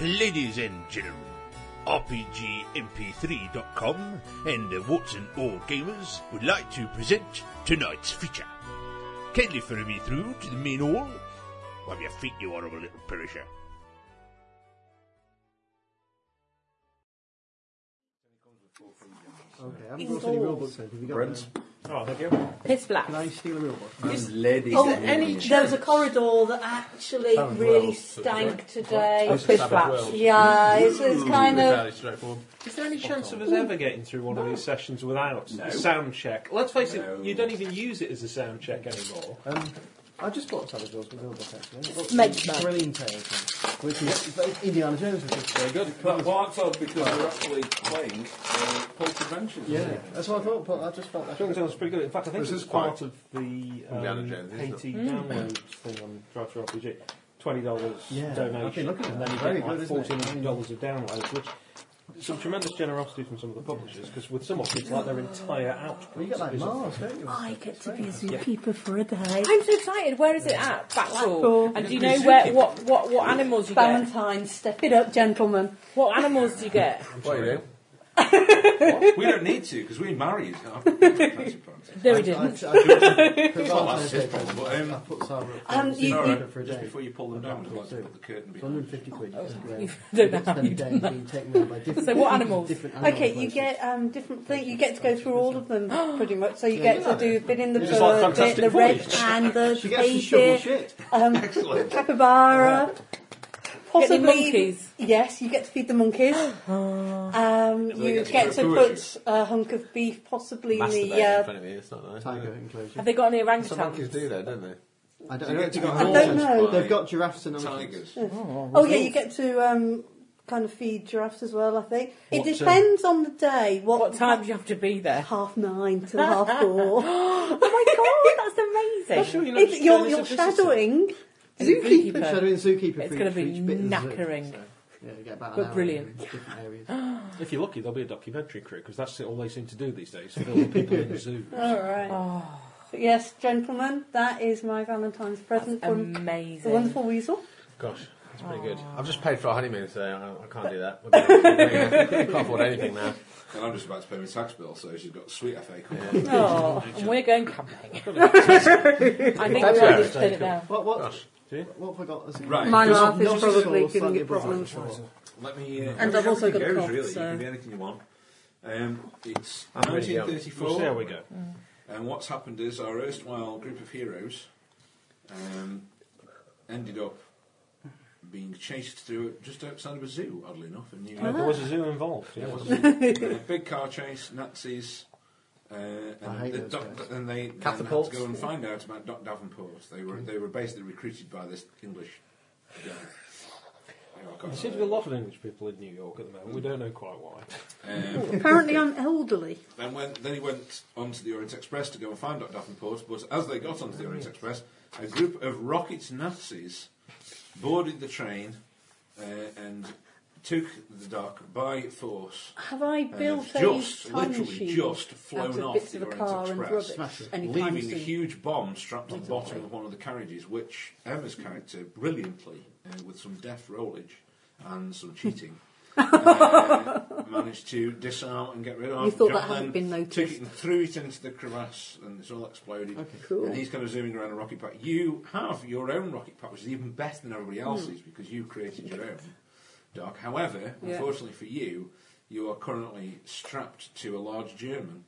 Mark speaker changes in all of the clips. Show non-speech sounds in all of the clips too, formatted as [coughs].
Speaker 1: Ladies and gentlemen, RPGMP3.com and the Watson All Gamers would like to present tonight's feature. Kindly follow me through to the main hall. Wipe your feet, you horrible little perisher.
Speaker 2: Okay, I haven't brought any real books then. Have you got
Speaker 3: Brent.
Speaker 2: them?
Speaker 4: Piss black.
Speaker 2: Can I steal a real book?
Speaker 3: Ladies
Speaker 4: Oh,
Speaker 3: and
Speaker 4: any, there was a corridor that actually really stank today.
Speaker 5: Oh, piss black.
Speaker 4: Yeah, it's, it's kind of.
Speaker 5: Fairly straightforward. Is there any chance of us ever getting through one of these sessions without
Speaker 3: No.
Speaker 5: a sound check? Let's face
Speaker 3: No.
Speaker 5: it, you don't even use it as a sound check anymore.
Speaker 2: Um, I just bought Savage Girls with a real book actually.
Speaker 4: Makes sense.
Speaker 2: Thrilling Tales, which is it's like Indiana Jones. Which is
Speaker 3: Very good. That works out because we're actually playing uh, Pulse Adventures.
Speaker 2: yeah, that's what I thought. But I just felt
Speaker 5: Strong
Speaker 2: that.
Speaker 5: sounds pretty good. In fact, I think
Speaker 3: This
Speaker 5: this
Speaker 3: is
Speaker 5: is part of the
Speaker 3: Indiana
Speaker 5: um,
Speaker 3: Jones, isn't it? Hmm.
Speaker 5: Haiti download thing on Drive Thru RPG. Twenty dollars
Speaker 2: Yeah, I've been
Speaker 5: donation,
Speaker 2: looking at
Speaker 5: and then you
Speaker 2: that. Very
Speaker 5: get like
Speaker 2: good, isn't it?
Speaker 5: fourteen hundred dollars of downloads, which some tremendous generosity from some of the publishers because with some of it's like their entire output.
Speaker 2: Well, you get like
Speaker 5: is-
Speaker 2: Mars, don't you?
Speaker 6: I get to be a zookeeper for a day.
Speaker 7: I'm so excited. Where is it at? Blackpool.
Speaker 6: Blackpool.
Speaker 7: And do you know where what what what animals you get?
Speaker 4: Valentine, step it up, gentlemen.
Speaker 7: What animals do you get?
Speaker 3: What are you
Speaker 8: [laughs]
Speaker 3: doing? we don't need to because we married. Just
Speaker 7: No, we
Speaker 2: I, I, I,
Speaker 7: didn't.
Speaker 2: put
Speaker 3: last year's
Speaker 2: Valentine's Day present.
Speaker 3: problem, but, um,
Speaker 2: I put Sarah up
Speaker 4: Um,
Speaker 2: for
Speaker 4: you-
Speaker 2: a
Speaker 4: you-
Speaker 2: zookeeper for a day.
Speaker 3: before you pull them down, otherwise you put the curtain
Speaker 8: [laughs]
Speaker 3: behind.
Speaker 2: 150 quid.
Speaker 7: don't know how
Speaker 2: Spend a
Speaker 7: you've
Speaker 2: day being taken round by different.
Speaker 7: So what animals?
Speaker 2: Different animal
Speaker 4: Okay, you
Speaker 2: places.
Speaker 4: get um, different things. You get to go through all of them pretty much. So you get to do a bit in the
Speaker 5: It's
Speaker 4: bird,
Speaker 5: like
Speaker 4: bit in the
Speaker 5: Fantastic
Speaker 4: red
Speaker 5: Voyage.
Speaker 4: and the
Speaker 2: She gets to shovel
Speaker 4: baby,
Speaker 2: shit.
Speaker 4: um,
Speaker 3: Excellent.
Speaker 4: capybara.
Speaker 7: Get the
Speaker 4: Possibly
Speaker 7: monkeys.
Speaker 4: Yes, you get to feed the
Speaker 7: [gasps]
Speaker 4: monkeys. [gasps] um,
Speaker 3: they
Speaker 4: you
Speaker 3: get to
Speaker 4: get to
Speaker 3: throw
Speaker 4: put a hunk of beef, possibly in the
Speaker 8: Masturbate in
Speaker 4: uh,
Speaker 8: front of you, it's not nice.
Speaker 2: Tiger enclosure.
Speaker 7: Have they got any
Speaker 8: Some monkeys
Speaker 7: orangutans?
Speaker 8: do that, don't they?
Speaker 2: I don't,
Speaker 3: You get
Speaker 2: I don't,
Speaker 3: to
Speaker 2: think
Speaker 3: go
Speaker 2: I've
Speaker 3: on
Speaker 2: got-
Speaker 4: don't know.
Speaker 3: walks by
Speaker 2: They've got giraffes and elephants.
Speaker 3: tigers.
Speaker 4: Oh yeah, you get to um, kind of feed giraffes as well. I think it
Speaker 5: What, uh,
Speaker 4: depends on the day. What,
Speaker 7: What time do you have to be there?
Speaker 4: [laughs] Half nine till
Speaker 7: [laughs]
Speaker 4: half four.
Speaker 7: Oh my god, [laughs] that's amazing.
Speaker 5: you're not
Speaker 4: if
Speaker 5: just
Speaker 4: you're,
Speaker 5: going
Speaker 4: you're
Speaker 5: as a visitor.
Speaker 4: shadowing,
Speaker 2: Zookeeper.
Speaker 7: Zookeeper.
Speaker 2: Shadowing zookeeper.
Speaker 7: It's
Speaker 2: for
Speaker 7: gonna
Speaker 2: each-
Speaker 7: be
Speaker 2: for each bit of the zoo,
Speaker 7: knackering.
Speaker 2: so, yeah, you get about an
Speaker 7: But
Speaker 2: hour
Speaker 7: brilliant.
Speaker 2: in different areas.
Speaker 5: If you're lucky, there'll be a documentary crew because that's all they seem to do these days: fill the people in the zoo.
Speaker 3: [laughs]
Speaker 4: all right. But Oh. yes, gentlemen, that is my Valentine's present from the
Speaker 7: Amazing.
Speaker 4: wonderful weasel.
Speaker 8: Gosh, that's pretty good. I've just paid for a honeymoon, so I, I can't do [laughs] that. We're gonna- I can't afford anything now.
Speaker 3: And I'm just about to pay my tax bill, so she's got sweet FA come
Speaker 7: Oh, and we're going camping.
Speaker 4: [laughs]
Speaker 7: [laughs] I think
Speaker 8: That's
Speaker 7: we
Speaker 8: fair.
Speaker 7: already said it now.
Speaker 2: What, what,
Speaker 8: Gosh.
Speaker 2: what have I got? as a-
Speaker 3: Right.
Speaker 4: My
Speaker 2: Just
Speaker 4: laugh
Speaker 2: not
Speaker 4: is probably
Speaker 2: sauce,
Speaker 4: giving
Speaker 2: like
Speaker 4: it problems.
Speaker 2: bronze.
Speaker 3: Let me. Uh,
Speaker 4: And I've also got a cough,
Speaker 3: Really,
Speaker 4: so-
Speaker 3: you can be anything you want. Um, it's
Speaker 8: I'm really young.
Speaker 3: 1934.
Speaker 5: Well, there we go.
Speaker 3: And what's happened is our erstwhile group of heroes um, ended up being chased through just outside of a zoo, oddly enough, in New
Speaker 5: Uh,
Speaker 2: Ah.
Speaker 3: York.
Speaker 5: there was a zoo involved.
Speaker 3: There
Speaker 5: yeah.
Speaker 3: was a
Speaker 2: [laughs]
Speaker 3: zoo. Uh, big car chase, Nazis, uh,
Speaker 2: I
Speaker 3: and,
Speaker 2: hate
Speaker 3: the
Speaker 2: those
Speaker 3: doc-
Speaker 2: guys.
Speaker 3: and they then had to
Speaker 8: Catapults.
Speaker 3: go and find out about Doc Davenport. They
Speaker 2: Hmm.
Speaker 3: were they were basically recruited by this English guy. Oh, I can't
Speaker 5: There seems to be a lot of English people in New York at the moment. We don't know quite why.
Speaker 3: remember. Um,
Speaker 4: Apparently, I'm elderly.
Speaker 3: Then, when, then he went onto the Orient Express to go and find Dr. Davenport, but as they got onto the Orient Express, a group of rocket Nazis boarded the train uh, and took the dock by force.
Speaker 4: Have I
Speaker 3: and
Speaker 4: built
Speaker 3: have just,
Speaker 4: a time
Speaker 3: literally
Speaker 4: machine
Speaker 3: just
Speaker 4: out
Speaker 3: flown
Speaker 4: of
Speaker 3: off
Speaker 4: bits
Speaker 3: the
Speaker 4: of a
Speaker 3: Orient
Speaker 4: car and
Speaker 3: Express,
Speaker 4: rubbish? Any time
Speaker 3: leaving a
Speaker 4: soon?
Speaker 3: huge bomb strapped to the bottom of one of the carriages, which Emma's character brilliantly, uh, with some deft rollage and some
Speaker 4: [laughs]
Speaker 3: cheating, uh, managed to disarm and get rid of.
Speaker 4: You thought that
Speaker 3: Jack then
Speaker 4: hadn't been noticed.
Speaker 3: Took it and threw it into the crevasse, and it's all exploded.
Speaker 4: Cool.
Speaker 3: And he's kind of zooming around a rocket pack. You have your own rocket pack, which is even better than everybody else's because you created your own, Doc. However,
Speaker 7: Yeah.
Speaker 3: unfortunately for you, you are currently strapped to a large German.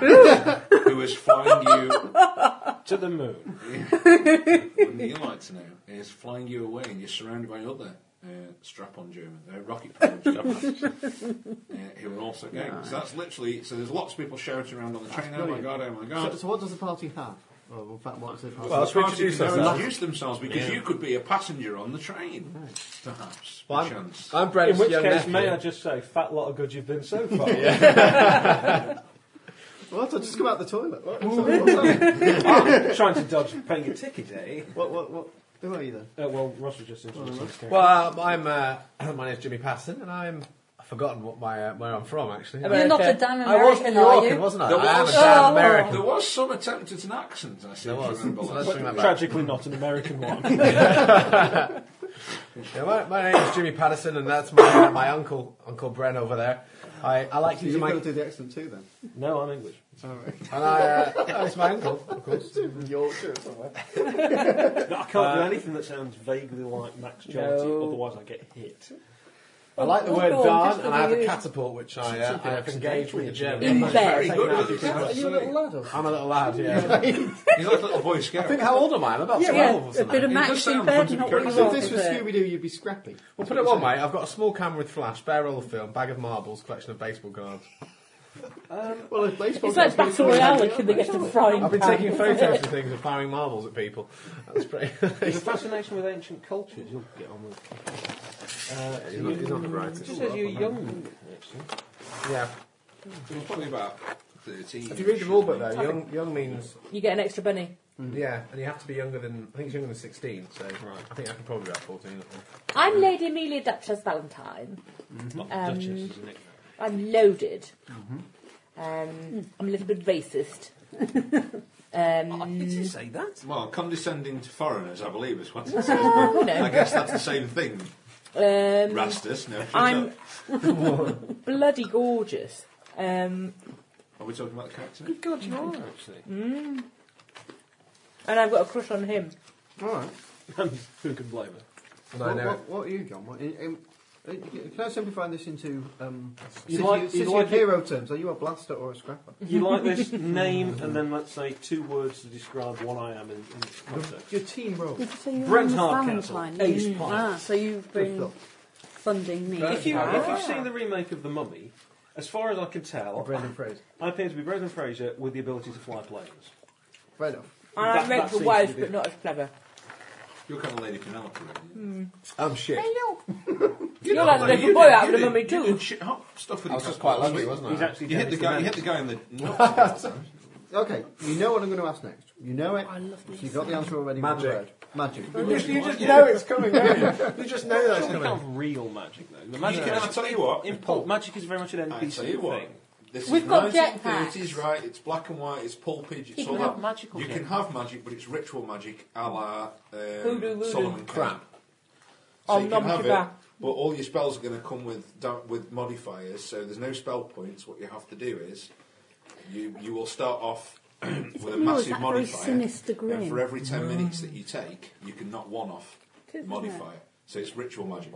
Speaker 3: who is flying you
Speaker 5: to the moon.
Speaker 3: wouldn't you like to know is flying you away and you're surrounded by other uh, strap-on German, uh, rocket-powered Germans uh, who are also going. So that's literally. So there's lots of people shouting around on the train. Oh my
Speaker 2: brilliant.
Speaker 3: god! Oh my god!
Speaker 2: So, so what does the party have? Well, in fact, what's the party?
Speaker 8: Well,
Speaker 3: the
Speaker 8: let's we
Speaker 3: party
Speaker 8: introduce
Speaker 3: can now
Speaker 8: ourselves.
Speaker 3: introduce themselves because you could be a passenger on the train, perhaps.
Speaker 8: Well,
Speaker 3: by
Speaker 8: I'm,
Speaker 3: chance.
Speaker 8: I'm
Speaker 5: In
Speaker 8: Brent's
Speaker 5: which
Speaker 8: young
Speaker 5: case,
Speaker 8: nephew.
Speaker 5: may I just say, fat lot of good you've been so far.
Speaker 2: what? I just come out the toilet. What, Sorry, what's that?
Speaker 5: Trying to dodge paying a ticket, eh?
Speaker 2: what, what, what? Who are you then?
Speaker 5: Uh, well, Ross was just introducing his character.
Speaker 8: Well, um, I'm. Uh, [clears throat] my name's Jimmy Patterson, and I'm. I've forgotten what my uh, where I'm from actually.
Speaker 7: America.
Speaker 4: You're not a damn
Speaker 8: I was New
Speaker 4: American, are
Speaker 8: Yorker,
Speaker 4: you?
Speaker 8: wasn't I?
Speaker 3: There
Speaker 8: I am a
Speaker 3: was-
Speaker 8: damn
Speaker 4: Oh.
Speaker 8: American.
Speaker 3: there was some attempt at an accent. I seem
Speaker 8: There
Speaker 3: to
Speaker 8: was.
Speaker 3: remember.
Speaker 8: So
Speaker 3: last
Speaker 8: let's bring
Speaker 3: week.
Speaker 8: that back.
Speaker 5: Tragically, not an American one.
Speaker 8: Yeah, my, my name is Jimmy Patterson, and that's my, uh, my uncle, Uncle Bren over there. I, I like to
Speaker 2: You've
Speaker 8: use
Speaker 2: got
Speaker 8: my.
Speaker 2: to do the accent [laughs] too, then.
Speaker 5: No, I'm English.
Speaker 8: And I, uh, oh, it's my uncle, of course.
Speaker 2: From Yorkshire or somewhere.
Speaker 5: No, I can't do anything that sounds vaguely like Max Johnson,
Speaker 7: No.
Speaker 5: otherwise I get hit.
Speaker 8: I like the word
Speaker 4: Uncle,
Speaker 8: darn,
Speaker 4: just
Speaker 8: and I have a
Speaker 4: you.
Speaker 8: catapult, which I, uh, I have engaged with the
Speaker 4: You
Speaker 8: German.
Speaker 4: bet.
Speaker 7: Are you a little lad or
Speaker 8: I'm a little lad, yeah.
Speaker 4: [laughs]
Speaker 9: He's like a little boy scout.
Speaker 8: I think, how old am I? I'm about
Speaker 4: Yeah,
Speaker 8: 12 or
Speaker 4: a
Speaker 8: something.
Speaker 4: bit of
Speaker 9: It does
Speaker 4: matching
Speaker 9: sound
Speaker 4: bed,
Speaker 9: pretty
Speaker 4: not what you
Speaker 9: current.
Speaker 2: So
Speaker 4: want.
Speaker 2: if this
Speaker 4: is
Speaker 2: was
Speaker 4: it?
Speaker 2: Scooby Doo, you'd be Scrappy.
Speaker 8: Well, put it one way. I've got a small camera with flash, bare roll film, bag of marbles, collection of baseball cards.
Speaker 2: Well, if baseball.
Speaker 7: It's like
Speaker 2: cards were
Speaker 7: Battle
Speaker 2: played,
Speaker 7: Royale,
Speaker 2: they'd
Speaker 7: can
Speaker 2: be
Speaker 7: they get to
Speaker 2: on
Speaker 7: the
Speaker 2: it.
Speaker 7: frying
Speaker 8: I've been
Speaker 7: pan?
Speaker 8: taking photos of things and firing marbles at people. That's pretty. [laughs]
Speaker 5: There's a fascination with ancient cultures. You'll get on with. Uh,
Speaker 8: he's not- he's not the brightest.
Speaker 5: Just as you're young, actually.
Speaker 8: yeah.
Speaker 9: He was probably about 13.
Speaker 8: If you read the rule book, though, young, young means
Speaker 7: You get an extra bunny.
Speaker 8: yeah, and you have to be younger than I think it's younger than sixteen. So I think I could probably be about fourteen.
Speaker 7: I'm Lady Amelia Duchess Valentine.
Speaker 5: Not
Speaker 7: Um,
Speaker 5: Duchess, isn't it?
Speaker 7: I'm loaded.
Speaker 9: Mm-hmm.
Speaker 7: Um, I'm a little bit
Speaker 9: [laughs]
Speaker 7: racist. um,
Speaker 10: Did you say that?
Speaker 9: Well, condescending to foreigners, I believe, is what it says.
Speaker 7: oh,
Speaker 9: I
Speaker 7: no.
Speaker 9: guess that's the same thing.
Speaker 7: Um,
Speaker 9: Rastas, no.
Speaker 7: I'm
Speaker 9: [laughs] no.
Speaker 7: bloody gorgeous. Um,
Speaker 9: Are we talking about the character?
Speaker 5: Good God, you are actually.
Speaker 7: and I've got a crush on him.
Speaker 2: All right.
Speaker 5: Who can blame her?
Speaker 8: And I
Speaker 2: What,
Speaker 8: know it.
Speaker 2: what, what are you, John? What, in, in, uh, can I simplify this into um,
Speaker 5: You
Speaker 2: city,
Speaker 5: like- you
Speaker 2: city
Speaker 5: like
Speaker 2: of
Speaker 5: it-
Speaker 2: hero terms? Are you a blaster or a scrapper?
Speaker 5: You like this name, and then let's say two words to describe what I am in, in context.
Speaker 2: Your team role.
Speaker 4: Did you say you were
Speaker 5: Brent
Speaker 4: on the
Speaker 5: Hardcastle,
Speaker 4: Valentine?
Speaker 5: ace
Speaker 4: Mm.
Speaker 5: pie.
Speaker 4: Ah, so you've been funding me.
Speaker 5: If you if
Speaker 4: Ah.
Speaker 5: you've seen the remake of The Mummy, as far as I can tell,
Speaker 2: Brendan Fraser.
Speaker 5: I appear to be Brendan Fraser with the ability to fly planes.
Speaker 2: Right off.
Speaker 7: And I'm
Speaker 5: That- that
Speaker 7: Rachel
Speaker 5: seems
Speaker 7: Wise,
Speaker 5: to be-
Speaker 7: but not as clever.
Speaker 9: You're kind of Lady Penelope, really.
Speaker 8: Um, shit.
Speaker 7: You're like the little boy out of the mummy too.
Speaker 9: Shit, hot stuff with
Speaker 8: I
Speaker 9: the
Speaker 8: was just
Speaker 9: couple
Speaker 8: quite
Speaker 9: of
Speaker 8: lucky,
Speaker 9: weeks.
Speaker 8: wasn't I?
Speaker 5: He's actually
Speaker 9: You hit the
Speaker 5: Dennis
Speaker 9: guy.
Speaker 5: Miller.
Speaker 9: You hit the guy in the. nuts.
Speaker 2: Okay, you know what I'm going to ask next. You know it. You've got the answer already.
Speaker 8: Magic.
Speaker 2: prepared. Magic.
Speaker 8: You just, you
Speaker 9: [laughs]
Speaker 8: just know it's coming, don't you? You just know that's
Speaker 5: It's
Speaker 8: coming.
Speaker 5: not real magic though. The magic,
Speaker 9: Can I tell you what?
Speaker 5: in pulp, magic is very much an
Speaker 9: I
Speaker 5: NPC
Speaker 9: tell you what.
Speaker 5: thing.
Speaker 9: This
Speaker 4: We've
Speaker 9: is
Speaker 4: got
Speaker 9: 1930s,
Speaker 4: jetpacks.
Speaker 9: right? It's black and white. It's pulpage. It's
Speaker 7: You
Speaker 9: all
Speaker 7: can
Speaker 9: that.
Speaker 7: have magical
Speaker 9: You can
Speaker 7: jetpacks.
Speaker 9: have magic, but it's ritual magic, a la um,
Speaker 7: Voodoo, voodoo.
Speaker 9: Solomon Crab.
Speaker 7: Oh,
Speaker 9: you
Speaker 7: nom
Speaker 9: can have it,
Speaker 7: kebab.
Speaker 9: but all your spells are going to come with da- with modifiers. So there's no spell points. What you have to do is you you will start off [clears throat] with a
Speaker 11: yours,
Speaker 9: massive
Speaker 11: that very
Speaker 9: modifier.
Speaker 11: sinister
Speaker 9: And
Speaker 11: grin?
Speaker 9: for every ten minutes that you take, you can knock one off
Speaker 4: Good, isn't
Speaker 9: modifier. So it's ritual magic.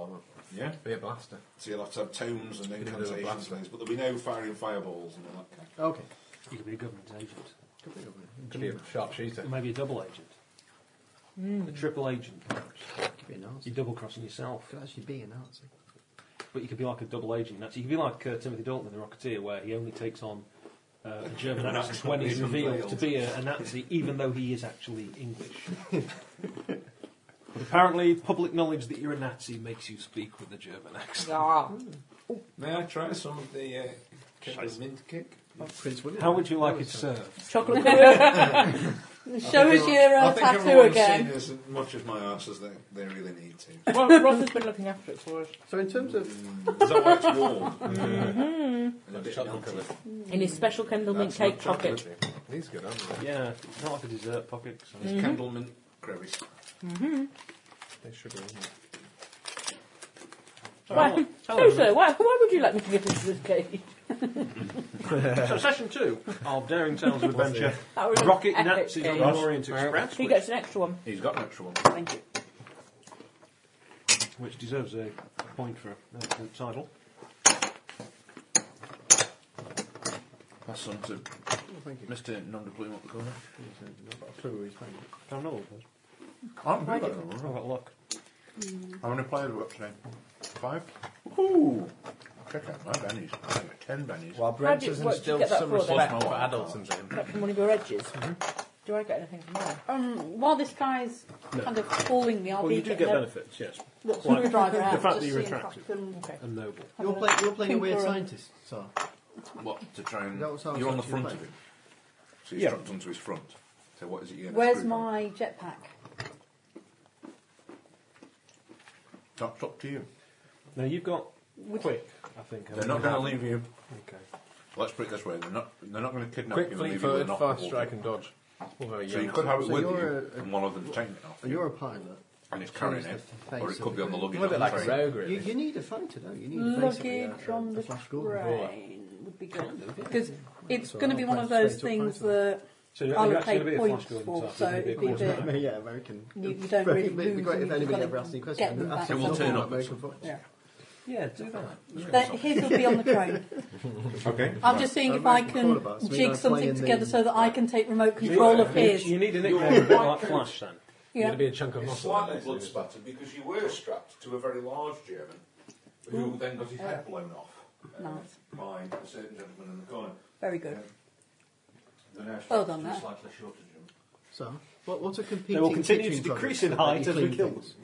Speaker 9: Yeah.
Speaker 8: Be a blaster.
Speaker 9: So you'll have to have tomes and
Speaker 8: do a
Speaker 9: incantations and
Speaker 8: blast.
Speaker 9: things, but there'll be no firing fireballs and all that kind of
Speaker 2: Okay.
Speaker 5: You could be a government agent,
Speaker 8: Could be a sharpshooter.
Speaker 5: maybe a double agent, a triple agent. Perhaps.
Speaker 2: Could be a Nazi.
Speaker 5: You're double crossing yourself,
Speaker 2: Could actually be a Nazi.
Speaker 5: but you could be like a double agent. That's, you could be like uh, Timothy Dalton in The Rocketeer, where he only takes on uh, a German accent when [laughs] he's
Speaker 9: Even
Speaker 5: revealed
Speaker 9: veiled.
Speaker 5: to be a, a Nazi, even though he is actually English. [laughs] but apparently, public knowledge that you're a Nazi makes you speak with a German accent.
Speaker 7: Ah.
Speaker 9: May I try some of the uh, Kevin mint cake?
Speaker 2: Prince William.
Speaker 5: How would you like it served?
Speaker 9: [laughs]
Speaker 7: Chocolate. [laughs] Show us your
Speaker 9: I
Speaker 7: uh,
Speaker 9: think
Speaker 7: tattoo
Speaker 9: everyone's
Speaker 7: again.
Speaker 9: seen as much of my arse as they, they really need to.
Speaker 7: Well, Ross has been looking after it for us.
Speaker 2: So in terms of
Speaker 9: Is that why it's [laughs] warm? And a
Speaker 8: Like
Speaker 9: bit
Speaker 8: chocolate
Speaker 9: melty.
Speaker 8: coloured.
Speaker 7: In his special Kendall mint
Speaker 9: That's not
Speaker 7: cake pocket.
Speaker 9: chocolatey.
Speaker 8: These are good, aren't they?
Speaker 5: Yeah, it's not like a dessert pocket. So.
Speaker 9: It's candle mint crevice.
Speaker 8: They should be. isn't it?
Speaker 7: Why? No, sir, why, why would you like me to get into this cage?
Speaker 5: So session two of Daring Tales of Adventure,
Speaker 7: That was an
Speaker 5: Rocket
Speaker 7: epic
Speaker 5: Nazis on
Speaker 7: game.
Speaker 5: the Orient Express,
Speaker 7: He
Speaker 5: which,
Speaker 7: gets an extra one.
Speaker 9: He's got an extra one.
Speaker 7: Thank you.
Speaker 5: which deserves a point for a title.
Speaker 9: Pass on to Mr. Non Deployment up the corner.
Speaker 5: I don't know what
Speaker 9: I'm good at them.
Speaker 5: I've got luck.
Speaker 9: How many players have we got today? Five? Ooh! Check out my bennies. I have ten bennies.
Speaker 8: While
Speaker 7: How'd you-
Speaker 8: Brent's
Speaker 7: what, did you
Speaker 8: instilled
Speaker 7: get that
Speaker 8: some
Speaker 7: for then?
Speaker 8: respect for adults in him.
Speaker 7: That's from one of your edges. Do I get anything from that?
Speaker 4: Um, while this guy's kind of hauling me, I'll
Speaker 5: Well,
Speaker 4: be
Speaker 5: Oh, you do
Speaker 4: getting
Speaker 5: get
Speaker 4: a-
Speaker 5: benefits, yes.
Speaker 4: little
Speaker 5: Like,
Speaker 4: screwdriver out.
Speaker 5: the fact that
Speaker 4: just
Speaker 5: you're
Speaker 4: seeing if I
Speaker 5: attractive.
Speaker 4: can-
Speaker 5: And noble.
Speaker 2: you're, play, you're playing a
Speaker 4: Pink
Speaker 2: weird
Speaker 4: or a-
Speaker 2: scientist, so
Speaker 9: What to try and
Speaker 2: That was how I
Speaker 9: you're on the
Speaker 2: was
Speaker 9: front
Speaker 2: actually
Speaker 9: of him. So you
Speaker 5: Yeah.
Speaker 9: strapped onto his front. So what is it? You're gonna
Speaker 4: Where's
Speaker 9: screw down?
Speaker 4: my jetpack?
Speaker 9: That's up to you.
Speaker 5: Now you've got quick, I think.
Speaker 9: They're not going to leave you.
Speaker 5: Okay.
Speaker 9: Let's put it this way: they're not. They're not going to kidnap
Speaker 8: Quick,
Speaker 9: you.
Speaker 8: fleet
Speaker 9: and leave you with
Speaker 8: footed,
Speaker 9: an
Speaker 8: fast
Speaker 9: awful-
Speaker 8: strike and dodge. All very
Speaker 9: So you
Speaker 8: young.
Speaker 9: could have it
Speaker 2: So
Speaker 9: with
Speaker 2: you're
Speaker 9: you,
Speaker 2: a-
Speaker 9: and one of them taking it off.
Speaker 2: you're a pilot.
Speaker 9: and it's carrying it,
Speaker 2: face
Speaker 9: or it
Speaker 2: of
Speaker 9: could be on the luggage
Speaker 8: I'm a
Speaker 9: on
Speaker 8: bit
Speaker 9: the
Speaker 8: like a
Speaker 9: train.
Speaker 8: rogue,
Speaker 2: You,
Speaker 8: really.
Speaker 2: you need a fighter, don't you? You need basically
Speaker 4: Luggage
Speaker 2: a,
Speaker 4: on
Speaker 2: a
Speaker 4: the
Speaker 2: Flash Gordon.
Speaker 4: train would be good.
Speaker 5: yeah.
Speaker 4: Because it's
Speaker 2: So
Speaker 4: going to
Speaker 2: I'll
Speaker 4: be one
Speaker 2: play
Speaker 4: of those
Speaker 2: straight up
Speaker 4: things
Speaker 2: fighter.
Speaker 4: that
Speaker 5: So you're
Speaker 4: I'll
Speaker 5: actually
Speaker 4: take
Speaker 5: gonna be a
Speaker 4: points
Speaker 5: Flash Gordon
Speaker 4: for,
Speaker 5: type,
Speaker 4: so
Speaker 5: you're gonna
Speaker 4: it'd be
Speaker 5: be a
Speaker 4: the-
Speaker 5: Gordon.
Speaker 2: Yeah, [laughs] yeah, American.
Speaker 4: [laughs] You- you don't
Speaker 2: Very-
Speaker 4: really
Speaker 2: It'd be
Speaker 4: lose
Speaker 2: great if
Speaker 4: them, you've
Speaker 2: anybody
Speaker 4: gotta
Speaker 2: ever asked any questions.
Speaker 4: get them back
Speaker 2: ask
Speaker 4: They will
Speaker 2: yourself
Speaker 9: turn
Speaker 2: about
Speaker 9: up.
Speaker 2: American football.
Speaker 4: Yeah.
Speaker 5: Yeah, do that.
Speaker 4: that his would be on the train.
Speaker 9: Okay.
Speaker 4: I'm just seeing if I can
Speaker 2: Coronavirus, we
Speaker 4: jig
Speaker 2: are
Speaker 4: something
Speaker 2: playing
Speaker 4: together
Speaker 2: the-
Speaker 4: so that I can take remote control of
Speaker 5: You-
Speaker 4: his.
Speaker 5: You need a nickname a bit like Flash, then.
Speaker 8: You're
Speaker 4: Yeah.
Speaker 8: going to be a chunk of
Speaker 9: It's
Speaker 8: muscle.
Speaker 9: slightly
Speaker 8: aren't you?
Speaker 9: blood spattered because you were strapped to a very large German who then got his head blown off uh,
Speaker 4: Nice.
Speaker 9: by a certain gentleman in the corner.
Speaker 4: Very good.
Speaker 9: They're now
Speaker 4: Well
Speaker 9: strapped
Speaker 4: done
Speaker 9: to a
Speaker 4: there.
Speaker 9: Slightly shorter German.
Speaker 2: So, what, what are competing
Speaker 5: They will continue to
Speaker 2: kitchen
Speaker 5: decrease
Speaker 2: products
Speaker 5: in
Speaker 2: that let you
Speaker 5: height as we
Speaker 2: clean
Speaker 5: kill them.
Speaker 2: things?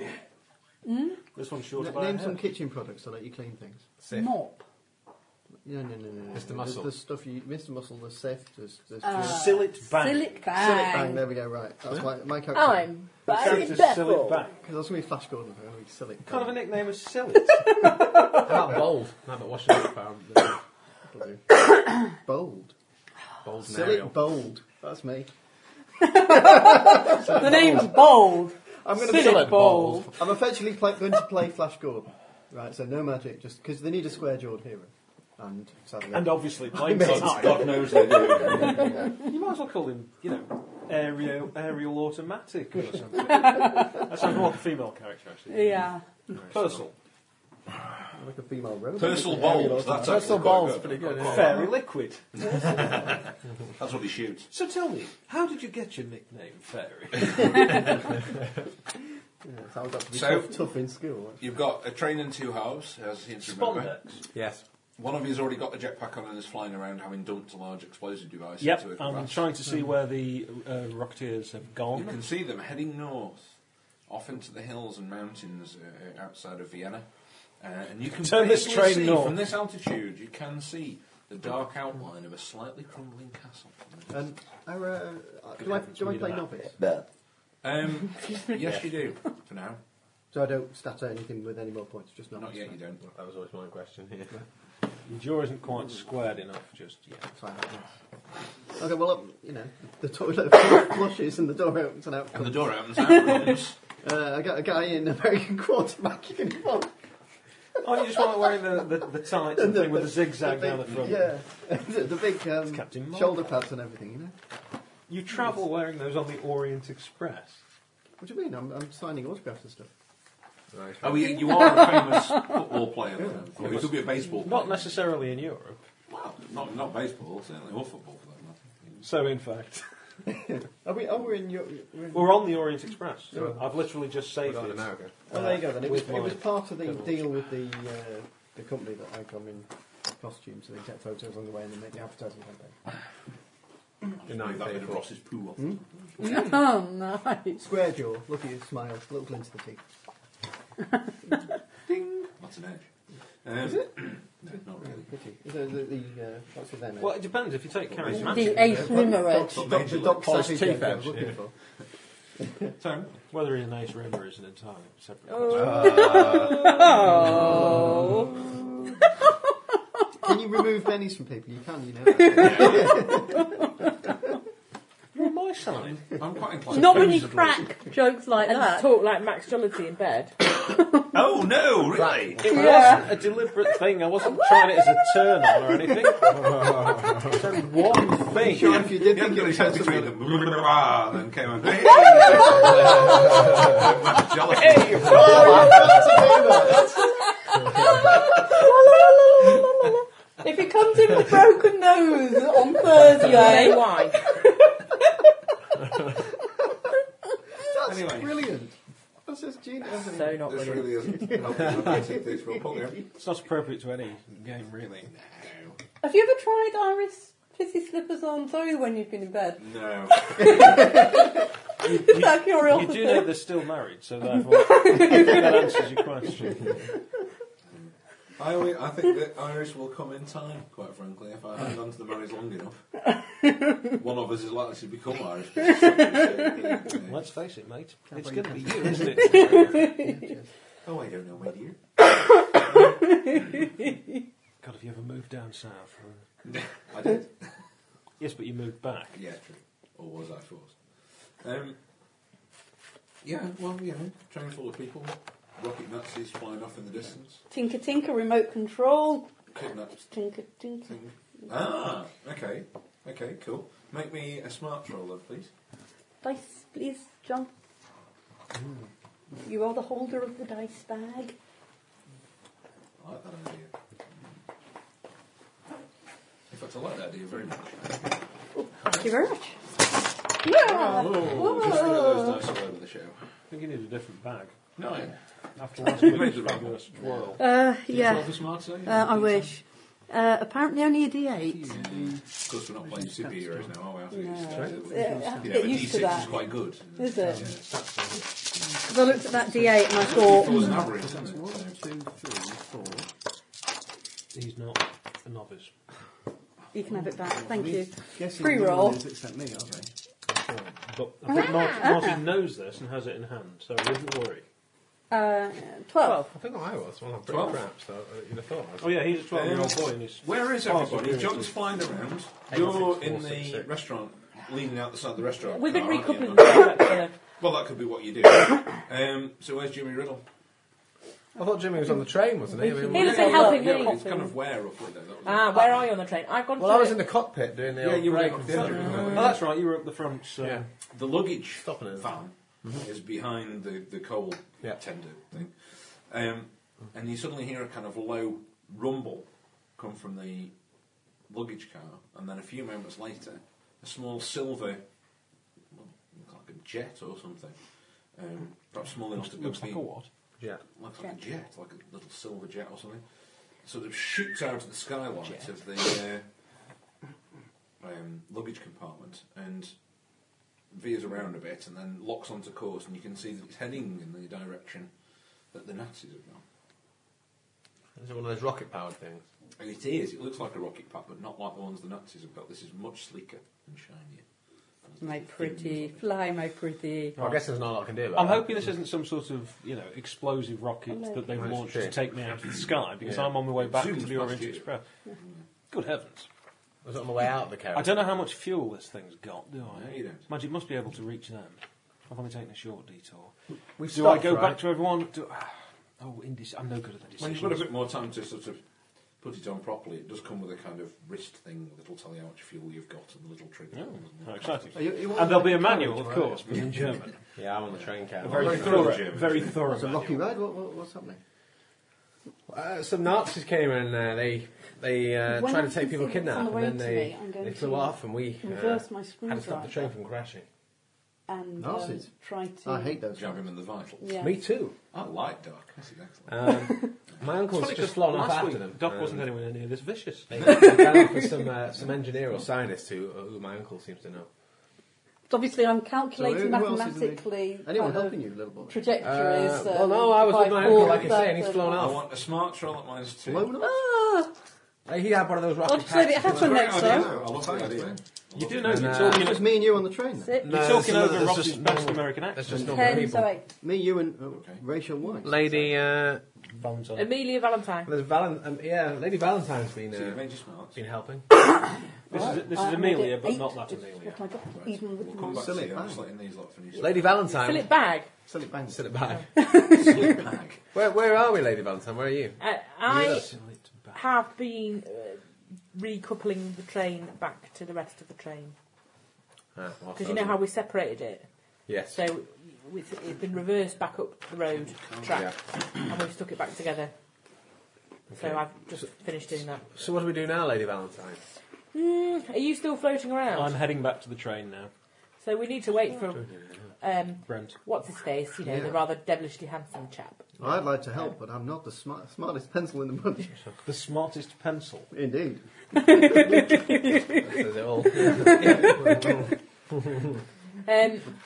Speaker 5: This one's short
Speaker 2: N-
Speaker 5: by a
Speaker 2: name some
Speaker 5: hair.
Speaker 2: kitchen products that let you clean things.
Speaker 8: Sick.
Speaker 4: Mop.
Speaker 2: No, no, no, no. no.
Speaker 8: Mr.
Speaker 2: There's-
Speaker 8: Muscle.
Speaker 2: There's stuff you, Mr. Muscle, there's Seth, there's, there's
Speaker 5: Uh, Sillet Bang.
Speaker 4: Sillet
Speaker 2: Sillet
Speaker 4: bang.
Speaker 2: Bang. There we go. Right, that's my my character.
Speaker 7: Oh, I'm back in
Speaker 5: Character's Sillet
Speaker 7: Bethel.
Speaker 5: Bang.
Speaker 2: Because that's gonna be Flash Gordon. I'm gonna be Sillet.
Speaker 5: Kind of a
Speaker 2: Bang.
Speaker 5: nickname is Sillet.
Speaker 8: How about bold? How about washing up? um, the
Speaker 2: That'll do. bold.
Speaker 8: Bold and
Speaker 2: Sillet
Speaker 8: aerial.
Speaker 2: Bold. That's me.
Speaker 4: The name's bold.
Speaker 2: I'm gonna
Speaker 4: Sillet
Speaker 8: Sillet
Speaker 4: bold.
Speaker 8: Bold.
Speaker 2: I'm effectively play, going to play Flash Gordon. Right, so no magic, just because they need a square jawed hero. And sadly,
Speaker 5: [laughs] and uh, [laughs] obviously, playing
Speaker 2: made
Speaker 5: time.
Speaker 9: God knows they do.
Speaker 5: You might as well call him, you know, Aerial, aerial Automatic or [laughs] something. that sounds more like a female character, actually.
Speaker 4: Yeah.
Speaker 5: Purcell.
Speaker 2: like a female robot.
Speaker 9: [laughs] Personal
Speaker 2: Yeah,
Speaker 9: balls.
Speaker 2: yeah,
Speaker 9: That's
Speaker 2: Personal
Speaker 9: actually quite
Speaker 2: balls.
Speaker 9: good.
Speaker 2: Pretty good.
Speaker 5: Fairy Liquid.
Speaker 9: That's what he shoots.
Speaker 5: So tell me, how did you get your nickname, Fairy?
Speaker 2: Yeah, sounds like to be
Speaker 9: So-
Speaker 2: tough, tough in school.
Speaker 9: You've got a train and two halves, as he seems to remember.
Speaker 5: Spondex.
Speaker 8: Yes.
Speaker 9: One of you's already got the jetpack on and is flying around having dumped a large explosive device into
Speaker 5: Yep,
Speaker 9: it.
Speaker 5: I'm
Speaker 9: Right.
Speaker 5: trying to see where the uh, Rocketeers have
Speaker 9: You
Speaker 5: gone.
Speaker 9: can see them heading north, off into the hills and mountains uh, outside of Vienna. Uh, and you can
Speaker 5: Turn this
Speaker 9: basically
Speaker 5: train
Speaker 9: see,
Speaker 5: north.
Speaker 9: from this altitude, you can see the dark outline of a slightly crumbling castle.
Speaker 2: And are, uh, do I do I play novice?
Speaker 9: [laughs] Um, yes, you do, for now.
Speaker 2: So I don't statter anything with any more points, just novice.
Speaker 9: Not yet, you don't.
Speaker 8: That was always my question here.
Speaker 5: Your jaw isn't quite squared enough just yet.
Speaker 2: Fine, yes. Okay, well, um, you know, the toilet [laughs] flushes and the door opens and out.
Speaker 9: And the door opens out, runs.
Speaker 2: Uh, I got a guy in American quarterback uniform.
Speaker 5: Oh, you just want to wearing the, the, the tights
Speaker 2: [laughs]
Speaker 5: and thing with the zigzag down the front.
Speaker 2: Yeah, [laughs] the, the big
Speaker 5: Captain
Speaker 2: um,
Speaker 5: Marvel.
Speaker 2: shoulder pads and everything, you know.
Speaker 5: You travel wearing those on the Orient Express.
Speaker 2: What do you mean? I'm, I'm signing autographs and stuff.
Speaker 8: Right.
Speaker 9: [laughs] Oh, you, you are a famous football player. though. Or you could be a baseball player.
Speaker 5: Not necessarily in Europe.
Speaker 9: Well, not, not baseball, certainly, or football for that matter.
Speaker 5: So, in fact,
Speaker 2: Are we? Are we in your? We're in,
Speaker 5: [laughs] we're on the Orient Express. I've literally just
Speaker 8: We're
Speaker 5: saved
Speaker 8: not in
Speaker 5: it.
Speaker 8: America.
Speaker 2: oh, there you go. Then it was,
Speaker 5: uh, with
Speaker 2: it was
Speaker 5: mine.
Speaker 2: part of the
Speaker 5: Double.
Speaker 2: deal with the uh, the company that I come in costume, so they take photos along the way and they make the advertising campaign.
Speaker 8: In 1984.
Speaker 9: Ross's poo off.
Speaker 4: Oh, nice.
Speaker 2: Square jaw, look at you, smile, little glint of the teeth.
Speaker 9: That's an edge. Um, Is
Speaker 2: [clears throat]
Speaker 9: it? no, not really.
Speaker 2: Pretty. Is that the, the uh, what's his name?
Speaker 5: Well, it depends. If you take charismatic,
Speaker 4: The ace limerick.
Speaker 2: Doc- the Doc
Speaker 8: Paul's
Speaker 2: Savage
Speaker 8: teeth
Speaker 2: joke I was
Speaker 8: out,
Speaker 2: looking
Speaker 8: yeah.
Speaker 2: for.
Speaker 9: So,
Speaker 5: whether he's an ace river is an entirely separate.
Speaker 4: Oh.
Speaker 2: Can you remove bennies from people? You can, you [laughs] know.
Speaker 5: You're on my side.
Speaker 9: I'm quite
Speaker 4: [laughs]
Speaker 9: inclined.
Speaker 4: Not
Speaker 9: to
Speaker 4: when you
Speaker 9: use the ball.
Speaker 4: crack jokes like
Speaker 7: And
Speaker 4: that. [laughs]
Speaker 7: talk like Max Jollity in bed.
Speaker 9: Oh no, really?
Speaker 5: It
Speaker 4: Yeah.
Speaker 5: wasn't a deliberate thing. I wasn't trying it as a turn on or anything. It's only one thing.
Speaker 2: sure, if you did
Speaker 9: You haven't
Speaker 2: think it
Speaker 9: got his
Speaker 2: was
Speaker 9: head
Speaker 2: something
Speaker 9: between
Speaker 2: that-
Speaker 9: them. Then came on. [laughs] Hey!
Speaker 4: If he comes in with a broken nose on
Speaker 7: Say
Speaker 4: Thursday,
Speaker 7: why.
Speaker 2: That's
Speaker 9: Anyway.
Speaker 2: brilliant. That's just genius.
Speaker 7: So not
Speaker 9: This
Speaker 7: really.
Speaker 9: really isn't helping. This will put him.
Speaker 5: It's not appropriate to any game, really.
Speaker 4: have you ever tried Iris pissy slippers on Zoe when you've been in bed? [laughs]
Speaker 9: No.
Speaker 4: Just out of
Speaker 5: You
Speaker 4: curiosity.
Speaker 5: do know they're still married, so therefore that answers your question.
Speaker 9: I, always- I think that Irish will come in time, quite frankly, if I hang on to the marriage long enough. One of us is likely to become Irish. but it's not gonna be.
Speaker 5: Let's face it, mate. It's
Speaker 2: believe
Speaker 5: going to be you, isn't it?
Speaker 9: Oh, I don't know, my dear.
Speaker 5: God, have you ever moved down south? Uh,
Speaker 9: I did.
Speaker 5: Yes, but you moved back.
Speaker 9: Yeah, true. Or was I forced? Um, Yeah, well, you know, train full of people, rocket Nazis flying off in the distance,
Speaker 4: Tinker Tinker remote control.
Speaker 9: kidnapped.
Speaker 4: Tinker Tinker.
Speaker 9: Thing. Ah, okay, okay, cool. Make me a smart roll, then, please.
Speaker 4: Dice, please, John. You are the holder of the dice bag.
Speaker 9: I like that idea. In fact, I like that idea very much.
Speaker 4: Thank you very much. Yeah.
Speaker 9: Oh, just throw those dice all over the show.
Speaker 5: I think you need a different bag.
Speaker 9: Nine.
Speaker 5: After last
Speaker 9: [laughs] You made
Speaker 5: week's
Speaker 9: the right one.
Speaker 5: fabulous twirl.
Speaker 4: Uh,
Speaker 9: Did you
Speaker 4: yeah.
Speaker 9: roll for smart save?
Speaker 4: Uh, I wish. Uh, apparently only a D8.
Speaker 9: Of course, we're not playing superheroes now, are we? I have to get used
Speaker 4: No.
Speaker 9: to it.
Speaker 4: Yeah, I have to
Speaker 9: You know,
Speaker 4: Uh, get
Speaker 9: a
Speaker 4: used to
Speaker 9: D6 is
Speaker 4: that.
Speaker 9: quite good.
Speaker 4: Is it?
Speaker 9: Yeah.
Speaker 4: Because I looked at that D8 and I
Speaker 9: It was an
Speaker 4: thought, "Hmm,
Speaker 9: average, wasn't it? So-
Speaker 5: He's not a novice.
Speaker 4: you can have it back, thank you.
Speaker 2: Guessing
Speaker 4: Pre-roll.
Speaker 2: no one is Except me, aren't they?
Speaker 5: But I think Martin, Martin knows this and has it in hand, so he doesn't worry.
Speaker 4: Uh, 12.
Speaker 8: I think I was. Well, I'm pretty
Speaker 9: Twelve.
Speaker 8: crap, so uh, you'd have thought I was.
Speaker 5: Oh yeah, he's a 12 year old boy and he's
Speaker 9: Where is
Speaker 5: Oh,
Speaker 9: everybody?
Speaker 5: it's
Speaker 9: John's flying around.
Speaker 8: Eight,
Speaker 9: You're
Speaker 8: six,
Speaker 9: in
Speaker 8: four, six,
Speaker 9: the
Speaker 8: six.
Speaker 9: restaurant, leaning out the side of the restaurant.
Speaker 7: We've been
Speaker 9: car, aren't you?
Speaker 7: recoupling that, actually.
Speaker 9: Well, that could be what you do.
Speaker 4: [coughs]
Speaker 9: um, so where's Jimmy Riddle?
Speaker 8: I thought Jimmy was on the train, wasn't he? I mean,
Speaker 7: He was
Speaker 8: well,
Speaker 7: in helping
Speaker 9: yeah, well,
Speaker 7: me.
Speaker 9: it's kind of where roughly though. That was
Speaker 7: Ah, where are you on the train? I've gone
Speaker 8: well, I
Speaker 7: through
Speaker 8: was
Speaker 7: it.
Speaker 8: in the cockpit doing the
Speaker 9: yeah,
Speaker 8: old
Speaker 9: you were
Speaker 8: break.
Speaker 9: up
Speaker 8: and
Speaker 9: the
Speaker 8: stuff.
Speaker 9: other end,
Speaker 5: Oh,
Speaker 9: weren't you?
Speaker 5: that's right, you were up the front. So
Speaker 8: Yeah.
Speaker 9: The luggage
Speaker 8: Stopping it.
Speaker 9: van is behind the, the coal
Speaker 8: Yeah.
Speaker 9: tender thing. Um, and you suddenly hear a kind of low rumble come from the luggage car. And then a few moments later, a small silver, well, looks like a jet or something. Um, perhaps small enough to go
Speaker 5: looks like
Speaker 9: be-
Speaker 5: a what?
Speaker 8: Yeah.
Speaker 9: looks like a jet, like a little silver jet or something, sort of shoots out of the skylight of the uh, um, luggage compartment and veers around a bit and then locks onto course, and you can see that it's heading in the direction that the Nazis have gone.
Speaker 8: Is it one of those rocket powered things?
Speaker 9: And it is, it looks like a rocket pack, but not like the ones the Nazis have got. This is much sleeker and shinier.
Speaker 4: My pretty, fly my pretty.
Speaker 8: Well, I guess there's not a lot I can do about
Speaker 5: I'm
Speaker 8: that.
Speaker 5: hoping this isn't some sort of you know explosive rocket
Speaker 4: Hello.
Speaker 5: that they've
Speaker 8: Nice
Speaker 5: launched
Speaker 8: tree.
Speaker 5: to take me out of the sky because
Speaker 8: Yeah.
Speaker 5: I'm on my way back
Speaker 9: Zoom
Speaker 5: to the
Speaker 9: past
Speaker 5: Orient
Speaker 9: you.
Speaker 5: Express. Good heavens!
Speaker 8: Was it on the way out of the carriage?
Speaker 5: I don't know how much fuel this thing's got, do I?
Speaker 9: No, you don't.
Speaker 5: Imagine it must be able to reach them. I've only taken a short detour.
Speaker 8: We've
Speaker 5: do
Speaker 8: stopped,
Speaker 5: I go
Speaker 8: right?
Speaker 5: back to everyone? Do, [sighs] oh, indec- I'm no good at the
Speaker 9: When
Speaker 5: decisions.
Speaker 9: you've got a bit more time to sort of put it on properly, it does come with a kind of wrist thing that'll tell you how much fuel you've got and the little trigger.
Speaker 5: Oh, how exciting!
Speaker 2: Are you- you want
Speaker 5: and there'll
Speaker 2: like
Speaker 5: be a
Speaker 2: a
Speaker 5: manual, of
Speaker 2: carriage,
Speaker 5: course, but in German.
Speaker 8: Yeah, I'm on the train carriage.
Speaker 5: A very,
Speaker 9: Very
Speaker 5: thorough,
Speaker 9: thorough German.
Speaker 5: very thorough.
Speaker 2: It's a rocky
Speaker 5: manual.
Speaker 2: road. What, what, what's happening?
Speaker 8: Uh, some Nazis came and uh, they they uh,
Speaker 4: When
Speaker 8: tried
Speaker 4: I
Speaker 8: to take
Speaker 4: see
Speaker 8: people
Speaker 4: it's on the
Speaker 8: kidnapped,
Speaker 4: way
Speaker 8: and then
Speaker 4: to
Speaker 8: they,
Speaker 4: me, I'm going
Speaker 8: they
Speaker 4: to
Speaker 8: flew off, and we uh,
Speaker 4: Reverse my
Speaker 8: had to stop the
Speaker 4: screwdriver
Speaker 8: train from crashing.
Speaker 4: and um,
Speaker 2: Nazis.
Speaker 4: try to.
Speaker 2: I hate those.
Speaker 9: Jab him in the vitals.
Speaker 4: Yeah.
Speaker 8: Me too.
Speaker 9: I like dark. That's excellent.
Speaker 8: Um, my uncle's just flown off
Speaker 5: last
Speaker 8: after
Speaker 5: week,
Speaker 8: them.
Speaker 5: Doc
Speaker 8: and
Speaker 5: wasn't anywhere near this vicious.
Speaker 8: They they ran off with some uh, some engineer or scientist who uh, who my uncle seems to know.
Speaker 4: Obviously, I'm
Speaker 2: So
Speaker 4: calculating
Speaker 2: who- who else is in the-
Speaker 4: mathematically
Speaker 2: Anyone
Speaker 4: kind of
Speaker 2: helping you, little boy?
Speaker 4: trajectories.
Speaker 8: Uh,
Speaker 4: um,
Speaker 8: well, no, I was with
Speaker 4: by
Speaker 8: my uncle,
Speaker 4: four, uh,
Speaker 8: like I say, and he's
Speaker 4: third,
Speaker 8: flown
Speaker 9: I
Speaker 8: off.
Speaker 9: want a smart roll at minus two.
Speaker 2: Blown up?
Speaker 4: Ah,
Speaker 8: Uh, he had one of those rocket
Speaker 4: Obviously, it
Speaker 8: packs.
Speaker 4: happened next
Speaker 9: I
Speaker 4: time.
Speaker 9: love that idea.
Speaker 5: You do know
Speaker 8: And,
Speaker 5: you're
Speaker 8: uh,
Speaker 5: talking.
Speaker 2: It was me and you on the train. Then.
Speaker 4: Six,
Speaker 8: No,
Speaker 5: You're
Speaker 8: there's
Speaker 5: talking
Speaker 8: some-
Speaker 5: over
Speaker 8: there's
Speaker 5: Ross's
Speaker 8: just
Speaker 5: best
Speaker 8: normal-
Speaker 5: American
Speaker 8: That's
Speaker 5: accent.
Speaker 8: just normal
Speaker 4: ten,
Speaker 8: people.
Speaker 4: so eight.
Speaker 2: Me, you, and uh,
Speaker 9: Okay.
Speaker 2: Rachel White.
Speaker 8: Lady, uh,
Speaker 5: Valentine.
Speaker 7: Amelia Valentine.
Speaker 8: there's Valen- um, yeah, Lady Valentine's been
Speaker 9: So you
Speaker 8: uh,
Speaker 9: made your smarts.
Speaker 8: been helping.
Speaker 5: This is, this
Speaker 4: I
Speaker 5: is
Speaker 4: made
Speaker 5: Amelia,
Speaker 4: it
Speaker 5: but
Speaker 4: eight,
Speaker 5: not that
Speaker 4: which is
Speaker 5: Amelia.
Speaker 4: what I got,
Speaker 9: Right.
Speaker 4: even with
Speaker 9: We'll come
Speaker 4: my
Speaker 9: back to
Speaker 2: Silly
Speaker 9: you. I'm just
Speaker 2: bang.
Speaker 9: letting these lot finish.
Speaker 8: Lady Valentine.
Speaker 7: Philip Bag.
Speaker 2: Sell it bang.
Speaker 8: Sit it back.
Speaker 9: [laughs] Silly bag.
Speaker 8: Where, where are we, Lady Valentine? Where are you?
Speaker 7: Uh, I
Speaker 8: Yes.
Speaker 7: have been uh, recoupling the train back to the rest of the train.
Speaker 8: Ah, well,
Speaker 7: Because you know how we separated it?
Speaker 8: Yes.
Speaker 7: So it's, it's been reversed back up the road track and we've stuck it back together.
Speaker 8: Okay.
Speaker 7: So I've just finished doing that.
Speaker 8: So what do we do now, Lady Valentine?
Speaker 7: Mm, are you still floating around?
Speaker 5: I'm heading back to the train now.
Speaker 7: so we need to wait for um,
Speaker 5: Brent.
Speaker 7: what's his face, you know, the
Speaker 2: Yeah.
Speaker 7: rather devilishly handsome chap.
Speaker 2: Well, I'd like to help, but I'm not the smart, smartest pencil in the bunch.
Speaker 5: The smartest pencil.
Speaker 2: [laughs] Indeed.
Speaker 8: That says it all. [laughs]
Speaker 7: Um,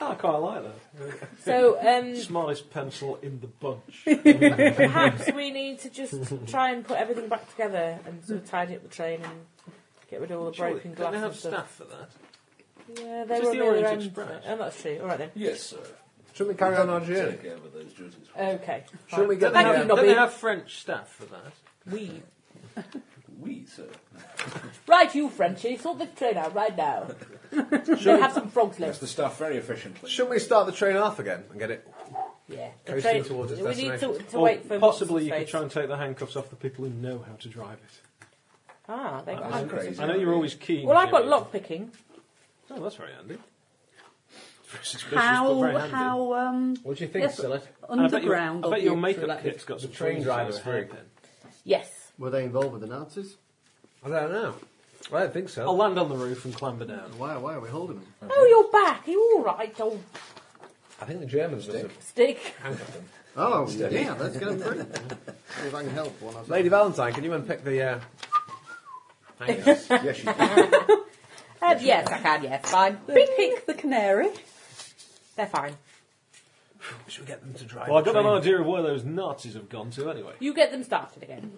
Speaker 5: Ah, I quite like that.
Speaker 7: so um,
Speaker 5: Smartest pencil in the bunch. [laughs]
Speaker 7: perhaps we need to just try and put everything back together and sort of tidy up the train and get rid of all the
Speaker 5: Surely,
Speaker 7: broken
Speaker 5: don't
Speaker 7: glass
Speaker 5: they have
Speaker 7: and
Speaker 5: staff
Speaker 7: stuff.
Speaker 5: for that?
Speaker 7: Yeah, they
Speaker 5: It's
Speaker 7: were
Speaker 5: just the
Speaker 7: on the other
Speaker 5: Orient
Speaker 7: end.
Speaker 5: Express.
Speaker 7: Oh, that's true. All right then.
Speaker 9: Yes, sir.
Speaker 8: Shouldn't we carry on our journey?
Speaker 9: Take over those duties.
Speaker 7: Okay.
Speaker 8: Shouldn't we
Speaker 7: fine.
Speaker 8: get
Speaker 7: Thank
Speaker 8: the-
Speaker 7: you,
Speaker 5: Don't they
Speaker 7: Nobby.
Speaker 5: have French staff for that?
Speaker 7: We.
Speaker 9: oui, sir.
Speaker 7: Right, you Frenchy, sort this train out right now.
Speaker 5: [laughs]
Speaker 7: Should have some frogs
Speaker 9: That's
Speaker 7: left.
Speaker 9: the staff very efficiently.
Speaker 8: Shouldn't we start the train off again and get it?
Speaker 7: Yeah, the
Speaker 8: Coasting
Speaker 7: train.
Speaker 8: towards its
Speaker 7: We need to,
Speaker 8: destination.
Speaker 7: to wait for
Speaker 5: possibly you could
Speaker 7: what's-his-face.
Speaker 5: try and take the handcuffs off the people who know how to drive it.
Speaker 7: Ah, they
Speaker 9: That's
Speaker 7: got.
Speaker 9: crazy.
Speaker 5: I know you're always keen.
Speaker 7: Well, I've got
Speaker 5: Jimmy.
Speaker 7: lock picking.
Speaker 5: Oh, that's very handy. Very suspicious, but very
Speaker 4: How,
Speaker 5: handy.
Speaker 4: how, um,
Speaker 8: What do you think,
Speaker 4: Yes.
Speaker 8: Sillet?
Speaker 5: And I bet your-
Speaker 4: underground.
Speaker 5: I
Speaker 4: or
Speaker 5: bet your
Speaker 4: the-
Speaker 5: makeup
Speaker 4: like-
Speaker 5: kit's got some
Speaker 8: train
Speaker 5: train drivers
Speaker 8: driver's free.
Speaker 5: hairpin.
Speaker 7: Yes.
Speaker 2: Were they involved with the Nazis?
Speaker 8: I don't know. I don't think so.
Speaker 5: I'll land on the roof and clamber down.
Speaker 2: Why, why are we holding them?
Speaker 7: Oh, you're back. Are you all right, old
Speaker 8: I think the Germans must have
Speaker 7: stick?
Speaker 8: handcuffed them.
Speaker 2: Oh, yeah, let's get them free. See if I can help one or two.
Speaker 8: Lady Valentine, can you unpick the uh,
Speaker 7: [laughs]
Speaker 8: handcuffs?
Speaker 9: yes, you do.
Speaker 7: Uh, yes, I can. Yes, fine.
Speaker 4: They pick the canary.
Speaker 7: They're fine.
Speaker 8: Should we get them to drive?
Speaker 5: Well, I
Speaker 8: the
Speaker 5: got an
Speaker 8: train?
Speaker 5: idea of where those Nazis have gone to anyway.
Speaker 7: You get them started again.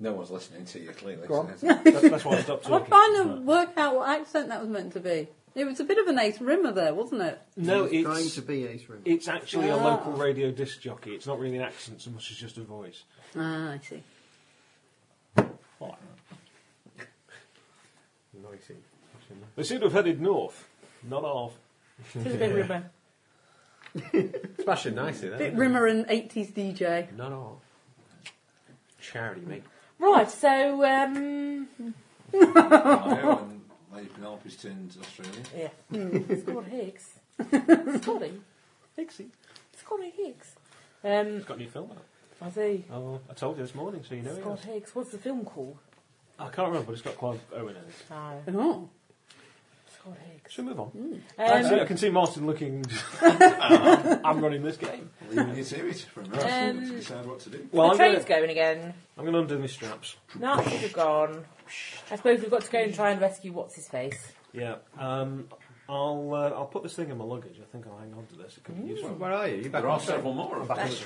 Speaker 9: No one's listening to you, clearly.
Speaker 8: Go on.
Speaker 9: so it's-
Speaker 5: That's, that's why I stopped
Speaker 4: I'm
Speaker 5: talking.
Speaker 4: trying to work out what accent that was meant to be. It was a bit of an ace rimmer there, wasn't it?
Speaker 5: No,
Speaker 2: He's trying
Speaker 5: it's
Speaker 2: to be Ace Rim.
Speaker 5: it's actually a local radio disc jockey. It's not really an accent so much as just a voice.
Speaker 4: Ah, I see.
Speaker 8: Noisy.
Speaker 5: They seem to have headed north, not off.
Speaker 7: It's a bit rumour.
Speaker 8: Smashing nicely
Speaker 4: bit
Speaker 8: there.
Speaker 4: rimmer and 80s DJ.
Speaker 8: Not all. Charity, mate.
Speaker 7: Right. So, um,
Speaker 9: Ohio and Lady Penelope's turned Australia.
Speaker 7: yeah.
Speaker 4: [laughs]
Speaker 7: Hmm, Scott Hicks. Scotty.
Speaker 5: Dixie.
Speaker 7: Scotty Hicks. Um,
Speaker 5: It's got a new film out.
Speaker 7: I see.
Speaker 5: Oh, I told you this morning, so you know it.
Speaker 7: Scott
Speaker 5: is.
Speaker 7: Hicks. What's the film called?
Speaker 5: I can't remember, but it's got Clive Owen in it.
Speaker 7: Oh,
Speaker 4: Oh.
Speaker 7: Scott Hicks.
Speaker 5: Should we move on? I,
Speaker 7: Um,
Speaker 5: see, I can see Martin looking. I'm running this game.
Speaker 9: [laughs] Leaving you to it for a minute
Speaker 7: Um,
Speaker 9: to decide what to do.
Speaker 5: Well,
Speaker 7: the
Speaker 5: I'm
Speaker 7: train's
Speaker 5: going
Speaker 7: going again.
Speaker 5: to undo my straps.
Speaker 7: Nazis are gone. I suppose we've got to go and try and rescue what's his face.
Speaker 5: Yeah. Um, I'll uh, I'll put this thing in my luggage. I think I'll hang on to this. It could be useful.
Speaker 8: Where are you? You back
Speaker 9: There
Speaker 8: on
Speaker 9: are
Speaker 8: the train?
Speaker 9: several more of them.
Speaker 8: Back on the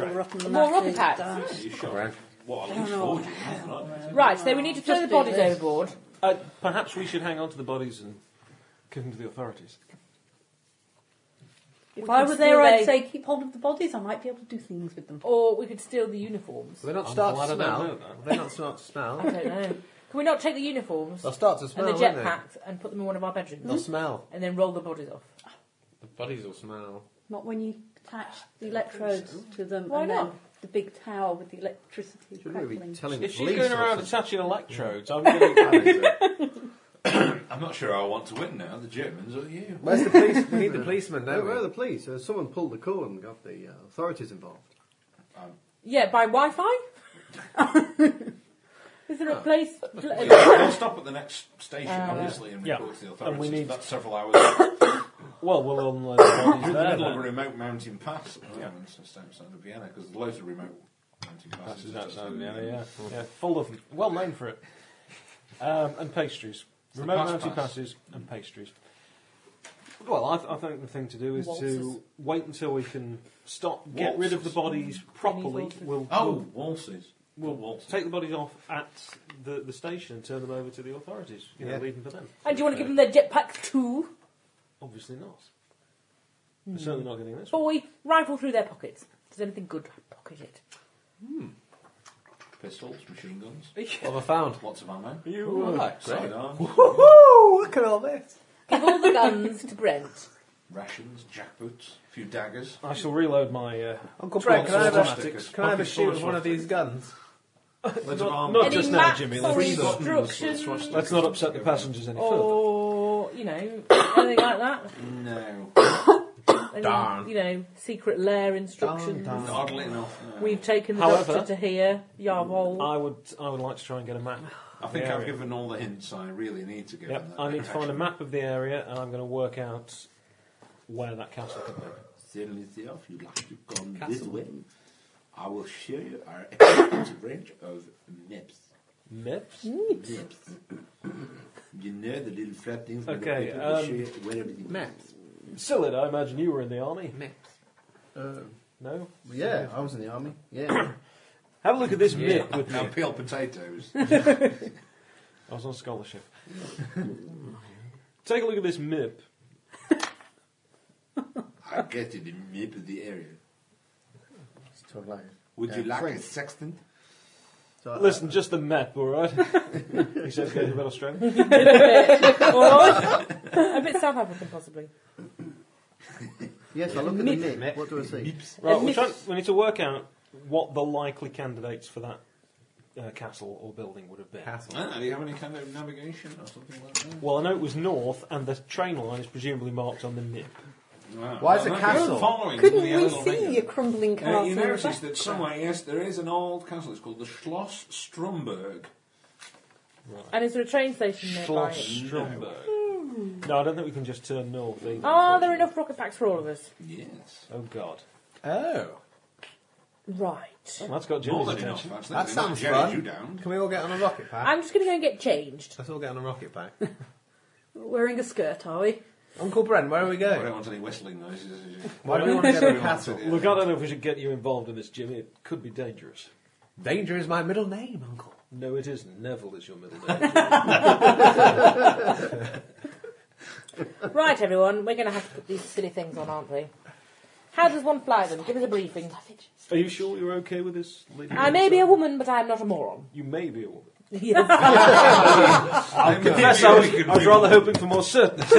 Speaker 8: train.
Speaker 7: More rubber pads.
Speaker 9: Yeah, You shot.
Speaker 8: Right.
Speaker 9: What, at least
Speaker 4: Oh.
Speaker 9: four, Jimmy, right?
Speaker 7: Right, so we need to throw the
Speaker 4: do
Speaker 7: bodies
Speaker 4: this.
Speaker 7: overboard.
Speaker 5: Uh, perhaps we should hang on to the bodies and give them to the authorities.
Speaker 4: If
Speaker 7: We
Speaker 4: I
Speaker 7: can
Speaker 4: were
Speaker 7: steal
Speaker 4: there, I'd
Speaker 7: they-
Speaker 4: say keep hold of the bodies. I might be able to do things with them.
Speaker 7: Or we could steal the uniforms.
Speaker 8: Will they not
Speaker 5: I'm
Speaker 8: start
Speaker 5: glad
Speaker 8: to
Speaker 5: I don't
Speaker 8: smell?
Speaker 5: know that.
Speaker 8: Will they not start to
Speaker 7: I
Speaker 8: smell?
Speaker 7: don't know. Can we not take the uniforms
Speaker 8: [laughs] They'll start to
Speaker 7: and
Speaker 8: smell,
Speaker 7: the
Speaker 8: won't they?
Speaker 7: jetpacks and put them in one of our bedrooms
Speaker 8: They'll smell.
Speaker 7: and then roll the bodies off?
Speaker 8: The bodies will smell.
Speaker 4: Not when you attach the electrodes to them.
Speaker 7: Why
Speaker 4: and
Speaker 7: not?
Speaker 4: Then the big tower with the electricity
Speaker 2: Shouldn't we be
Speaker 4: crackling.
Speaker 2: telling
Speaker 5: If
Speaker 2: the
Speaker 5: she's
Speaker 2: police
Speaker 5: going
Speaker 2: or
Speaker 5: around
Speaker 2: something?
Speaker 5: attaching electrodes, I'm going to.
Speaker 9: I'm not sure I want to win now, the Germans or you.
Speaker 8: Where's the police? We need [laughs] the policeman,
Speaker 2: No,
Speaker 8: don't
Speaker 2: where are the
Speaker 8: we?
Speaker 2: police? Uh, someone pulled the cord and got the uh, authorities involved.
Speaker 7: Yeah, by Wi Fi?
Speaker 5: [laughs]
Speaker 7: Is
Speaker 5: Ah.
Speaker 7: there a place?
Speaker 9: Well, they'll stop at the next station,
Speaker 4: Uh,
Speaker 7: Ah,
Speaker 9: obviously, and
Speaker 5: yeah.
Speaker 9: report to the
Speaker 5: Yeah, and
Speaker 9: authorities.
Speaker 5: we need-
Speaker 9: That's several
Speaker 5: [coughs]
Speaker 9: hours.
Speaker 5: Well, we'll unload the
Speaker 8: [laughs]
Speaker 9: We're
Speaker 5: bodies
Speaker 9: in the
Speaker 5: there.
Speaker 9: middle of a
Speaker 5: then.
Speaker 9: remote mountain pass at the moment, just outside of Vienna, because there's loads of remote mountain passes.
Speaker 5: Passes outside Vienna, yeah.
Speaker 8: Mm.
Speaker 5: yeah. Full of. Well known for it. Um, and pastries.
Speaker 9: the
Speaker 5: Remote
Speaker 9: pass
Speaker 5: mountain
Speaker 9: pass.
Speaker 5: passes and pastries. Well, I, th- I think the thing to do is
Speaker 7: Waltzes.
Speaker 5: to wait until we can stop, get rid of the
Speaker 9: Waltzes.
Speaker 5: bodies
Speaker 7: Mm.
Speaker 5: properly.
Speaker 7: waltzes.
Speaker 5: We'll,
Speaker 9: Oh, waltzes.
Speaker 5: we'll, we'll
Speaker 9: waltzes.
Speaker 5: take the bodies off at the, the station and turn them over to the authorities. You know,
Speaker 8: Yeah.
Speaker 5: leave them for them.
Speaker 7: [coughs] And do you want to give them their jetpacks too?
Speaker 5: Obviously not.
Speaker 7: Hmm.
Speaker 5: They're Certainly not getting this. one.
Speaker 7: Boy, rifle through their pockets. If there's anything good, pocket it. [laughs]
Speaker 9: Pistols, machine
Speaker 5: [laughs]
Speaker 9: guns,
Speaker 8: What have I found?
Speaker 9: lots of ammo.
Speaker 5: You,
Speaker 8: Ooh,
Speaker 5: uh,
Speaker 8: right, great. [laughs]
Speaker 9: Sidearms,
Speaker 8: Woohoo! Look at all this.
Speaker 7: Give all the guns to Brent.
Speaker 9: rations, jackboots, a few daggers.
Speaker 5: I shall reload my. Uh,
Speaker 8: Uncle Brett, can I have
Speaker 5: Lots of
Speaker 8: a,
Speaker 9: stickers.
Speaker 8: can I have a
Speaker 9: Pocket
Speaker 8: shoot
Speaker 9: full
Speaker 8: with
Speaker 9: of
Speaker 8: one of these guns?
Speaker 9: Loads
Speaker 5: Not-
Speaker 9: of armour.
Speaker 5: not
Speaker 7: Any
Speaker 5: just now,
Speaker 7: maps
Speaker 5: Jimmy,
Speaker 7: or
Speaker 5: let's-
Speaker 7: instructions?
Speaker 5: let's not upset the passengers any further.
Speaker 7: or you know anything like that.
Speaker 9: No.
Speaker 7: Any,
Speaker 8: Darn.
Speaker 7: You know, secret lair instructions.
Speaker 9: Oddly enough, no.
Speaker 7: We've taken the
Speaker 5: However-
Speaker 7: doctor to here, Yarwol.
Speaker 5: [laughs] I would, I would like to try and get a map.
Speaker 9: I think
Speaker 5: Yeah.
Speaker 9: I've given all the hints I really need to give.
Speaker 5: Yep,
Speaker 9: in that
Speaker 5: I need to find a
Speaker 9: direction.
Speaker 5: map of the area, and I'm going to work out where that castle could be.
Speaker 9: Certainly, sir, if you'd like to come this way, I will show you our extensive range of maps.
Speaker 5: Mips?
Speaker 9: Maps. you know the little flat things with
Speaker 5: Okay,
Speaker 9: the paper that
Speaker 5: um,
Speaker 9: show you where everything is.
Speaker 5: Silid, I imagine you were in the army.
Speaker 2: Uh,
Speaker 5: No?
Speaker 2: yeah, I was in the army. Yeah.
Speaker 5: Have a look at this map with
Speaker 9: Now
Speaker 5: me.
Speaker 8: [laughs]
Speaker 9: peel potatoes.
Speaker 5: I was on scholarship. Take a look at this map.
Speaker 9: I get it, the map of the area.
Speaker 2: It's talk like
Speaker 9: Would you
Speaker 2: Yeah,
Speaker 9: like a
Speaker 2: French.
Speaker 9: sextant?
Speaker 2: It's start.
Speaker 5: Listen, just the map, all right? [laughs] he says, "Go to Little Australia."
Speaker 7: or [laughs] a bit South African, possibly.
Speaker 2: Yes, I look at the map. What do I see?
Speaker 5: Right, we're
Speaker 7: Admit-
Speaker 5: trying, we need to work out what the likely candidates for that uh, castle or building would have been.
Speaker 9: Ah, do you have any kind of navigation or something like that?
Speaker 5: Well, I know it was north, and the train line is presumably marked on the map.
Speaker 9: Wow.
Speaker 8: Why is it
Speaker 9: Well, that- you're
Speaker 8: castle?
Speaker 9: Following
Speaker 12: Couldn't
Speaker 9: the
Speaker 12: we
Speaker 9: animal
Speaker 12: see
Speaker 9: ring.
Speaker 12: your crumbling castle?
Speaker 9: Uh, you
Speaker 12: in
Speaker 9: notice that
Speaker 12: Thatcher?
Speaker 9: somewhere, yes, there is an old castle. It's called the Schloss Stromberg.
Speaker 7: And is there a train station nearby?
Speaker 5: Schloss Stromberg. No, I don't think we can just turn north either.
Speaker 7: Are Ah, there
Speaker 5: unfortunately.
Speaker 7: enough rocket packs for all of us?
Speaker 9: Yes.
Speaker 5: Oh, God.
Speaker 8: Oh.
Speaker 7: Right.
Speaker 5: Well, that's got
Speaker 9: More
Speaker 5: Jimmy's
Speaker 9: than enough,
Speaker 5: attention.
Speaker 9: actually. They
Speaker 8: That
Speaker 9: might
Speaker 8: sounds
Speaker 9: jerry
Speaker 8: fun.
Speaker 9: you down.
Speaker 8: Can we all get on a rocket pack?
Speaker 7: I'm just going to go and get changed.
Speaker 8: Let's all get on a rocket pack.
Speaker 12: Wearing a skirt, are we?
Speaker 8: Uncle Bren, where are we
Speaker 9: I don't
Speaker 8: going?
Speaker 9: want any whistling noises. is it?
Speaker 8: Why do we want to go to
Speaker 9: Everyone
Speaker 8: castle?
Speaker 9: said yes.
Speaker 5: Look, I don't know if we should get you involved in this, Jimmy. It could be dangerous.
Speaker 8: Danger is my middle name, [laughs] Uncle.
Speaker 5: No, it isn't. Neville is your middle name.
Speaker 7: Right, everyone, we're going to have to put these silly things on, aren't we? How does one fly them? Give us a briefing.
Speaker 5: [laughs] Are you sure you're okay with this? Lady
Speaker 7: I may be a woman, but I am not
Speaker 12: [laughs]
Speaker 7: a moron. [laughs]
Speaker 5: You may be a woman.
Speaker 7: Yes.
Speaker 9: I'm
Speaker 5: Yes, I was, I was rather hoping for more [laughs] certainty.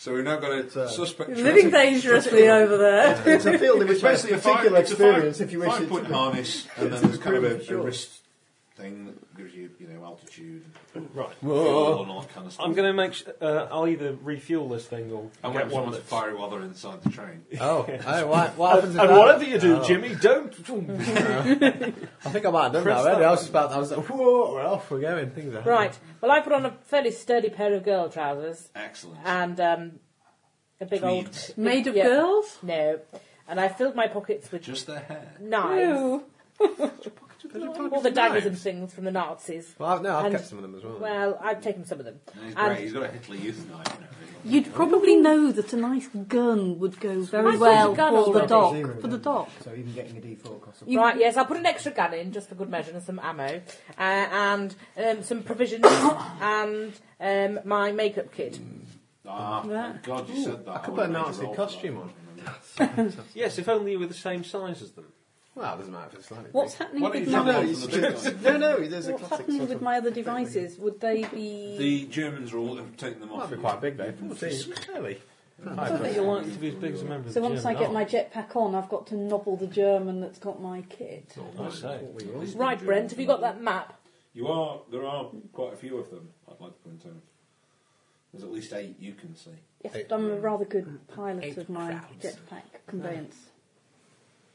Speaker 9: So we've now got a
Speaker 2: uh,
Speaker 9: suspect.
Speaker 12: Living
Speaker 9: traffic-
Speaker 12: dangerously over there.
Speaker 2: It's a field in
Speaker 9: It's
Speaker 2: which I have
Speaker 9: basically a five,
Speaker 2: particular
Speaker 9: it's a five,
Speaker 2: experience if you wish it
Speaker 9: five-point
Speaker 2: to
Speaker 9: harness, and then there's kind of a,
Speaker 2: for sure.
Speaker 9: a wrist thing that gives you, you know, altitude.
Speaker 5: right.
Speaker 9: fuel and all that kind of stuff.
Speaker 5: Oh. I'm going to make. s uh, I'll either refuel this thing or
Speaker 9: I
Speaker 5: get
Speaker 9: went
Speaker 5: one
Speaker 9: one that's
Speaker 5: that's.
Speaker 9: fiery while they're inside the train.
Speaker 8: Oh, oh what, what
Speaker 5: And,
Speaker 8: happens if
Speaker 5: and
Speaker 8: that-
Speaker 5: whatever you do,
Speaker 8: Oh.
Speaker 5: Jimmy, don't.
Speaker 8: I think I might have done
Speaker 5: Press
Speaker 8: that already.
Speaker 5: that
Speaker 8: I was just about, I was like, whoa, we're off, we're going, things are happening.
Speaker 7: right. Well, I put on a fairly sturdy pair of girl trousers
Speaker 9: Excellent.
Speaker 7: and um, a big
Speaker 9: Tweeds.
Speaker 7: old.
Speaker 12: Made of
Speaker 7: Yeah.
Speaker 12: girls?
Speaker 7: No. And I filled my pockets with
Speaker 9: Just their hair.
Speaker 7: knives.
Speaker 12: No.
Speaker 7: All the daggers and things from the Nazis.
Speaker 8: Well, I've, no, I've
Speaker 7: And-
Speaker 8: kept some of them as well.
Speaker 7: Well, I've taken some of them.
Speaker 9: And he's
Speaker 7: And-
Speaker 9: great. He's got a Hitler Youth knife. and everything.
Speaker 4: You'd probably know that a nice gun would go
Speaker 7: I
Speaker 4: very
Speaker 7: think
Speaker 4: well
Speaker 7: a gun
Speaker 4: for the
Speaker 7: already.
Speaker 4: dock.
Speaker 2: Zero
Speaker 4: For the
Speaker 2: damage.
Speaker 4: dock.
Speaker 2: So even getting a D4 costs a
Speaker 4: You-
Speaker 7: right, yes, I'll put an extra gun in just for good measure and some ammo, uh, and um, some provisions, [coughs] and um, my makeup kit.
Speaker 9: Ah, thank God you said that.
Speaker 8: I could
Speaker 9: would've
Speaker 8: put a
Speaker 9: made
Speaker 8: Nazi
Speaker 9: roll for
Speaker 8: costume
Speaker 9: that.
Speaker 8: on.
Speaker 5: Yes, if only you were the same size as them.
Speaker 8: Well, it doesn't matter if it's slightly
Speaker 4: What's
Speaker 8: big.
Speaker 4: happening
Speaker 9: What
Speaker 4: with
Speaker 9: did you have
Speaker 4: my
Speaker 9: on from the big guy?
Speaker 2: No, no, there's a
Speaker 4: What's
Speaker 2: classic
Speaker 4: happening
Speaker 2: sort
Speaker 4: with
Speaker 2: of-
Speaker 4: my other devices? Would they be
Speaker 9: The Germans are all have taken them off.
Speaker 8: Might be quite big though. 14, really.
Speaker 5: I don't think you're likely to be as big as a member of
Speaker 4: So
Speaker 5: the
Speaker 4: once I
Speaker 5: German
Speaker 4: get my
Speaker 5: army.
Speaker 4: jetpack on, I've got to nobble the German that's got my kit.
Speaker 5: I say.
Speaker 7: Right, Brent, have you got that map?
Speaker 9: You are. There are quite a few of them. I'd like to point out. There's at least eight you can see.
Speaker 4: Yes,
Speaker 8: Eight.
Speaker 4: but I'm a rather good pilot
Speaker 7: Eight
Speaker 4: of my
Speaker 7: crowds.
Speaker 4: jetpack conveyance.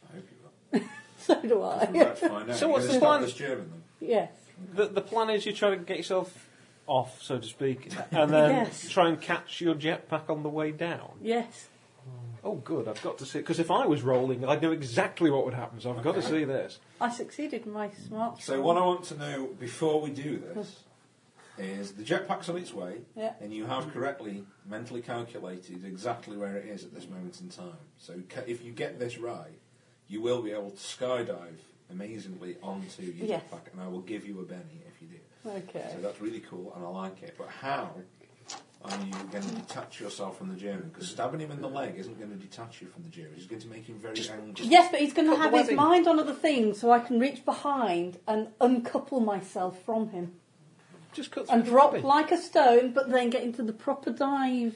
Speaker 9: I hope you
Speaker 4: [laughs] So do
Speaker 9: are.
Speaker 4: I.
Speaker 9: We're about to find out.
Speaker 5: So what's
Speaker 9: You're
Speaker 5: the
Speaker 9: gonna start
Speaker 5: plan?
Speaker 9: This German
Speaker 4: [laughs]
Speaker 9: then.
Speaker 4: yes.
Speaker 5: The, the plan is you try to get yourself off, so to [laughs] speak, and then
Speaker 4: Yes.
Speaker 5: try and catch your jetpack on the way down.
Speaker 4: Yes.
Speaker 5: Oh, good, I've got to see. Because if I was rolling, I'd know exactly what would happen, so I've got to see this.
Speaker 4: I succeeded in my smart.
Speaker 9: So what I want to know before we do this is the jetpack's on its way,
Speaker 4: Yeah.
Speaker 9: and you have correctly mentally calculated exactly where it is at this moment in time. So ca- if you get this right, you will be able to skydive amazingly onto your
Speaker 4: Yes.
Speaker 9: jetpack, and I will give you a penny if you do.
Speaker 4: Okay.
Speaker 9: So that's really cool, and I like it. But how are you going to detach yourself from the German? Because stabbing him in the leg isn't going to detach you from the German. It's going to make him very angry.
Speaker 4: Yes, but he's going to
Speaker 8: Put the
Speaker 4: have his
Speaker 8: webbing.
Speaker 4: mind on other things, so I can reach behind and uncouple myself from him
Speaker 5: Just cut
Speaker 4: and
Speaker 5: through
Speaker 4: drop
Speaker 5: the lobby.
Speaker 4: like a stone, but then get into the proper dive.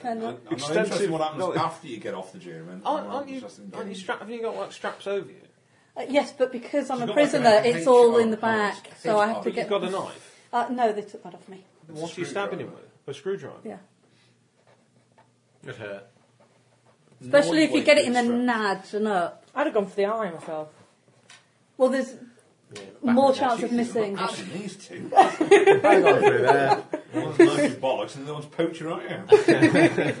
Speaker 4: Kind of.
Speaker 9: I'm I'm not interested
Speaker 5: Extensive-
Speaker 9: in what happens
Speaker 5: no, it-
Speaker 9: after you get off the German. I'm
Speaker 5: Aren't,
Speaker 9: not
Speaker 5: aren't you,
Speaker 9: interested in
Speaker 5: aren't you
Speaker 9: getting-
Speaker 5: strapped? Have you got like straps over you?
Speaker 4: Uh, yes, but because I'm
Speaker 9: She's
Speaker 4: a
Speaker 9: got like
Speaker 4: prisoner,
Speaker 9: a
Speaker 4: it's
Speaker 9: H
Speaker 4: all
Speaker 9: on
Speaker 4: in the
Speaker 9: her
Speaker 4: back,
Speaker 9: arse.
Speaker 4: so I have to
Speaker 9: But
Speaker 5: But
Speaker 4: get.
Speaker 5: you've got a knife.
Speaker 4: Uh, no, they took that off me.
Speaker 5: What are you stabbing him with? A screwdriver.
Speaker 4: Yeah.
Speaker 8: It hurt.
Speaker 4: Especially if you get it in the
Speaker 9: Strap.
Speaker 4: nads and up.
Speaker 7: I'd have gone for the eye myself.
Speaker 4: Well, there's more chance of missing.
Speaker 9: Actually, these two.
Speaker 8: I got through there.
Speaker 9: One's knife your bollocks and the other one's poach your eye out.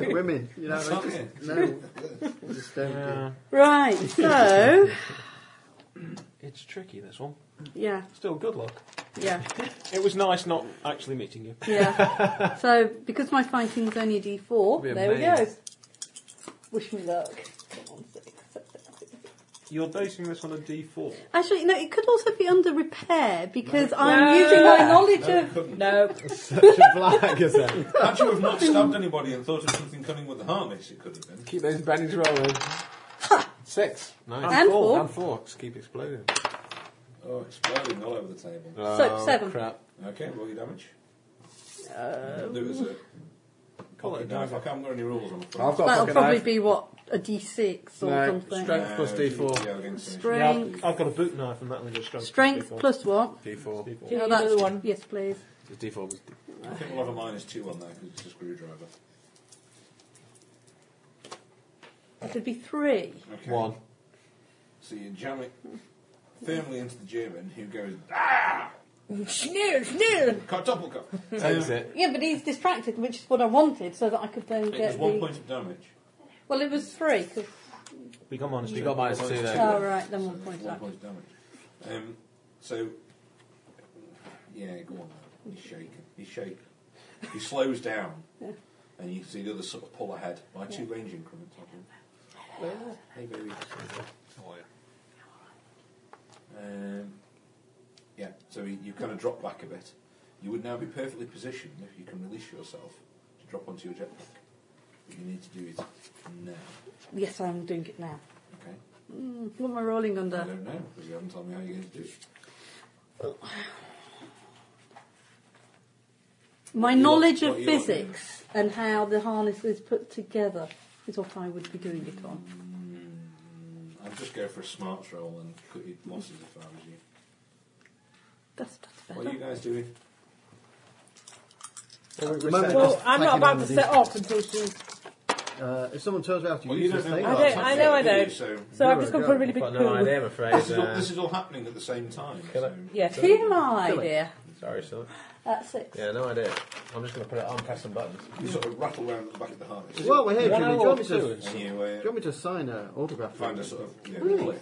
Speaker 2: [laughs] women. You know,
Speaker 9: It's
Speaker 2: I
Speaker 9: not
Speaker 2: just,
Speaker 9: it.
Speaker 2: no, I just don't. do it.
Speaker 5: Yeah.
Speaker 4: Right, so. [laughs]
Speaker 5: It's tricky, this one.
Speaker 4: yeah,
Speaker 5: Still, good luck.
Speaker 4: yeah,
Speaker 5: It was nice not actually meeting you.
Speaker 4: yeah.
Speaker 8: [laughs]
Speaker 4: so, because my fighting's only a d4,
Speaker 8: Be
Speaker 4: there we go.
Speaker 8: amazed.
Speaker 4: Wish me luck.
Speaker 5: You're basing this on a D4.
Speaker 4: Actually, no, it could also be under repair because I'm using my knowledge of.
Speaker 7: No.
Speaker 8: Such a black, is it?
Speaker 9: Had you have [laughs] not stabbed anybody and thought of something cunning with the harness, it could have been.
Speaker 8: Keep those bennies rolling. Six. Nice.
Speaker 4: And four.
Speaker 8: And four. Just keep exploding.
Speaker 9: Oh, exploding all over the table.
Speaker 4: So, seven.
Speaker 8: Crap.
Speaker 9: Okay, roll your damage.
Speaker 5: Uh,
Speaker 9: there is a.
Speaker 5: Call it a
Speaker 9: No, if I
Speaker 5: diver.
Speaker 9: can't got any rules on it.
Speaker 8: I've got
Speaker 4: That'll
Speaker 8: a fucking
Speaker 4: probably
Speaker 8: knife.
Speaker 4: be what a D6 or
Speaker 8: No,
Speaker 4: something.
Speaker 8: strength
Speaker 9: Uh,
Speaker 8: plus D4.
Speaker 9: Yeah, against it.
Speaker 5: Yeah,
Speaker 4: Strength.
Speaker 5: I've, I've got a boot knife and that only goes strength.
Speaker 4: Strength
Speaker 5: D4.
Speaker 4: plus what?
Speaker 8: D4.
Speaker 7: Do you
Speaker 4: No,
Speaker 7: need
Speaker 4: that's
Speaker 7: another one?
Speaker 4: Yes, please.
Speaker 8: It's D4 was
Speaker 9: I think we'll have a minus two on that because it's a screwdriver.
Speaker 4: It'd be three.
Speaker 9: Okay.
Speaker 8: one.
Speaker 9: So you jam
Speaker 5: [laughs]
Speaker 9: it firmly into the German, who goes, [laughs]
Speaker 7: Schnur, schnur.
Speaker 9: Kartoffelkopf!
Speaker 5: [laughs]
Speaker 8: Takes it.
Speaker 4: Yeah, but he's distracted, which is what I wanted, so that I could then
Speaker 9: It was
Speaker 4: get
Speaker 9: one
Speaker 4: the.
Speaker 9: point of damage.
Speaker 4: Well, it was three. 'cause-
Speaker 5: We got minus
Speaker 8: You
Speaker 5: two.
Speaker 8: got minus two there.
Speaker 4: Oh, right, then one point.
Speaker 9: One
Speaker 4: back.
Speaker 9: point of damage. Um, so, yeah, go on. He's shaking. He's shaking. He slows down, and you can see the others sort of pull ahead by two range increments. I think. Hey, baby. How
Speaker 5: Oh,
Speaker 9: are you? Um, yeah, so you, you kind of drop back a bit. You would now be perfectly positioned if you can release yourself to drop onto your jetpack. But you need to do it now.
Speaker 4: Yes, I'm doing it now. Hmm,
Speaker 9: Okay.
Speaker 4: What am I rolling
Speaker 9: I
Speaker 4: under?
Speaker 9: don't know because you haven't told me how you're going to do it.
Speaker 4: My
Speaker 9: you-
Speaker 4: knowledge of
Speaker 9: what you-
Speaker 4: physics and how the harness is put together is what I would be doing it on.
Speaker 9: I'd just go for a smarts roll and cut your losses if I was you.
Speaker 4: That's, that's
Speaker 9: What are
Speaker 4: better.
Speaker 9: you guys doing?
Speaker 2: At the moment,
Speaker 7: Well,
Speaker 2: just
Speaker 7: I'm not
Speaker 2: tagging
Speaker 7: about
Speaker 2: on
Speaker 7: to
Speaker 2: with
Speaker 7: set off until she's.
Speaker 2: these. Uh, if someone turns around to
Speaker 9: Well,
Speaker 2: use
Speaker 9: you
Speaker 2: this
Speaker 9: don't
Speaker 2: thing,
Speaker 9: know. what
Speaker 7: I don't-
Speaker 9: that's
Speaker 7: I know I
Speaker 9: happening,
Speaker 7: don't.
Speaker 9: So
Speaker 7: So I've
Speaker 2: You're
Speaker 7: just gone
Speaker 2: right,
Speaker 7: for a really
Speaker 8: I've
Speaker 7: big
Speaker 8: got no
Speaker 7: poo.
Speaker 8: idea, I'm afraid.
Speaker 9: this, is all,
Speaker 8: Uh,
Speaker 9: this is all happening at the same time.
Speaker 8: Kill
Speaker 9: so-
Speaker 8: it.
Speaker 7: Yeah.
Speaker 4: Here, my
Speaker 2: Kill it.
Speaker 4: idea.
Speaker 8: Sorry, son.
Speaker 4: That's six.
Speaker 8: Yeah, no idea. I'm just going to put it on, press some buttons.
Speaker 9: You sort of rattle around at the back of the harness.
Speaker 2: well, we're here,
Speaker 8: One
Speaker 2: Jimmy. Do you,
Speaker 8: hour
Speaker 2: want me to,
Speaker 8: or
Speaker 2: do
Speaker 8: two.
Speaker 9: and you
Speaker 2: you
Speaker 9: uh,
Speaker 2: want me to sign an autograph? for
Speaker 9: find
Speaker 2: you?
Speaker 9: a sort of you know, clip.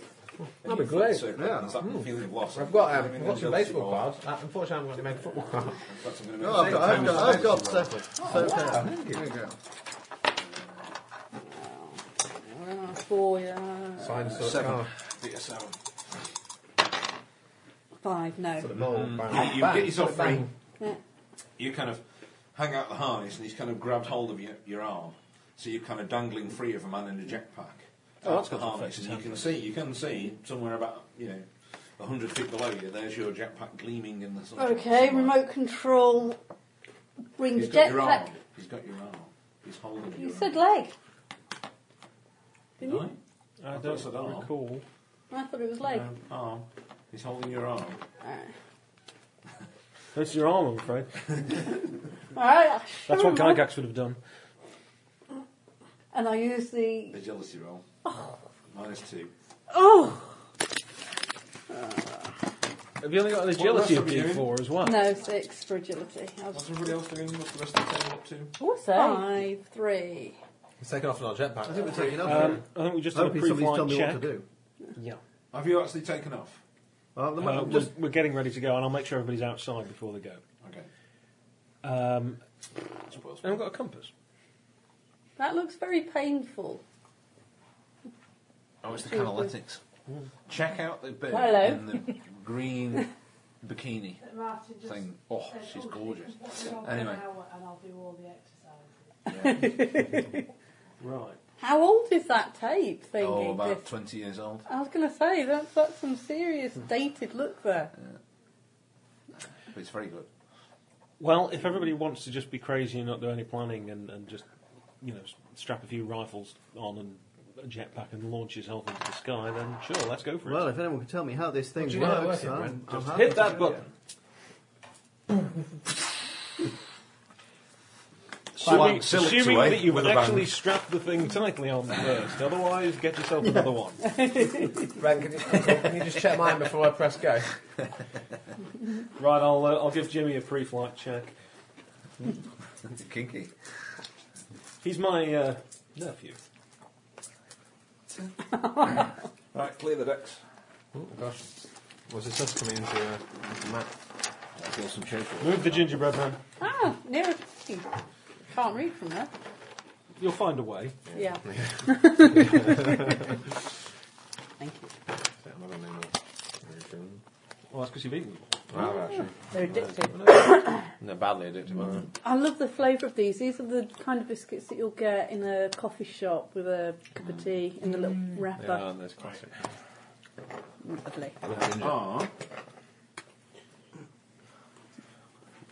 Speaker 8: That'd be great.
Speaker 9: So
Speaker 2: Yeah.
Speaker 9: there's that feeling of loss.
Speaker 8: I've got, um,
Speaker 9: Maybe
Speaker 8: I've got some
Speaker 9: there's a
Speaker 8: baseball
Speaker 9: ball.
Speaker 8: cards. Uh, unfortunately, I'm going to make a football card.
Speaker 9: In fact, I'm gonna
Speaker 2: No, I've
Speaker 9: make a
Speaker 2: got, I've got, I've got,
Speaker 9: save.
Speaker 2: so, so fair.
Speaker 8: Thank
Speaker 2: There you
Speaker 8: you.
Speaker 2: go.
Speaker 4: Ah, Four, yeah.
Speaker 8: Sign sort
Speaker 2: Seven.
Speaker 8: card.
Speaker 9: Beat a seven.
Speaker 4: Five,
Speaker 8: Put
Speaker 4: no.
Speaker 8: them all, bang, [laughs]
Speaker 9: You
Speaker 8: bang,
Speaker 9: get yourself free.
Speaker 8: bang.
Speaker 4: Yeah.
Speaker 9: you kind of hang out the harness and he's kind of grabbed hold of your, your arm. So you're kind of dangling free of a man in a jetpack. Oh, that's got harness, and you can see you can see somewhere about you know hundred feet below you. There's your jetpack gleaming in the sun.
Speaker 4: Okay, remote control brings
Speaker 9: He's got your arm.
Speaker 4: jetpack.
Speaker 9: He's got your arm. He's holding
Speaker 4: You
Speaker 9: your
Speaker 4: said
Speaker 9: arm.
Speaker 4: leg.
Speaker 9: Didn't I?
Speaker 5: I
Speaker 9: thought so,
Speaker 5: Uh, don't
Speaker 9: that one.
Speaker 5: recall.
Speaker 4: I thought it was leg.
Speaker 9: Um, arm. He's holding your arm.
Speaker 5: That's your arm, I'm afraid.
Speaker 4: Alright, [laughs]
Speaker 5: That's what Gygax would have done.
Speaker 4: And I use the.
Speaker 9: Agility roll. Minus two.
Speaker 4: Oh!
Speaker 5: Have you only got an
Speaker 9: agility
Speaker 5: agility
Speaker 9: of
Speaker 5: of
Speaker 9: rest are we doing?
Speaker 5: D4 as well?
Speaker 4: No, six for agility. I was
Speaker 9: What's everybody else doing? What's the rest of the table up to?
Speaker 7: Oh, Also,
Speaker 4: five, three.
Speaker 8: It's taken off an old
Speaker 2: I
Speaker 8: jetpack.
Speaker 2: think we're taking off.
Speaker 5: Um,
Speaker 2: Um,
Speaker 5: I think we just did a
Speaker 2: Hopefully, somebody's
Speaker 5: pre-flight
Speaker 2: told me
Speaker 5: check.
Speaker 2: what to do.
Speaker 5: Yeah.
Speaker 9: Have you actually taken off?
Speaker 2: Well, the,
Speaker 5: Uh,
Speaker 2: mo-
Speaker 5: we're,
Speaker 2: just,
Speaker 5: we're getting ready to go, and I'll make sure everybody's outside before they go.
Speaker 9: Okay.
Speaker 5: Um,
Speaker 9: Spoils.
Speaker 5: and I've got a compass.
Speaker 4: That looks very painful.
Speaker 9: Oh, it's the Canalytics. Check out the bit
Speaker 7: Hello.
Speaker 9: in the
Speaker 4: [laughs]
Speaker 9: green bikini thing. Oh, she's gorgeous. Anyway,
Speaker 7: [laughs]
Speaker 5: Right.
Speaker 4: How old is that tape thingy?
Speaker 9: oh, about
Speaker 4: This-
Speaker 9: 20 years old.
Speaker 4: I was going to say, that's, that's some serious dated look there.
Speaker 9: But it's very good. [laughs]
Speaker 5: Well, if everybody wants to just be crazy and not do any planning and, and just, you know, s- strap a few rifles on and a jetpack and launch yourself into the sky, then sure, let's go for
Speaker 2: well,
Speaker 5: it.
Speaker 2: if anyone can tell me how this thing
Speaker 8: do you know
Speaker 2: works,
Speaker 8: how it works,
Speaker 2: I'm,
Speaker 8: Brent?
Speaker 2: I'm
Speaker 8: Just
Speaker 2: happy
Speaker 5: Hit
Speaker 2: to
Speaker 5: that
Speaker 2: do
Speaker 5: button.
Speaker 2: it.
Speaker 5: Assuming,
Speaker 9: Sell it to
Speaker 5: assuming
Speaker 9: A
Speaker 5: that you've
Speaker 9: with a bang.
Speaker 5: actually strapped the thing tightly on first, otherwise get yourself another one.
Speaker 8: Ren, can you, can you just check mine before I press go?
Speaker 5: Right, I'll uh, I'll give Jimmy a pre-flight check.
Speaker 9: It's kinky.
Speaker 5: He's my uh, nephew.
Speaker 9: Right, clear the decks.
Speaker 8: Oh, gosh. Was this us coming into, uh, into the map?
Speaker 9: I feel some cheerful.
Speaker 5: Move the gingerbread man.
Speaker 4: Ah, near a key. Can't read from there.
Speaker 5: You'll find a way.
Speaker 4: Yeah. Thank you.
Speaker 8: I don't know anymore.
Speaker 5: Well, that's because you've eaten.
Speaker 9: Ah,
Speaker 8: I have actually.
Speaker 7: They're addictive.
Speaker 8: [laughs] No, badly addicted. by the way.
Speaker 4: I love the flavour of these. These are the kind of biscuits that you'll get in a coffee shop with a cup of tea in a little
Speaker 5: Mm.
Speaker 8: Yeah,
Speaker 4: wrapper.
Speaker 8: and there's classic.
Speaker 4: Lovely.
Speaker 9: Are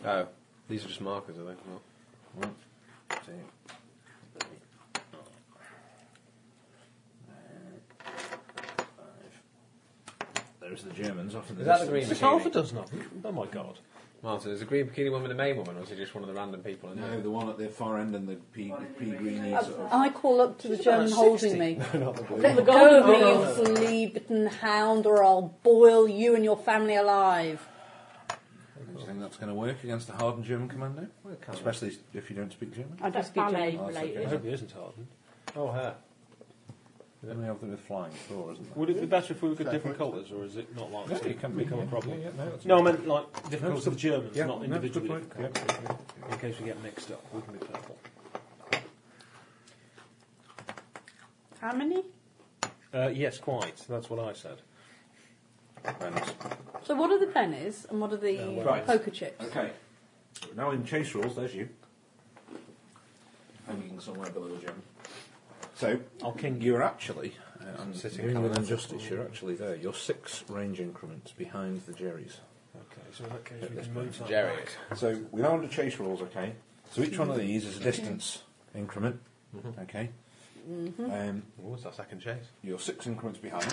Speaker 8: Oh, these are just markers, are they? Well, see.
Speaker 9: there's the Germans off in the
Speaker 8: Is that the green
Speaker 9: distance.
Speaker 5: There's half a
Speaker 8: bikini?
Speaker 5: dozen of them. Oh my god.
Speaker 8: Martin, is the green bikini woman the main woman, or is it just one of the random people? In
Speaker 9: No,
Speaker 8: there?
Speaker 9: the one at the far end and the pea, pea greeny sort of.
Speaker 4: I call up to the German holding me. Let
Speaker 7: The
Speaker 4: go of
Speaker 7: golden
Speaker 4: me, you flea bitten hound, or I'll boil you and your family alive.
Speaker 9: Do you think that's going to work against the hardened German commando? Especially if you don't speak German.
Speaker 4: I
Speaker 7: That's
Speaker 4: just speak
Speaker 7: ballet
Speaker 4: German.
Speaker 7: related.
Speaker 5: I hope it isn't hardened.
Speaker 8: Oh, her.
Speaker 9: Then we have them with flying floor, isn't
Speaker 5: Would it be better if we look at different colours, or is it not likely
Speaker 9: there?
Speaker 5: to become a problem?
Speaker 9: no,
Speaker 5: No, I meant like different colours for the Germans,
Speaker 9: yeah,
Speaker 5: not
Speaker 9: no, good
Speaker 5: individually.
Speaker 9: point.
Speaker 5: different colours. In case we get mixed up, we can be purple.
Speaker 4: How many?
Speaker 5: Uh, yes, quite. That's what I said.
Speaker 4: So what are the pennies and what are the
Speaker 2: Uh,
Speaker 9: Right.
Speaker 4: poker chips?
Speaker 9: Okay. Now in chase rules, there's you. Hanging somewhere below the gym. So,
Speaker 5: I'll king you.
Speaker 9: you're actually, uh, I'm sitting doing with injustice, you're actually there. You're six range increments behind the Jerry's.
Speaker 5: Okay, so in that case, we can move that
Speaker 8: Jerry.
Speaker 5: back.
Speaker 9: So, we're now under chase rules, okay? So each one of these is a distance increment, okay? Um,
Speaker 8: Ooh, it's our second chase.
Speaker 9: you're six increments behind,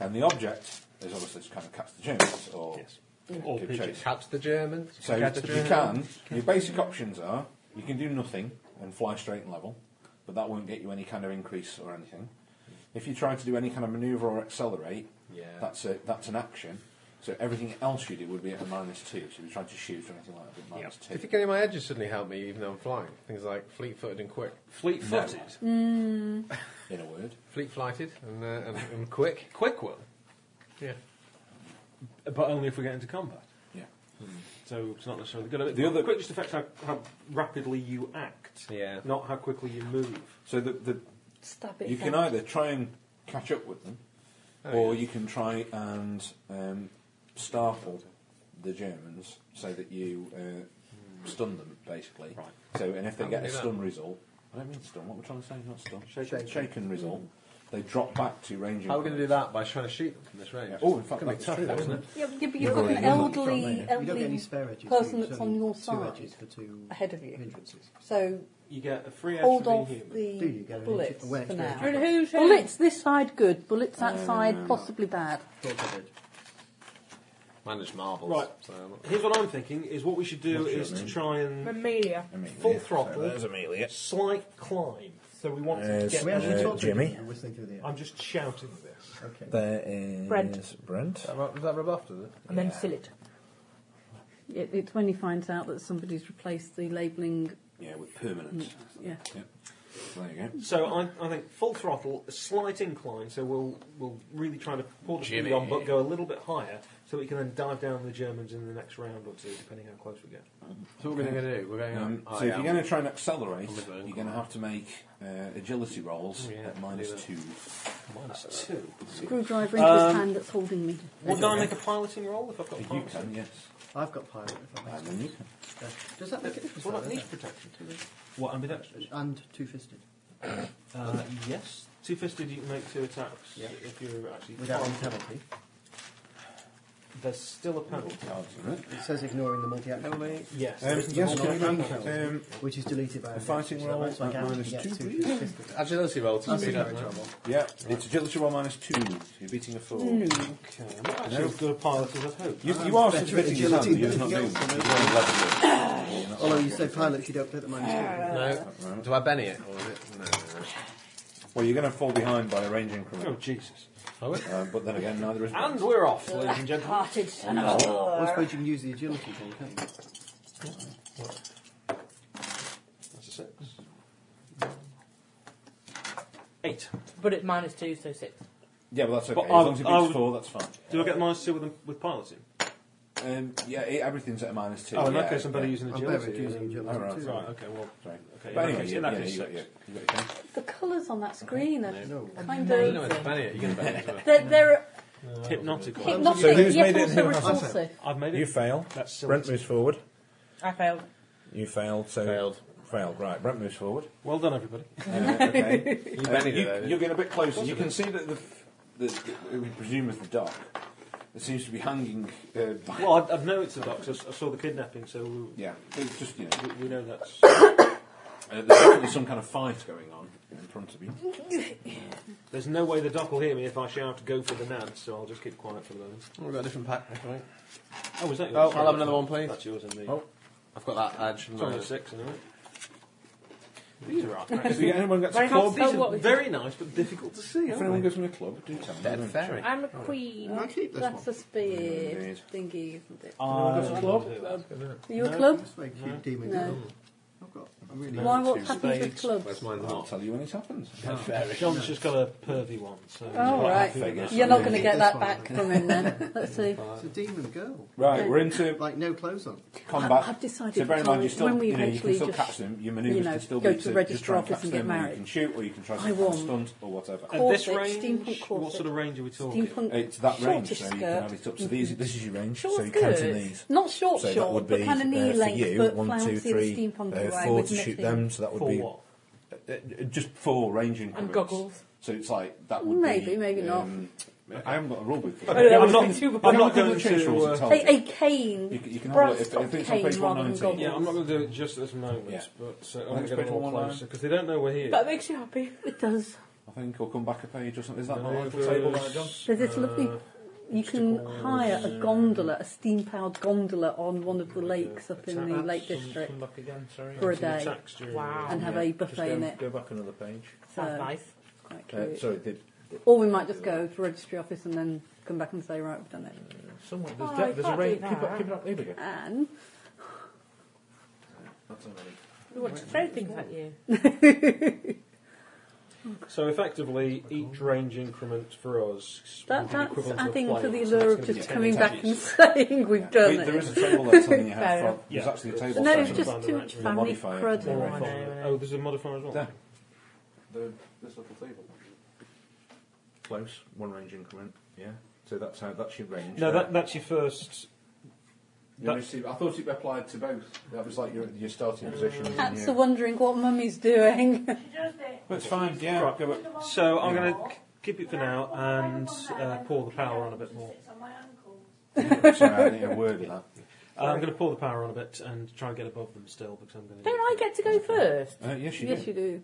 Speaker 9: and the object is obviously to kind of catch the Germans or
Speaker 5: Yes.
Speaker 9: give
Speaker 5: Or
Speaker 9: chase.
Speaker 5: pigeons.
Speaker 8: Catch the Germans.
Speaker 9: So
Speaker 8: catch
Speaker 9: if you can, your basic options are you can do nothing and fly straight and level, but that won't get you any kind of increase or anything. If you try to do any kind of manoeuvre or accelerate,
Speaker 8: Yeah.
Speaker 9: that's a, that's an action. So everything else you do would be at a minus two. So if you try to shoot or anything like that, it'd be minus
Speaker 8: If
Speaker 9: two.
Speaker 8: you can, my edges suddenly help me, even though I'm flying. Things like fleet-footed and quick.
Speaker 5: Fleet
Speaker 9: No.
Speaker 5: footed.
Speaker 4: Mm.
Speaker 9: In a word,
Speaker 8: Fleet-flighted and, uh, and, and quick.
Speaker 5: Quick one.
Speaker 8: Yeah.
Speaker 5: But only if we get into combat.
Speaker 9: yeah.
Speaker 5: So it's not necessarily good.
Speaker 9: The
Speaker 5: The
Speaker 9: other-
Speaker 5: other quick just affects how, how rapidly you act,
Speaker 8: Yeah.
Speaker 5: not how quickly you move.
Speaker 9: So the, the
Speaker 13: Stab it.
Speaker 9: you can either try and catch up with them, or you can try and um, startle the Germans so that you uh, stun them, basically.
Speaker 5: Right.
Speaker 9: So, and if they
Speaker 8: How
Speaker 9: get
Speaker 8: do
Speaker 9: a
Speaker 8: we do
Speaker 9: stun result, I don't mean stun. What we're trying to say is not stun.
Speaker 2: Shaken.
Speaker 9: Shaken result. They drop back to range.
Speaker 8: How are we
Speaker 9: increment.
Speaker 8: going to do that by trying to shoot them from this range?
Speaker 9: Oh, in fact,
Speaker 8: Gonna be
Speaker 9: that's
Speaker 8: tough,
Speaker 9: true,
Speaker 8: though,
Speaker 9: though,
Speaker 8: isn't
Speaker 9: isn't
Speaker 8: it?
Speaker 4: Yeah, but you've
Speaker 9: You've
Speaker 4: got
Speaker 9: already
Speaker 4: an
Speaker 9: got them,
Speaker 4: elderly,
Speaker 9: haven't
Speaker 2: You don't get any
Speaker 4: elderly
Speaker 2: spare edges.
Speaker 4: person
Speaker 2: do you?
Speaker 4: that's
Speaker 2: It's
Speaker 4: on
Speaker 2: only
Speaker 4: your
Speaker 2: two
Speaker 4: side.
Speaker 2: edges for two
Speaker 4: ahead of you.
Speaker 2: hindrances.
Speaker 4: So
Speaker 5: You get a free
Speaker 4: hold
Speaker 5: action
Speaker 4: off
Speaker 5: human.
Speaker 2: Do you get
Speaker 4: the
Speaker 2: an
Speaker 4: bullets
Speaker 2: edge- away
Speaker 4: for
Speaker 2: edge
Speaker 4: now.
Speaker 2: for
Speaker 7: Who's who?
Speaker 4: Bullets Mm. this side good, bullets that side possibly bad.
Speaker 2: Thought I did.
Speaker 8: Mine is marbles.
Speaker 5: Right.
Speaker 8: So I'm not-
Speaker 5: Here's what I'm thinking: is what we should do
Speaker 9: What's your
Speaker 5: is to
Speaker 9: name?
Speaker 5: try and
Speaker 7: Amelia.
Speaker 9: Amelia.
Speaker 5: Full
Speaker 9: So
Speaker 5: throttle.
Speaker 9: there's Amelia.
Speaker 5: slight climb. So we want
Speaker 9: Uh,
Speaker 5: to get.
Speaker 2: We actually
Speaker 9: Uh,
Speaker 2: talked to
Speaker 9: Jimmy?
Speaker 2: each other, whistling through the air.
Speaker 5: I'm just shouting this.
Speaker 2: Okay.
Speaker 9: There is
Speaker 7: Brent.
Speaker 9: Brent.
Speaker 8: That ru- was that rebuffed, is it?
Speaker 7: And then seal it.
Speaker 4: It, it's when he finds out that somebody's replaced the labelling.
Speaker 9: Yeah, with permanent.
Speaker 13: Hmm.
Speaker 4: Yeah.
Speaker 9: Yeah. So there you go.
Speaker 5: So I, I think full throttle, a slight incline. So we'll we'll really try to pull the
Speaker 8: Jimmy.
Speaker 5: speed on, but go a little bit higher, so we can then dive down the Germans in the next round or two, depending how close we get.
Speaker 8: So what we're going to do? We're going. Oh,
Speaker 9: Um,
Speaker 5: Oh,
Speaker 8: I
Speaker 9: so if
Speaker 8: am.
Speaker 9: you're going to try and accelerate,
Speaker 8: Probably don't.
Speaker 9: you're going to have to make uh, agility rolls
Speaker 5: Yeah,
Speaker 9: at minus
Speaker 5: do
Speaker 9: two.
Speaker 5: Minus two.
Speaker 4: Screwdriver into
Speaker 9: Um,
Speaker 4: his hand that's holding me.
Speaker 5: Would I make a piloting roll if I've got
Speaker 9: You
Speaker 5: piloting?
Speaker 9: can, yes.
Speaker 2: I've got pirate. If I
Speaker 9: And then you can.
Speaker 2: may. Does that make a difference?
Speaker 5: Well, that
Speaker 2: though,
Speaker 5: needs
Speaker 2: does
Speaker 5: protection. What ambidextrous?
Speaker 2: it? And two-fisted.
Speaker 5: Uh, yes. Two fisted, you can make two attacks.
Speaker 2: Yeah.
Speaker 5: If you're actually
Speaker 2: Without any
Speaker 5: armed.
Speaker 2: penalty.
Speaker 5: there's still a penalty.
Speaker 2: Oh, It says ignoring the multi-action,
Speaker 5: Yes.
Speaker 9: Um,
Speaker 5: there's
Speaker 9: yes,
Speaker 5: a
Speaker 9: can
Speaker 5: penalty.
Speaker 9: I make, um,
Speaker 2: which is deleted by
Speaker 9: The fighting
Speaker 2: so that
Speaker 9: roll
Speaker 2: makes my
Speaker 9: at
Speaker 2: character
Speaker 9: minus
Speaker 2: get
Speaker 9: two,
Speaker 2: two
Speaker 9: please.
Speaker 2: two-fisted.
Speaker 8: Agility roll to
Speaker 2: That's
Speaker 8: speed up.
Speaker 2: very trouble.
Speaker 9: Yeah, it's agility roll minus two. So you're beating a four.
Speaker 5: Okay, I'm not actually as good a pilot as I hoped.
Speaker 9: You, you are
Speaker 2: better
Speaker 9: submitting
Speaker 2: at
Speaker 9: your hand,
Speaker 2: agility
Speaker 9: you're just
Speaker 2: than
Speaker 9: not doing it.
Speaker 2: anything
Speaker 9: You're only
Speaker 5: [coughs]
Speaker 9: leveling it. You're not
Speaker 2: Although you
Speaker 9: leveling
Speaker 2: say
Speaker 9: it.
Speaker 2: pilots, you don't get the minus
Speaker 8: No. Do I Benny it? Or is it? No.
Speaker 9: Well, you're going to fall behind by a range
Speaker 5: Oh,
Speaker 9: increment.
Speaker 5: Jesus.
Speaker 8: no, no.
Speaker 9: Uh, but then again, neither is.
Speaker 5: And we're off, ladies and gentlemen.
Speaker 13: Hearted son
Speaker 2: two.
Speaker 13: of a-
Speaker 2: Well, I suppose you can use the agility roll, can't you?
Speaker 5: That's a six. Eight.
Speaker 7: But it's minus two, so six.
Speaker 9: Yeah, well, that's okay.
Speaker 5: But
Speaker 9: as
Speaker 5: I
Speaker 9: long as it
Speaker 5: would- I
Speaker 9: beats
Speaker 5: would-
Speaker 9: four, that's fine.
Speaker 5: Do I get minus two with, with piloting?
Speaker 9: Um, yeah, it, everything's at a minus two.
Speaker 5: Oh, in
Speaker 9: yeah,
Speaker 5: that case, I'm better
Speaker 9: yeah.
Speaker 5: using
Speaker 2: I'm better
Speaker 5: agility.
Speaker 2: at using
Speaker 9: uh,
Speaker 5: um,
Speaker 2: agility
Speaker 9: Alright,
Speaker 2: too.
Speaker 5: Right, okay, well.
Speaker 9: Sorry.
Speaker 5: Okay, in
Speaker 9: But
Speaker 5: that
Speaker 9: anyway,
Speaker 5: case,
Speaker 9: yeah,
Speaker 5: in that
Speaker 9: yeah,
Speaker 5: case,
Speaker 9: you got
Speaker 5: six.
Speaker 9: your- you got your thing.
Speaker 4: The colours on that screen are
Speaker 2: No.
Speaker 4: kind
Speaker 8: You
Speaker 4: of.
Speaker 8: know it's Benny it. You're going to Benny it. as well.
Speaker 4: They're, they're
Speaker 5: uh, Hypnotical.
Speaker 4: Hypnotic,
Speaker 9: So who's
Speaker 4: yet
Speaker 9: made it
Speaker 4: also
Speaker 9: in the house?
Speaker 4: resourceful.
Speaker 5: I've made
Speaker 9: You
Speaker 5: it.
Speaker 9: fail.
Speaker 5: That's silly.
Speaker 9: Brent moves forward.
Speaker 7: I failed.
Speaker 9: You failed. So
Speaker 8: Failed.
Speaker 9: Failed. Right. Brent moves forward.
Speaker 5: Well done, everybody.
Speaker 9: [laughs] okay. Uh,
Speaker 8: You bended it, though,
Speaker 9: you, are
Speaker 8: didn't
Speaker 9: getting a bit closer. You can see that the, f- the, the we presume is the dock. It seems to be hanging. Uh, by-
Speaker 5: [laughs] Well, I, I know it's a doc, 'cause I saw the kidnapping, so we,
Speaker 9: yeah, it's just you know,
Speaker 5: we- we know that's.
Speaker 9: uh, there's definitely some kind of fight going on in front of you.
Speaker 5: There's no way the doc will hear me if I shout go for the nance, so I'll just keep quiet for the moment.
Speaker 8: We've got a different pack. haven't we?
Speaker 5: Oh, was that yours?
Speaker 8: Oh,
Speaker 5: Sorry,
Speaker 8: I'll have another one, please.
Speaker 5: That's yours and the.
Speaker 8: Oh. I've got that edge.
Speaker 5: It's only six, isn't it? These are art
Speaker 9: If you- anyone gets
Speaker 7: Very
Speaker 9: a club,
Speaker 7: hard to
Speaker 5: These
Speaker 7: tell
Speaker 5: are
Speaker 7: what
Speaker 5: very nice, but difficult to see.
Speaker 9: if
Speaker 5: aren't
Speaker 9: anyone
Speaker 5: they?
Speaker 9: gives me a club, do tell me.
Speaker 8: Dead fairy.
Speaker 7: I'm a queen.
Speaker 2: I'll keep this
Speaker 4: That's
Speaker 2: one.
Speaker 4: a spear
Speaker 9: Indeed.
Speaker 4: thingy, isn't
Speaker 9: Uh,
Speaker 4: it?
Speaker 5: I
Speaker 9: Anyone gives a
Speaker 5: will do
Speaker 9: club?
Speaker 5: that.
Speaker 4: Are you a club?
Speaker 2: That's very cute demon.
Speaker 4: No.
Speaker 2: I've got. I really.
Speaker 4: Why?
Speaker 9: two
Speaker 4: What's happened with
Speaker 5: spades.
Speaker 4: clubs?
Speaker 8: Mine's
Speaker 9: I'll
Speaker 8: not.
Speaker 9: tell you when it happens.
Speaker 5: John's just got a pervy one, so. he's
Speaker 4: Oh,
Speaker 5: quite
Speaker 4: right.
Speaker 5: happy with that.
Speaker 4: You're not going to
Speaker 2: Keep
Speaker 4: get
Speaker 2: this
Speaker 4: that
Speaker 2: one.
Speaker 4: back from him then. Let's see.
Speaker 2: It's a demon girl,
Speaker 9: Right, we're into
Speaker 2: like no clothes on.
Speaker 9: combat.
Speaker 4: I've decided
Speaker 9: so bear in mind, you
Speaker 4: to-
Speaker 9: still,
Speaker 4: when we
Speaker 9: you, know, you can
Speaker 4: eventually
Speaker 9: still
Speaker 4: just,
Speaker 9: catch them. Your manoeuvres
Speaker 4: you know,
Speaker 9: can still
Speaker 4: go
Speaker 9: be
Speaker 4: to
Speaker 9: to,
Speaker 4: register
Speaker 9: just try
Speaker 4: office
Speaker 9: catch
Speaker 4: and get
Speaker 9: them, or You
Speaker 4: married.
Speaker 9: can shoot, or you can try
Speaker 4: I Uh,
Speaker 9: some kind of
Speaker 4: won.
Speaker 9: stunt, or whatever.
Speaker 5: At this
Speaker 4: Corset,
Speaker 5: range,
Speaker 4: steampunk
Speaker 5: what
Speaker 4: corset.
Speaker 5: sort of range are we talking?
Speaker 4: Steampunk
Speaker 9: [laughs] It's that range,
Speaker 4: shortish
Speaker 9: so you
Speaker 4: skirt.
Speaker 9: can have it up. So these, this is your range,
Speaker 7: Sure,
Speaker 9: so you
Speaker 7: it's
Speaker 9: count in
Speaker 7: good.
Speaker 9: these.
Speaker 4: Not short,
Speaker 9: So that
Speaker 4: short,
Speaker 9: would
Speaker 4: but
Speaker 9: be
Speaker 4: kind of knee
Speaker 9: uh, for
Speaker 4: length,
Speaker 9: you
Speaker 4: but
Speaker 9: one,
Speaker 4: flouncy
Speaker 9: two,
Speaker 4: the
Speaker 9: three,
Speaker 4: steampunky
Speaker 9: uh,
Speaker 4: way
Speaker 9: four
Speaker 4: with
Speaker 9: to shoot
Speaker 4: knitting.
Speaker 9: them. So that would
Speaker 5: For
Speaker 9: be [laughs]
Speaker 5: what?
Speaker 9: uh, uh, just four ranging
Speaker 7: And
Speaker 9: covers.
Speaker 7: goggles.
Speaker 9: So it's like that would
Speaker 4: Maybe,
Speaker 9: be,
Speaker 4: maybe not.
Speaker 9: um, I haven't got a rule book. for
Speaker 7: Oh,
Speaker 9: it.
Speaker 7: that
Speaker 5: I'm
Speaker 7: would've
Speaker 5: not-
Speaker 7: been super
Speaker 5: I'm
Speaker 9: You
Speaker 5: not
Speaker 9: can
Speaker 5: going
Speaker 9: change rules
Speaker 5: to.
Speaker 9: and
Speaker 5: Uh,
Speaker 9: tell
Speaker 4: A,
Speaker 9: me.
Speaker 4: a cane.
Speaker 9: You can- you can
Speaker 4: brass
Speaker 9: have it if- if
Speaker 4: top
Speaker 9: it's on
Speaker 4: cane
Speaker 9: page
Speaker 4: rather than
Speaker 9: 119.
Speaker 4: goggles.
Speaker 5: yeah, I'm not going to do it just at this moment,
Speaker 9: Yeah.
Speaker 5: but uh, I'm going
Speaker 9: Next
Speaker 5: to get a
Speaker 9: page,
Speaker 5: little
Speaker 9: one line.
Speaker 5: closer because they don't know we're here.
Speaker 7: That makes you happy.
Speaker 4: It does.
Speaker 9: I think we'll come back a page or something. Is that not
Speaker 5: Maneuvers,
Speaker 9: like a table like John?
Speaker 4: There's this lovely.
Speaker 5: uh,
Speaker 4: You can hire a gondola, a steam-powered gondola, on one of the lakes up in the
Speaker 5: Attacks,
Speaker 4: Lake
Speaker 9: Come-
Speaker 4: District
Speaker 9: Come back again, sorry.
Speaker 4: for a
Speaker 5: some
Speaker 4: day,
Speaker 5: attacks during
Speaker 7: Wow.
Speaker 5: the-
Speaker 4: and have
Speaker 9: Yeah,
Speaker 4: a
Speaker 9: just
Speaker 4: buffet
Speaker 9: go,
Speaker 4: in it.
Speaker 9: go back another page.
Speaker 7: Sounds
Speaker 4: So-
Speaker 7: nice.
Speaker 4: Quite
Speaker 9: Uh,
Speaker 4: cute.
Speaker 9: sorry, the,
Speaker 4: Or we might just go to registry office and then come back and say, right, we've done it.
Speaker 9: somewhere,
Speaker 7: Oh,
Speaker 9: there's,
Speaker 7: you
Speaker 9: de- there's a
Speaker 7: can't
Speaker 9: range.
Speaker 7: do
Speaker 9: Keep it
Speaker 7: that.
Speaker 9: up, keep it up. There we go.
Speaker 4: And
Speaker 9: That's all right.
Speaker 7: We want to throw things at you.
Speaker 5: So effectively, each range increment for us.
Speaker 4: that,
Speaker 5: would be
Speaker 4: that's
Speaker 5: equivalent to a
Speaker 4: adding to
Speaker 5: player,
Speaker 4: the
Speaker 5: so
Speaker 4: allure of
Speaker 5: it's gonna be
Speaker 4: just
Speaker 5: 10
Speaker 4: coming back and
Speaker 5: attacks.
Speaker 4: [laughs] saying we've done
Speaker 9: Wait, there is
Speaker 4: it.
Speaker 9: a
Speaker 4: [laughs]
Speaker 9: table that's something you had
Speaker 7: Fair
Speaker 9: from.
Speaker 7: enough.
Speaker 9: There's
Speaker 5: Yeah.
Speaker 9: actually a table.
Speaker 4: No, it's
Speaker 9: section.
Speaker 4: just too much family
Speaker 9: Modifier.
Speaker 4: crud.
Speaker 9: Yeah.
Speaker 4: in
Speaker 5: Modifier.
Speaker 4: it.
Speaker 7: Modifier.
Speaker 5: Oh, there's a modifier as well.
Speaker 9: There. The, this little table. Close. One range increment. Yeah. So that's how that's your range.
Speaker 5: No,
Speaker 9: there.
Speaker 5: that, that's your first.
Speaker 9: You
Speaker 5: that-
Speaker 9: receive- I thought it applied to both. That was like your, your starting position. and
Speaker 4: Cats
Speaker 9: your-
Speaker 4: are wondering what mummy's doing.
Speaker 9: But it's fine. Yeah.
Speaker 5: Right.
Speaker 9: Go up.
Speaker 5: So I'm going to keep it for now and uh, pour the power on a bit more.
Speaker 9: Sorry, I didn't hear a word of that.
Speaker 5: Uh, I'm going to pour the power on a bit and try and get above them still because I'm going to.
Speaker 7: Don't I get to go first?
Speaker 9: Uh, yes, you
Speaker 4: yes,
Speaker 9: did.
Speaker 4: you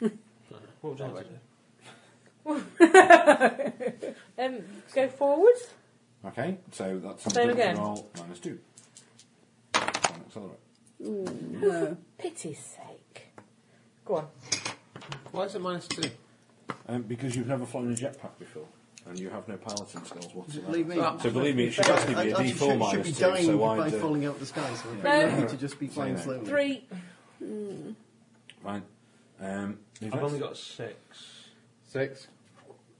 Speaker 4: do.
Speaker 5: What would you like to do?
Speaker 7: [laughs] Um, go forward.
Speaker 9: Okay, so that's
Speaker 7: Same
Speaker 9: something
Speaker 7: again.
Speaker 9: roll minus two. Can't accelerate.
Speaker 4: Ooh, no.
Speaker 7: Pity's sake. Go on.
Speaker 8: Why is it minus two?
Speaker 9: Um, because you've never flown a jetpack before, and you have no piloting skills whatsoever.
Speaker 2: Believe me.
Speaker 9: So believe me, it should actually be a
Speaker 2: I- I
Speaker 9: D4
Speaker 2: should, should be
Speaker 9: minus two,
Speaker 2: dying
Speaker 9: so
Speaker 2: by
Speaker 9: I'd... Uh,
Speaker 2: falling out the sky. So I'm
Speaker 7: No.
Speaker 2: pretty lucky to just be flying
Speaker 9: Yeah.
Speaker 2: slowly.
Speaker 7: Three.
Speaker 9: right. Um, who's
Speaker 5: I've
Speaker 9: next?
Speaker 5: only got six.
Speaker 8: Six.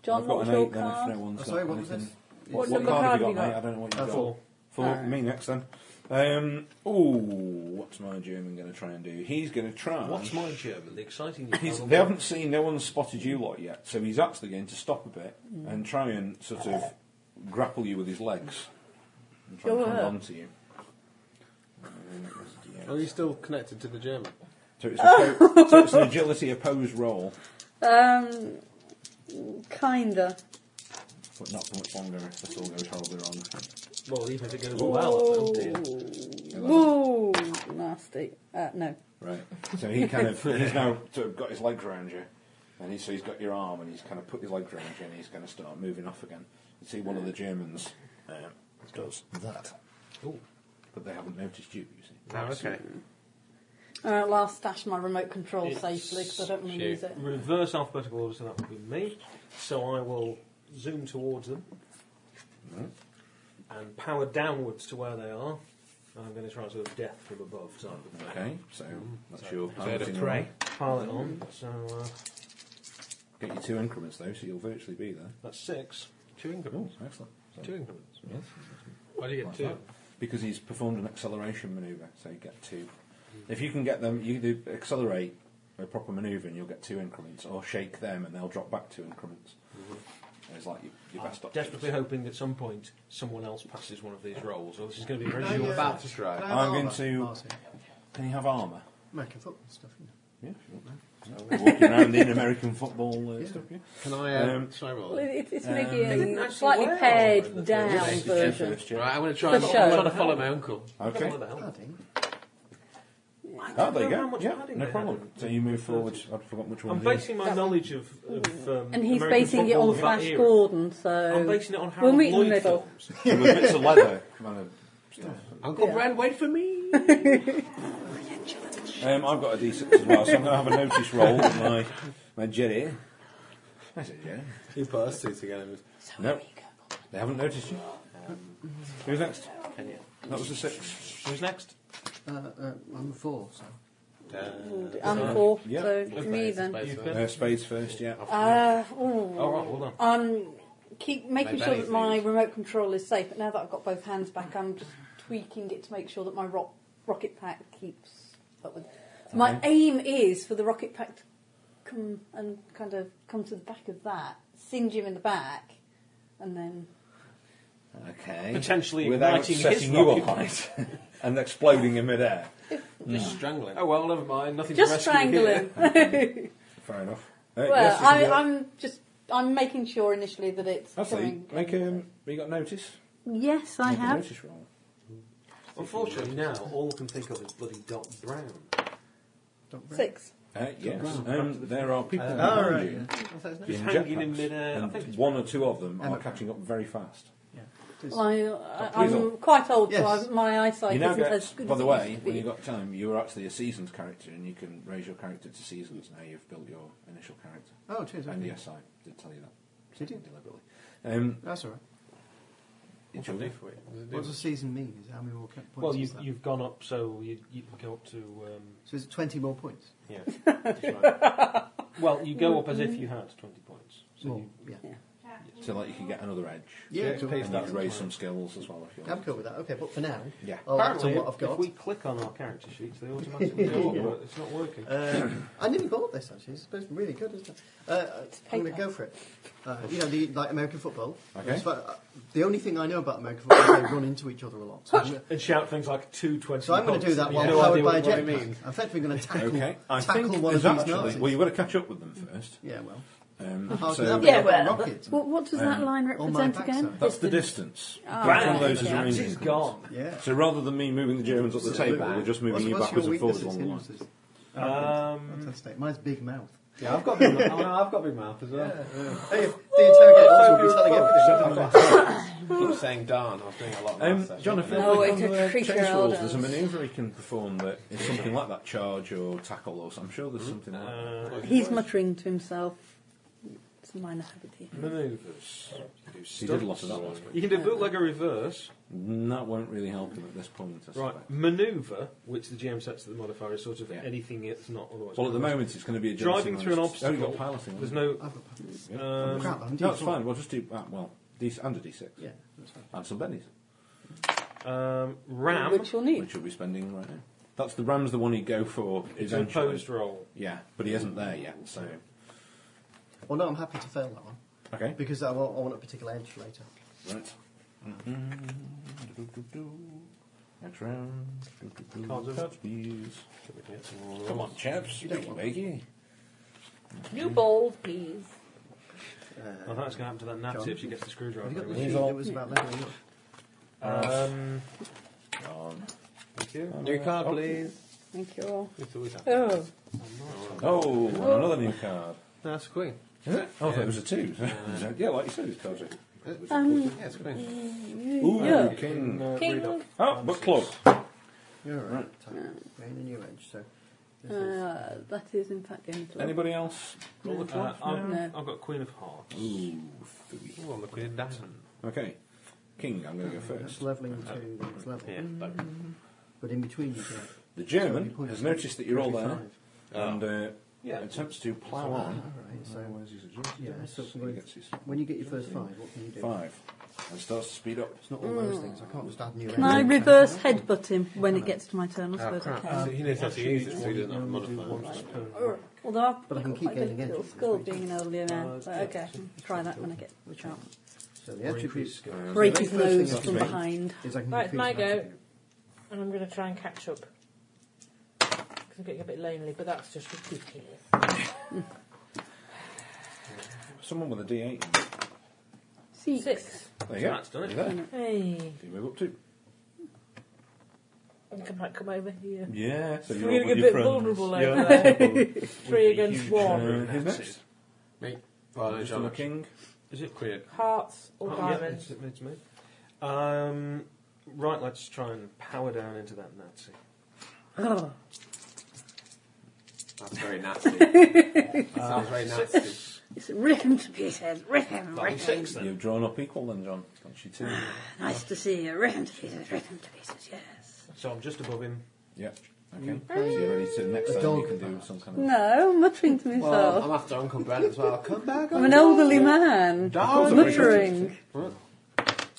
Speaker 4: John,
Speaker 9: I've got
Speaker 4: what's
Speaker 9: an
Speaker 4: your
Speaker 9: eight, then if
Speaker 4: card?
Speaker 9: no one's
Speaker 2: Oh, sorry,
Speaker 9: got
Speaker 2: what was
Speaker 9: anything-
Speaker 2: this?
Speaker 9: What,
Speaker 7: What
Speaker 9: what
Speaker 7: number
Speaker 9: card have you got,
Speaker 7: card have you
Speaker 9: mate? I don't know what you've
Speaker 2: Uh,
Speaker 9: got.
Speaker 2: four.
Speaker 9: Four.
Speaker 4: Alright.
Speaker 9: Me next, then. Um, ooh, what's my German going to try and do? He's going to try...
Speaker 5: What's my German? The exciting. [laughs] news-
Speaker 9: He's, they haven't seen, no one's spotted you lot yet, so he's actually going to stop a bit and try and sort of grapple you with his legs and try
Speaker 4: Go
Speaker 9: and hang
Speaker 4: up.
Speaker 9: on to you.
Speaker 5: Oh,
Speaker 8: Are you still connected to the German?
Speaker 9: So it's, a po- so it's an agility opposed roll,
Speaker 4: Um, kinda.
Speaker 9: but not for much longer if this all goes horribly wrong.
Speaker 5: Well, even if it goes well.
Speaker 4: Ooh.
Speaker 5: then-
Speaker 4: Woo! Nasty. Uh, no.
Speaker 9: Right. So he kind of he's now sort of got his legs around you, and he, so he's got your arm, and he's kind of put his legs around you, and he's going to start moving off again. You see one of the Germans uh, does that,
Speaker 5: Ooh.
Speaker 9: but they haven't noticed you. You see.
Speaker 8: No, Oh, okay.
Speaker 4: Alright, well, I'll Uh, stash my remote control
Speaker 5: It's-
Speaker 4: safely because I don't want to
Speaker 8: shoot.
Speaker 4: use it.
Speaker 5: Reverse alphabetical order, so that would be me. So I will zoom towards them and power downwards to where they are. And I'm going to try and sort of death from above type of thing.
Speaker 9: Okay, so that's your
Speaker 8: Bird
Speaker 9: piloting
Speaker 8: of
Speaker 9: roll.
Speaker 8: prey.
Speaker 5: Pile it on. So uh,
Speaker 9: Get you two increments though, so you'll virtually be there.
Speaker 5: that's six.
Speaker 8: Two
Speaker 9: Oh,
Speaker 8: increments.
Speaker 9: excellent. So,
Speaker 8: Two increments.
Speaker 9: yes.
Speaker 8: Why do you get
Speaker 9: Like
Speaker 8: two?
Speaker 9: that. Because he's performed an acceleration manoeuvre, so you get two. If you can get them, you do accelerate a proper manoeuvre and you'll get two increments, or shake them and they'll drop back two increments. It's like your, your best option.
Speaker 5: Desperately hoping at some point someone else passes one of these rolls, or this is going to be very
Speaker 2: Can I,
Speaker 5: short.
Speaker 2: uh,
Speaker 8: [laughs] about to try.
Speaker 2: can I have
Speaker 9: I'm going
Speaker 2: armour,
Speaker 9: to-
Speaker 2: Martin?
Speaker 9: Can you have armour?
Speaker 2: American football stuff. You know.
Speaker 9: Yeah, [laughs] walking around in American football uh,
Speaker 2: Yeah.
Speaker 9: stuff. Yeah.
Speaker 8: Can I? Um,
Speaker 9: Um,
Speaker 8: shall I roll?
Speaker 4: Well,
Speaker 8: it?
Speaker 4: it, it's
Speaker 9: Um,
Speaker 4: maybe
Speaker 9: They
Speaker 14: didn't
Speaker 4: a
Speaker 14: actually
Speaker 4: slightly
Speaker 14: wear
Speaker 4: pared
Speaker 14: all of
Speaker 4: down
Speaker 9: Yeah, it's your
Speaker 4: version.
Speaker 9: first, yeah.
Speaker 8: Right, I'm going to try. and-
Speaker 4: For
Speaker 8: I'm
Speaker 4: sure.
Speaker 8: trying to follow my uncle.
Speaker 9: Okay.
Speaker 5: What the hell?
Speaker 2: Padding.
Speaker 9: Oh, there you
Speaker 5: How
Speaker 9: go.
Speaker 5: much
Speaker 9: Yeah,
Speaker 5: padding
Speaker 9: no
Speaker 5: they
Speaker 9: problem.
Speaker 5: had.
Speaker 9: So you move forward. I'd forgotten which one.
Speaker 5: I'm
Speaker 9: it
Speaker 5: [laughs]
Speaker 9: is.
Speaker 5: basing my knowledge of, of um,
Speaker 4: And he's
Speaker 5: American
Speaker 4: basing it
Speaker 5: football
Speaker 4: on
Speaker 5: of that
Speaker 4: Flash
Speaker 5: era.
Speaker 4: Gordon, so.
Speaker 5: I'm basing it on
Speaker 4: We'll
Speaker 5: Harold
Speaker 4: meet in the
Speaker 5: Lloyd
Speaker 4: middle.
Speaker 5: films.
Speaker 9: There were bits of leather kind of stuff.
Speaker 8: Uncle
Speaker 4: Yeah.
Speaker 8: Brad, wait for me.
Speaker 9: Um, I've got a D6 as well, so I'm going to have a notice roll with my, my Jerry. I said, yeah.
Speaker 8: You put us two together.
Speaker 9: No. They haven't noticed you.
Speaker 4: Mm-hmm.
Speaker 9: Who's next? That was the six.
Speaker 5: [laughs] Who's next?
Speaker 2: Uh, uh, I'm a four, so.
Speaker 4: I'm four,
Speaker 9: Yeah.
Speaker 4: so to me then.
Speaker 9: Uh, spades first, yeah.
Speaker 4: Uh, ooh.
Speaker 5: All right, hold on.
Speaker 4: Um, keep making
Speaker 8: My
Speaker 4: sure
Speaker 8: belly's
Speaker 4: that my
Speaker 8: loose.
Speaker 4: remote control is safe. But now that I've got both hands back, I'm just tweaking it to make sure that my rock, rocket pack keeps up with. So my aim is for the rocket pack to come and kind of come to the back of that, singe him in the back, and then
Speaker 9: Okay.
Speaker 5: Potentially
Speaker 9: Without
Speaker 5: igniting his
Speaker 9: setting you up
Speaker 5: rocket.
Speaker 9: on it [laughs] and exploding in midair.
Speaker 8: Just strangling. Oh well, never mind. Nothing.
Speaker 4: just strangle him.
Speaker 9: [laughs] Fair enough. Uh,
Speaker 4: well,
Speaker 9: you
Speaker 4: I,
Speaker 9: can do it.
Speaker 4: I'm just I'm making sure initially that it's
Speaker 9: Actually,
Speaker 4: coming.
Speaker 9: make um, we got notice.
Speaker 4: Yes, I
Speaker 9: Make a
Speaker 4: have.
Speaker 9: notice roll.
Speaker 5: Unfortunately, now all I can think of is bloody Dot Brown.
Speaker 2: Don't break.
Speaker 4: Six.
Speaker 9: Uh, yes. Um, there are people
Speaker 8: Uh,
Speaker 9: around
Speaker 2: alright.
Speaker 9: you.
Speaker 5: Just
Speaker 9: in
Speaker 5: hanging
Speaker 9: jetpacks,
Speaker 5: in midair. I
Speaker 9: and
Speaker 5: think it's
Speaker 9: one or two of them are
Speaker 2: Emma.
Speaker 9: catching up very fast.
Speaker 4: Well, I, I,
Speaker 9: Please
Speaker 4: I'm
Speaker 9: don't.
Speaker 4: quite old, so
Speaker 2: Yes.
Speaker 4: I've, my eyesight
Speaker 9: you now
Speaker 4: isn't
Speaker 9: get,
Speaker 4: as good.
Speaker 9: by
Speaker 4: as it
Speaker 9: the way,
Speaker 4: used to
Speaker 9: when
Speaker 4: be.
Speaker 9: you got time, you were actually a seasoned character, and you can raise your character to seasons now you've built your initial character.
Speaker 2: Oh, cheers.
Speaker 9: And
Speaker 2: okay.
Speaker 9: yes, I did tell you that.
Speaker 2: Did you?
Speaker 9: Deliberately. Um,
Speaker 2: That's all right.
Speaker 9: it's your
Speaker 8: for it.
Speaker 2: What does a season mean? Is it how many more ca- points?
Speaker 5: Well,
Speaker 2: is
Speaker 5: you've,
Speaker 2: that?
Speaker 5: you've gone up, so you, you go up to. Um,
Speaker 2: So is it 20 more points?
Speaker 5: yeah.
Speaker 4: [laughs]
Speaker 5: well, you go up as if you had 20 points. So
Speaker 2: More,
Speaker 5: you,
Speaker 2: yeah.
Speaker 9: So, like, you can get another edge.
Speaker 2: Yeah,
Speaker 8: Yeah,
Speaker 2: cool.
Speaker 8: please.
Speaker 9: And you can raise some skills as well if you
Speaker 2: I'm
Speaker 9: want.
Speaker 2: cool with that. Okay, but for now,
Speaker 9: Yeah.
Speaker 2: I'll add to
Speaker 5: Apparently,
Speaker 2: what I've
Speaker 5: if we
Speaker 2: got.
Speaker 5: click on our character sheets,
Speaker 2: [laughs]
Speaker 5: they automatically go up, but it's not working.
Speaker 2: Uh, I nearly bought this actually. It's supposed to be really good, isn't it? Uh, I'm going to
Speaker 4: paper.
Speaker 2: go for it. Uh, you know, the, like American football.
Speaker 9: Okay.
Speaker 2: It's fu- uh, the only thing I know about American football is they run into each other a lot. So I'm, gonna-
Speaker 5: and shout things like 220.
Speaker 2: so I'm going to do that
Speaker 5: You
Speaker 2: while
Speaker 5: know
Speaker 2: powered
Speaker 5: idea
Speaker 2: by a
Speaker 5: what- what it
Speaker 2: jetpack.
Speaker 5: means.
Speaker 2: I'm effectively going to tackle,
Speaker 9: Okay. I
Speaker 2: tackle
Speaker 9: think
Speaker 2: one of
Speaker 9: there's
Speaker 2: these
Speaker 9: actually.
Speaker 2: Nazis.
Speaker 9: Well, you've got to catch up with them first.
Speaker 2: yeah, well.
Speaker 9: Um,
Speaker 2: How can
Speaker 9: so,
Speaker 2: that be
Speaker 4: Yeah,
Speaker 2: I've got
Speaker 4: well.
Speaker 2: a rocket?
Speaker 4: Well, what does that
Speaker 9: Um,
Speaker 4: line
Speaker 2: on my
Speaker 4: represent again?
Speaker 2: backside.
Speaker 9: that's the distance.
Speaker 4: Ah,
Speaker 9: Each one of those is
Speaker 4: okay.
Speaker 9: a ranging
Speaker 5: She's
Speaker 9: point.
Speaker 5: gone.
Speaker 2: Yeah.
Speaker 9: So rather than me moving the Germans up the table, we're just moving
Speaker 2: What's-
Speaker 9: you
Speaker 2: what's
Speaker 9: backwards
Speaker 2: your
Speaker 9: and forwards
Speaker 2: weaknesses,
Speaker 9: along the line.
Speaker 2: hindrances?
Speaker 5: Um,
Speaker 2: Fantastic. Mine's big mouth.
Speaker 8: Yeah, I've got. Big mouth. Oh, no, I've got big mouth as well.
Speaker 2: Hey, if the interrogators will be telling everything.
Speaker 8: Keep saying darn. I was doing a lot. Of
Speaker 9: Um,
Speaker 8: maths, actually.
Speaker 9: John, if
Speaker 4: No,
Speaker 9: no,
Speaker 4: it's a creature
Speaker 9: rules,
Speaker 4: elders.
Speaker 9: there's a manoeuvre he can perform that is something like that charge or tackle or something. I'm sure there's something like that.
Speaker 5: uh,
Speaker 4: He's muttering to himself. It's a minor habit here.
Speaker 5: maneuvers.
Speaker 9: He did a lot of that last week.
Speaker 5: You can do bootleg or reverse.
Speaker 9: Mm, That won't really help him at this point. I
Speaker 5: Right,
Speaker 9: suspect.
Speaker 5: manoeuvre, which the GM sets to the modifier, is sort of
Speaker 9: Yeah.
Speaker 5: anything that's not otherwise.
Speaker 9: Well, at the moment, it's going to be a
Speaker 5: driving
Speaker 9: agility
Speaker 5: through an
Speaker 9: bonus.
Speaker 5: obstacle.
Speaker 9: Oh, you've got piloting.
Speaker 5: There's
Speaker 9: haven't
Speaker 5: no.
Speaker 2: I've got puppets.
Speaker 9: you? Yeah.
Speaker 5: Um,
Speaker 2: Crap, I'm
Speaker 9: no, it's
Speaker 2: D4.
Speaker 9: fine. We'll just do uh, well, D under D6
Speaker 2: Yeah, that's fine.
Speaker 9: and some bennies,
Speaker 5: um, ram
Speaker 4: Which you'll need.
Speaker 9: which we'll be spending right now. That's the Ram's the one he'd go for.
Speaker 5: is an
Speaker 9: eventually.
Speaker 5: opposed roll.
Speaker 9: Yeah, but he isn't there yet. So
Speaker 2: Well, no, I'm happy to fail that one
Speaker 9: okay,
Speaker 2: because I want, I want a particular edge later.
Speaker 9: right. Mm-hmm. Next round.
Speaker 5: Can't do that.
Speaker 9: Please. Come on, chaps. You
Speaker 2: don't want-
Speaker 14: New balls, please.
Speaker 5: I think Oh, that's going to happen to that Nazi if she gets the screwdriver.
Speaker 2: Have you got the
Speaker 5: anyway.
Speaker 2: sheet that was about leveling up?
Speaker 5: um, thank you.
Speaker 8: New card, please.
Speaker 4: Thank you all.
Speaker 8: It's always that.
Speaker 4: Oh,
Speaker 9: Oh, and another new card.
Speaker 8: No, it's a queen.
Speaker 9: Is it? Oh, I thought it was a two. [laughs] yeah, like you said, it's cards.
Speaker 4: um,
Speaker 8: Yeah, it's a queen.
Speaker 9: Ooh,
Speaker 4: yeah.
Speaker 9: king.
Speaker 5: Uh, read
Speaker 4: King.
Speaker 5: up.
Speaker 9: Oh, book club.
Speaker 2: You're all right. Gain a new edge. So
Speaker 4: Uh, that is in fact the end.
Speaker 9: Anybody else? Roll the
Speaker 5: Uh,
Speaker 9: club.
Speaker 5: I've,
Speaker 4: Oh, No.
Speaker 5: I've got Queen of Hearts.
Speaker 9: um, Ooh, three.
Speaker 8: Oh, I'm the queen of diamonds.
Speaker 9: Okay, king. I'm going to go
Speaker 2: that's
Speaker 9: first. Uh,
Speaker 2: leveling to the next level.
Speaker 5: Yeah,
Speaker 4: Mm.
Speaker 2: But in between, you get
Speaker 9: The German has noticed that you're all there, and uh,
Speaker 5: Yeah.
Speaker 9: attempts to plough on.
Speaker 2: Alright, so-
Speaker 9: So where's his agility?
Speaker 2: Yeah,
Speaker 9: bonus?
Speaker 2: so
Speaker 9: He
Speaker 2: we're-
Speaker 9: gets his
Speaker 2: When you get your first five, what can you do?
Speaker 9: five and starts to speed up.
Speaker 2: It's not all those things. I can't just add new.
Speaker 4: Mm. Can I
Speaker 2: elements.
Speaker 4: reverse headbutt him when it gets to my turn? I
Speaker 8: Oh,
Speaker 4: suppose I
Speaker 8: crap.
Speaker 4: can.
Speaker 5: So he knows how to use it, so he doesn't have a
Speaker 2: One
Speaker 5: modifier.
Speaker 2: step per-
Speaker 4: Or- Although I've
Speaker 2: But I can
Speaker 4: got
Speaker 2: keep
Speaker 4: quite a
Speaker 2: getting
Speaker 4: bit of
Speaker 2: into it.
Speaker 4: skill being an elderly man.
Speaker 2: it's
Speaker 4: But
Speaker 2: good.
Speaker 4: okay, try that when I get the chance.
Speaker 2: So the attributes go.
Speaker 9: Uh,
Speaker 4: Break
Speaker 2: the
Speaker 4: his
Speaker 2: first
Speaker 4: nose
Speaker 2: thing I
Speaker 4: from
Speaker 2: can do
Speaker 4: behind.
Speaker 2: Is I can
Speaker 7: Right, it's
Speaker 2: increase
Speaker 7: my
Speaker 2: an
Speaker 7: go.
Speaker 2: attribute.
Speaker 7: And I'm going to try and catch up. 'Cause I'm getting a bit lonely, but that's just ridiculous.
Speaker 9: Someone with a D eight.
Speaker 4: Six.
Speaker 7: Six.
Speaker 9: There you go.
Speaker 5: That's done it.
Speaker 9: You're there.
Speaker 7: Hey.
Speaker 9: You move up two.
Speaker 7: I might come over here.
Speaker 9: Yeah. So
Speaker 7: I'm
Speaker 9: you're
Speaker 7: going
Speaker 9: all
Speaker 7: to get a
Speaker 9: with your
Speaker 7: bit
Speaker 9: friends.
Speaker 7: vulnerable over
Speaker 5: Yeah.
Speaker 7: there.
Speaker 9: [laughs]
Speaker 7: [laughs] Three
Speaker 5: Three
Speaker 7: against one.
Speaker 9: Uh, who's next?
Speaker 8: Me. Well, no,
Speaker 9: Just
Speaker 8: John.
Speaker 9: on the king.
Speaker 5: Is it clear?
Speaker 7: Hearts or
Speaker 5: Oh, yeah,
Speaker 7: diamonds?
Speaker 5: it's, it's me. Um, right, let's try and power down into that Nazi.
Speaker 8: That's very nasty. that
Speaker 5: Uh,
Speaker 8: sounds very nasty.
Speaker 4: It's Rip him to pieces. Rip him. Rip him.
Speaker 9: [laughs] You've drawn up equal then, John. Don't you too?
Speaker 4: Nice to see you. Rip him to pieces. Rip him to pieces. Yes.
Speaker 5: So I'm just above him.
Speaker 9: yeah. Okay. So you're ready to next
Speaker 2: A
Speaker 9: time
Speaker 2: dog
Speaker 9: you can do
Speaker 2: pass.
Speaker 9: some kind of.
Speaker 4: No, muttering to
Speaker 8: Well,
Speaker 4: myself.
Speaker 8: Oh, I'm after Uncle Brent as well. Come back,
Speaker 4: I'm an elderly man.
Speaker 9: Darling.
Speaker 4: Muttering.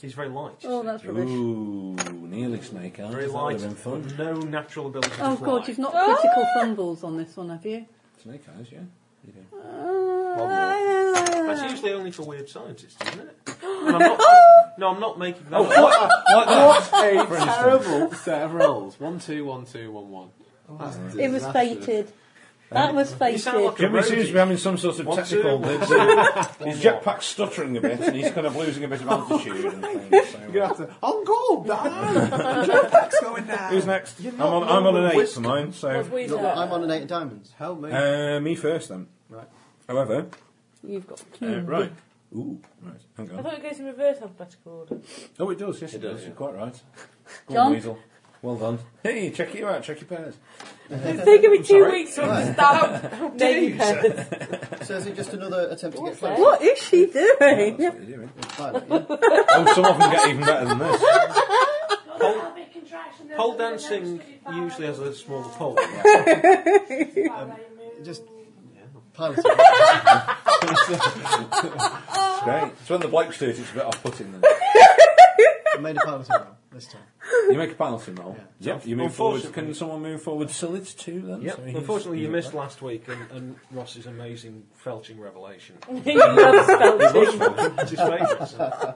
Speaker 5: He's very light.
Speaker 4: Oh, that's rubbish.
Speaker 9: Ooh, nearly snake eyes.
Speaker 5: very
Speaker 9: That
Speaker 5: light.
Speaker 9: would've been fun.
Speaker 5: No natural ability.
Speaker 4: Oh
Speaker 5: to fly.
Speaker 4: god, you've not critical fumbles on this one, have you?
Speaker 9: Snake eyes, yeah. You do.
Speaker 5: That's usually only for weird scientists,
Speaker 4: [gasps]
Speaker 5: isn't it? And I'm not,
Speaker 4: Oh.
Speaker 5: no, I'm not making that. up.
Speaker 8: What a terrible set of rolls. [laughs] One, two, one, two, one, one.
Speaker 5: Oh,
Speaker 8: That's
Speaker 4: It was
Speaker 8: disastrous.
Speaker 4: fated. That was
Speaker 5: You sound
Speaker 4: fated.
Speaker 5: like a
Speaker 9: Jimmy
Speaker 5: roadie.
Speaker 9: seems to be having some sort of
Speaker 5: One, two,
Speaker 9: technical.
Speaker 5: one,
Speaker 9: his his jetpack's stuttering a bit, and he's kind of losing a bit of altitude and things. So, uh,
Speaker 8: You have to.
Speaker 2: Oh,
Speaker 8: On
Speaker 2: [laughs]
Speaker 8: gold, Dan. Jetpack's going
Speaker 4: [laughs]
Speaker 8: down.
Speaker 9: Who's next? I'm on, I'm on an eight for mine,
Speaker 7: Was
Speaker 9: so
Speaker 7: we
Speaker 2: Look,
Speaker 7: there?
Speaker 2: I'm on an eight of diamonds.
Speaker 8: Help me.
Speaker 9: uh, me first then.
Speaker 2: Right.
Speaker 9: However,
Speaker 4: You've got.
Speaker 9: uh, right. Ooh, right. Hang
Speaker 7: I
Speaker 9: on.
Speaker 7: thought it goes in reverse alphabetical order.
Speaker 9: Oh, it does. Yes, it, does.
Speaker 8: does,
Speaker 9: You're quite right. Go
Speaker 4: John?
Speaker 9: on, Weasel. Well done. Hey, check you out. Check your pairs.
Speaker 7: It's taken me two weeks to [laughs] understand. Navy pairs.
Speaker 2: So is it just another attempt to get
Speaker 7: that?
Speaker 2: flanked?
Speaker 4: What is she
Speaker 7: [laughs]
Speaker 4: doing?
Speaker 9: That's what you're doing.
Speaker 2: Five, yeah.
Speaker 9: Oh, some of them get even better than [laughs] this.
Speaker 5: Pole dancing usually has a smaller pole. Um,
Speaker 4: [laughs]
Speaker 2: Just pilots.
Speaker 9: It's great. It's when the blokes do it, it's a bit off-putting. Then.
Speaker 2: I made a pilot roll this time.
Speaker 9: You make a penalty roll.
Speaker 5: Yeah.
Speaker 9: Yep. You move forward.
Speaker 5: Unfortunately-
Speaker 9: Can someone move forward solid too then?
Speaker 5: Yep.
Speaker 9: So he's-
Speaker 5: Unfortunately, you
Speaker 9: he's
Speaker 5: missed
Speaker 9: right.
Speaker 5: last week and, and Ross's amazing felching revelation. It's his favourite. so-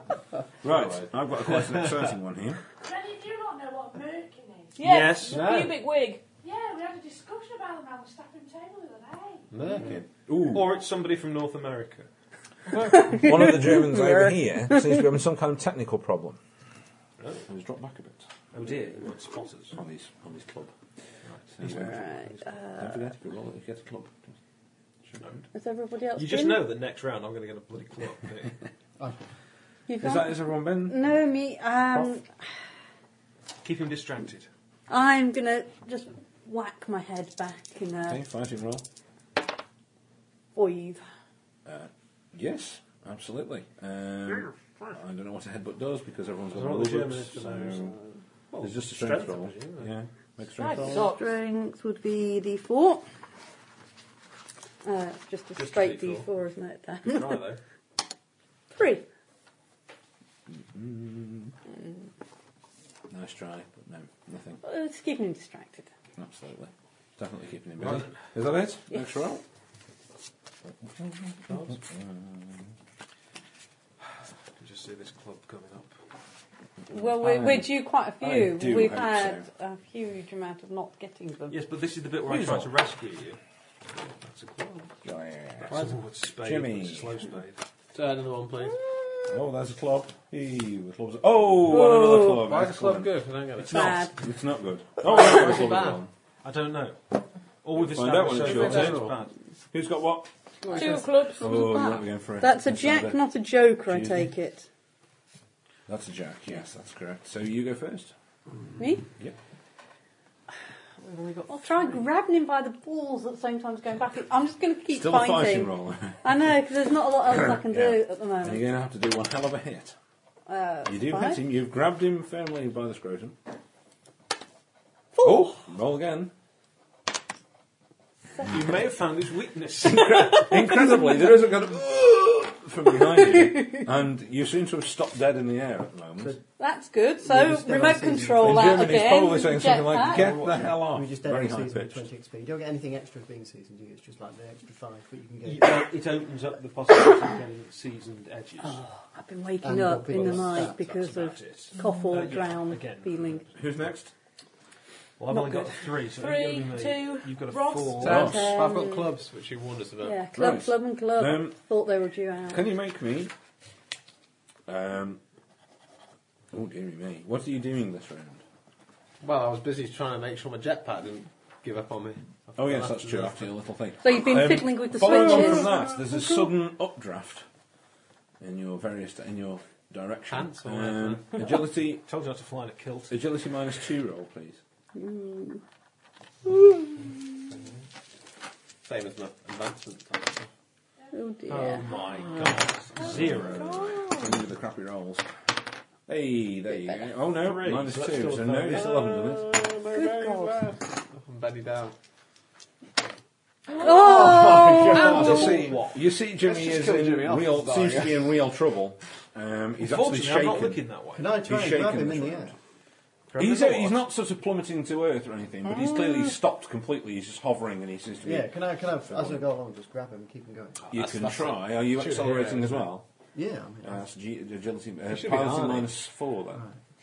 Speaker 9: Right. I've got quite an exciting one here.
Speaker 15: Jenny, do you not know what merkin is?
Speaker 5: Yes.
Speaker 7: Pubic wig.
Speaker 15: Yeah, we had a discussion about them at the staffing table the other day.
Speaker 8: Merkin.
Speaker 9: Ooh.
Speaker 5: Or it's somebody from North America.
Speaker 9: One of the Germans over here seems to be having some kind of technical problem.
Speaker 5: Oh.
Speaker 9: He's dropped back a bit
Speaker 5: Oh dear, it's spotters.
Speaker 9: on his on his club. Right. uh, Don't forget if you roll it, you get a club. Sure.
Speaker 4: Has everybody else
Speaker 5: You just
Speaker 4: been?
Speaker 5: know that next round I'm going to get a bloody club. don't you?
Speaker 4: You've
Speaker 9: Is
Speaker 4: gone?
Speaker 9: that is everyone been?
Speaker 4: No, me. Um,
Speaker 5: Keep him distracted.
Speaker 4: I'm gonna just whack my head back in
Speaker 9: Okay,
Speaker 4: a
Speaker 9: fighting roll.
Speaker 4: oive.
Speaker 9: Yes, absolutely. Um, I don't know what a headbutt does because everyone's got
Speaker 5: They're all the
Speaker 9: rule
Speaker 5: Germans
Speaker 9: books,
Speaker 5: for
Speaker 9: so-
Speaker 5: those. Well,
Speaker 9: It's just a strength,
Speaker 5: strength, I
Speaker 9: roll.
Speaker 5: presume,
Speaker 9: Yeah, make a strength
Speaker 7: Nice
Speaker 9: roll.
Speaker 7: socks.
Speaker 4: Strength would be D4. Uh, it's just a
Speaker 5: Just a
Speaker 4: straight
Speaker 5: D4.
Speaker 4: D4. isn't it? Then?
Speaker 5: Try though.
Speaker 4: [laughs] Three.
Speaker 9: Nice try, but no, nothing.
Speaker 4: Uh, It's keeping him distracted.
Speaker 9: Absolutely, definitely keeping him busy. Is that it? Next roll. Uh,
Speaker 5: I can just see this club coming up.
Speaker 4: Well, we're, we're due quite a
Speaker 9: I
Speaker 4: few.
Speaker 9: do
Speaker 4: We've
Speaker 9: hope
Speaker 4: had a huge amount of not getting them.
Speaker 5: Yes, but this is the bit where I try to rescue you. That's a club. That's a wood spade.
Speaker 9: Jimmy.
Speaker 5: It's a slow spade.
Speaker 8: Turn another one, please.
Speaker 9: Oh, there's a club. Hey, the club's. Oh,
Speaker 8: Why is
Speaker 9: another
Speaker 8: the club
Speaker 9: club.
Speaker 8: good? I don't get it.
Speaker 4: Bad.
Speaker 9: It's not good. Oh, another club is
Speaker 8: bad.
Speaker 9: gone.
Speaker 5: I don't know. All we've
Speaker 9: Find
Speaker 5: established
Speaker 9: out when it's
Speaker 5: so
Speaker 9: your
Speaker 5: far is
Speaker 9: turn.
Speaker 5: it's bad.
Speaker 9: Who's got what?
Speaker 7: Two clubs.
Speaker 9: Oh, you won't be going for it.
Speaker 4: That's a
Speaker 9: That's
Speaker 4: jack,
Speaker 9: another-
Speaker 4: not a joker, I
Speaker 9: Tuesday.
Speaker 4: take it.
Speaker 9: That's a jack. Yes, that's correct. So you go first.
Speaker 4: Me?
Speaker 9: Yep.
Speaker 4: I'll try grabbing him by the balls at the same time as going back. I'm just going to keep
Speaker 9: Still
Speaker 4: fighting.
Speaker 9: a fighting roll.
Speaker 4: I know, because there's not a lot else I
Speaker 9: [coughs]
Speaker 4: can do at the
Speaker 9: and
Speaker 4: moment.
Speaker 9: [laughs] you're going to have to do one hell of a hit.
Speaker 4: Uh,
Speaker 9: You do
Speaker 4: five?
Speaker 9: hit him. You've grabbed him firmly by the scrotum.
Speaker 4: Four.
Speaker 9: Oh, roll again.
Speaker 5: You may have found his weakness.
Speaker 9: Incredibly, there is a kind of [gasps] from behind
Speaker 4: [laughs]
Speaker 9: you, and you seem to have stopped dead in the air at the moment.
Speaker 4: That's good.
Speaker 2: Yeah,
Speaker 4: So
Speaker 2: just
Speaker 4: remote
Speaker 2: LSE.
Speaker 4: control
Speaker 9: In
Speaker 4: that
Speaker 9: Germany, it's
Speaker 4: again.
Speaker 9: probably saying something like,
Speaker 4: Jetpack.
Speaker 9: "Get the hell off!"
Speaker 2: We just
Speaker 9: Very
Speaker 2: end
Speaker 9: high
Speaker 2: season with
Speaker 9: pitched.
Speaker 2: 20 XP. You don't get anything extra for being seasoned, do you? It's just like the extra five that you can get.
Speaker 5: You- it opens up the possibility of getting seasoned edges.
Speaker 7: Ah.
Speaker 4: I've been waking
Speaker 2: And
Speaker 4: up in the
Speaker 2: what
Speaker 4: night
Speaker 2: people-
Speaker 4: because of
Speaker 5: That's it.
Speaker 4: cough or
Speaker 5: Uh, yeah,
Speaker 4: drown
Speaker 5: again.
Speaker 4: feeling.
Speaker 9: Who's next?
Speaker 5: Well, I've
Speaker 7: Not
Speaker 5: only got
Speaker 7: good.
Speaker 5: three, so
Speaker 7: Three,
Speaker 5: you've got,
Speaker 7: two,
Speaker 5: you've got a
Speaker 7: Ross.
Speaker 5: four.
Speaker 7: Ten.
Speaker 8: Clubs. I've got clubs, which you warned us about.
Speaker 4: Yeah, club,
Speaker 9: Right.
Speaker 4: club, and club.
Speaker 9: Um,
Speaker 4: Thought they were due out.
Speaker 9: Can you make me? Um. Oh dear me! What are you doing this round?
Speaker 8: Well, I was busy trying to make sure my jetpack didn't give up on me. I
Speaker 9: Oh
Speaker 8: forgot
Speaker 9: yes,
Speaker 8: that
Speaker 9: that's
Speaker 8: to
Speaker 9: true.
Speaker 8: do.
Speaker 9: After your little thing.
Speaker 4: So you've been
Speaker 9: Um,
Speaker 4: fiddling with the
Speaker 9: Following on
Speaker 4: switches.
Speaker 9: from that, there's a sudden updraft in your various in your direction.
Speaker 8: Pants or
Speaker 9: Um, agility,
Speaker 5: Told you not to fly in a kilt.
Speaker 9: agility minus two roll, please.
Speaker 8: Same as my advancement.
Speaker 4: Oh dear.
Speaker 5: Oh my god. Zero.
Speaker 9: Give me the crappy rolls. Hey, there you go. Oh no,
Speaker 5: Three.
Speaker 9: minus
Speaker 5: Let's
Speaker 9: two.
Speaker 5: go
Speaker 9: So
Speaker 5: with
Speaker 9: no,
Speaker 5: that.
Speaker 9: you still haven't done it.
Speaker 2: Oh,
Speaker 4: Good God.
Speaker 8: I'm belly down.
Speaker 2: Oh,
Speaker 9: You
Speaker 5: Double
Speaker 9: see,
Speaker 5: what?
Speaker 9: Oh, you see, Jimmy
Speaker 8: just
Speaker 9: is
Speaker 8: kill
Speaker 9: in
Speaker 8: Jimmy off
Speaker 9: real
Speaker 8: as well,
Speaker 9: seems to
Speaker 8: yeah.
Speaker 9: be in real trouble. Um, he's actually
Speaker 5: Fortunately, I'm not looking
Speaker 9: shaking.
Speaker 5: that way.
Speaker 2: Can I try
Speaker 9: He's
Speaker 2: and grab him
Speaker 9: shaking
Speaker 2: in
Speaker 9: this
Speaker 2: the
Speaker 9: round.
Speaker 2: air?
Speaker 9: He's,
Speaker 5: Remember
Speaker 9: he's
Speaker 5: what?
Speaker 9: not sort of plummeting to earth or anything, but he's clearly stopped completely. He's just hovering, and he seems to be.
Speaker 2: Uh. Yeah, can I, can I, as I go along, just grab him and keep him going?
Speaker 9: You
Speaker 8: That's-
Speaker 9: can
Speaker 8: that's
Speaker 9: try. Are you
Speaker 8: Shoot,
Speaker 9: accelerating
Speaker 8: yeah,
Speaker 9: as well?
Speaker 2: Yeah, I mean,
Speaker 9: Uh, that's G- agility. Uh,
Speaker 8: should be
Speaker 9: piloting
Speaker 8: hard, eh?
Speaker 9: minus four then.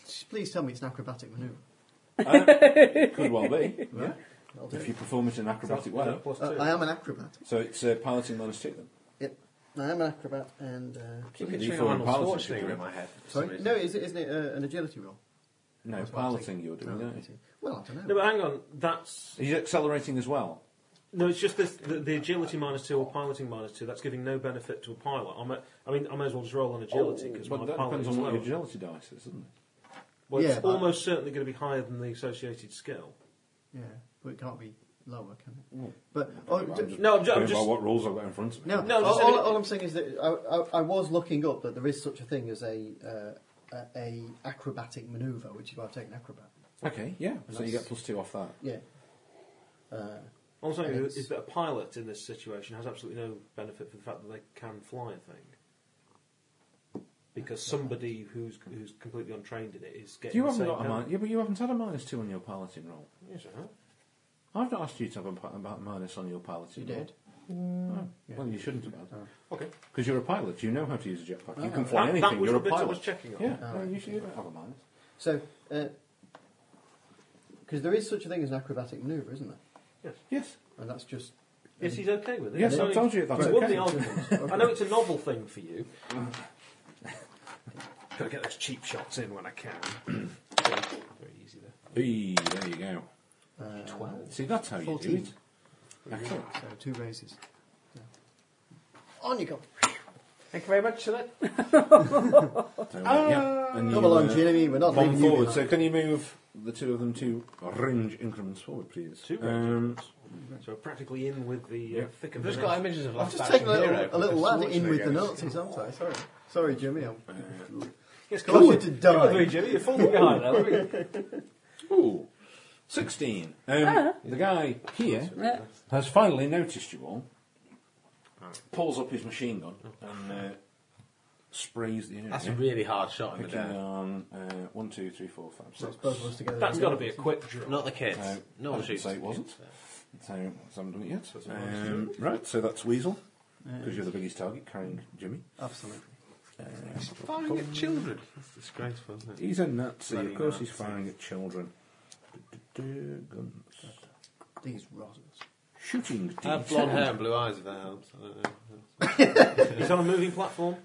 Speaker 2: just please tell me it's an acrobatic manoeuvre.
Speaker 9: [laughs] Uh, could well be. yeah.
Speaker 2: I'll do
Speaker 9: If you
Speaker 2: it.
Speaker 9: perform it in an acrobatic way.
Speaker 5: Plus
Speaker 2: Uh,
Speaker 5: two.
Speaker 2: I am an acrobat.
Speaker 9: So it's uh, piloting minus two then.
Speaker 2: Yep. I am an acrobat and. Uh,
Speaker 8: Keep
Speaker 9: So
Speaker 8: picturing
Speaker 9: D4
Speaker 8: an Arnold
Speaker 9: piloting should
Speaker 8: Schwarzenegger
Speaker 9: do
Speaker 8: in
Speaker 9: it.
Speaker 8: my head. for some
Speaker 2: sorry?
Speaker 8: reason.
Speaker 2: No, is it, isn't it uh, an agility roll?
Speaker 9: No,
Speaker 2: That's what I'm
Speaker 9: piloting you're
Speaker 2: Oh,
Speaker 9: doing,
Speaker 2: I
Speaker 9: aren't
Speaker 2: see.
Speaker 9: you?
Speaker 2: Well, I don't
Speaker 5: No,
Speaker 2: know.
Speaker 5: but hang on. That's
Speaker 9: He's accelerating as well.
Speaker 5: no. It's just this, the, the agility minus two or piloting minus two. That's giving no benefit to a pilot. I'm a, I mean, I may as well just roll on agility because
Speaker 9: Oh, But
Speaker 5: my
Speaker 9: that
Speaker 5: pilot
Speaker 9: depends
Speaker 5: is
Speaker 9: on what
Speaker 5: lower.
Speaker 9: your agility dice is, doesn't it?
Speaker 5: Well,
Speaker 2: Yeah,
Speaker 5: it's
Speaker 2: but-
Speaker 5: almost certainly going to be higher than the associated skill.
Speaker 2: Yeah, but it can't be lower, can it? But oh, d-
Speaker 5: No, I'm ju- I'm
Speaker 9: Worrying
Speaker 5: just-
Speaker 9: about what rules I've got in front of me.
Speaker 2: No,
Speaker 5: No,
Speaker 2: all,
Speaker 5: just-
Speaker 2: all, all I'm saying is that I, I, I was looking up that there is such a thing as a uh, a, a acrobatic manoeuvre, which is why I've taken acrobat.
Speaker 9: Okay, yeah. So you get plus two off that.
Speaker 2: Yeah. Uh,
Speaker 5: All I'm saying
Speaker 2: And
Speaker 5: is,
Speaker 2: it's-
Speaker 5: is that a pilot in this situation has absolutely no benefit for the fact that they can fly a thing. Because somebody who's who's completely untrained in it is getting
Speaker 9: You
Speaker 5: the
Speaker 9: haven't
Speaker 5: same
Speaker 9: got a
Speaker 5: penalty.
Speaker 9: minus. Yeah, but you haven't had a minus two on your piloting roll.
Speaker 5: Yes, I have.
Speaker 9: I've not asked you to have a, pi- a minus on your piloting.
Speaker 2: you
Speaker 9: roll.
Speaker 2: did. Yeah.
Speaker 9: Well, you shouldn't have.
Speaker 5: Okay.
Speaker 9: Because you're a pilot, you know how to use a jetpack. You
Speaker 2: Ah.
Speaker 9: can fly
Speaker 5: Oh. That- that
Speaker 9: anything.
Speaker 5: was the
Speaker 9: you're a
Speaker 5: bit I
Speaker 9: pilot.
Speaker 5: was checking on.
Speaker 9: Yeah,
Speaker 2: Ah,
Speaker 9: no,
Speaker 2: right.
Speaker 9: you should you don't have a minus.
Speaker 2: So, because there is such a thing as an acrobatic manoeuvre, isn't there?
Speaker 9: Yes.
Speaker 2: And that's just
Speaker 5: Yes, he's okay with it.
Speaker 9: Yes,
Speaker 5: It's
Speaker 9: I've
Speaker 5: only-
Speaker 9: told you that's
Speaker 5: He's won
Speaker 9: [laughs] okay.
Speaker 5: the argument. I know it's a novel thing for you. Gotta get those cheap shots in when I can. Very easy there.
Speaker 9: Hey, there you go.
Speaker 2: uh,
Speaker 5: Twelve.
Speaker 9: See, that's how you
Speaker 2: 14.
Speaker 9: do it. Excellent.
Speaker 2: So uh, two raises. Yeah. On you go.
Speaker 9: Mm.
Speaker 7: Thank you very much for that.
Speaker 9: So, uh, yeah.
Speaker 2: Come
Speaker 9: And you,
Speaker 2: along,
Speaker 9: uh,
Speaker 2: Jeremy. We're not
Speaker 9: Bomb
Speaker 2: leaving you
Speaker 9: forward. So
Speaker 2: behind.
Speaker 9: can you move the two of them to range increments forward, please?
Speaker 5: Two
Speaker 9: Um,
Speaker 5: So we're practically in with the uh, thick of
Speaker 8: I've just
Speaker 5: it.
Speaker 8: got images of
Speaker 2: I've
Speaker 8: Last
Speaker 2: just
Speaker 8: Action
Speaker 2: taken a
Speaker 8: Hero.
Speaker 2: little, a little lad in with the
Speaker 8: Schwarzenegger.
Speaker 2: Nazis, haven't I? Sorry, sorry, Jimmy. I'm
Speaker 5: Yes,
Speaker 2: Cause
Speaker 5: come
Speaker 2: you
Speaker 5: on.
Speaker 2: to
Speaker 5: Come on,
Speaker 2: die.
Speaker 5: Luigi, You're falling behind now. Let me-
Speaker 9: Ooh, 16. Um,
Speaker 2: Ah.
Speaker 9: The guy here has finally noticed you all,
Speaker 5: Ah.
Speaker 9: pulls up his machine gun, and uh, sprays the area.
Speaker 8: That's a really hard shot in the
Speaker 9: Picking
Speaker 8: day.
Speaker 9: on uh, one, two, three, four, five,
Speaker 2: So
Speaker 9: six.
Speaker 2: it's both of us together.
Speaker 5: That's got to be a quick draw.
Speaker 8: Not the kids.
Speaker 9: No,
Speaker 8: no
Speaker 9: I
Speaker 8: one
Speaker 9: didn't
Speaker 8: shoots.
Speaker 9: say
Speaker 8: the
Speaker 9: it wasn't.
Speaker 8: kids, but-
Speaker 9: So, so I haven't done it yet. Um, right, so that's Weasel, because you're the biggest target, carrying
Speaker 8: Mm.
Speaker 9: Jimmy.
Speaker 2: Absolutely.
Speaker 8: Firing at children. That's disgraceful, isn't it?
Speaker 9: He's a Nazi,
Speaker 8: Bloody
Speaker 9: of course he's
Speaker 8: Nazis.
Speaker 9: firing at children. Du-du-du, Guns.
Speaker 2: These rotters.
Speaker 9: Shooting
Speaker 8: I have
Speaker 9: detail.
Speaker 8: blonde hair and blue eyes if that helps. I don't know.
Speaker 5: [laughs] He's on a moving platform.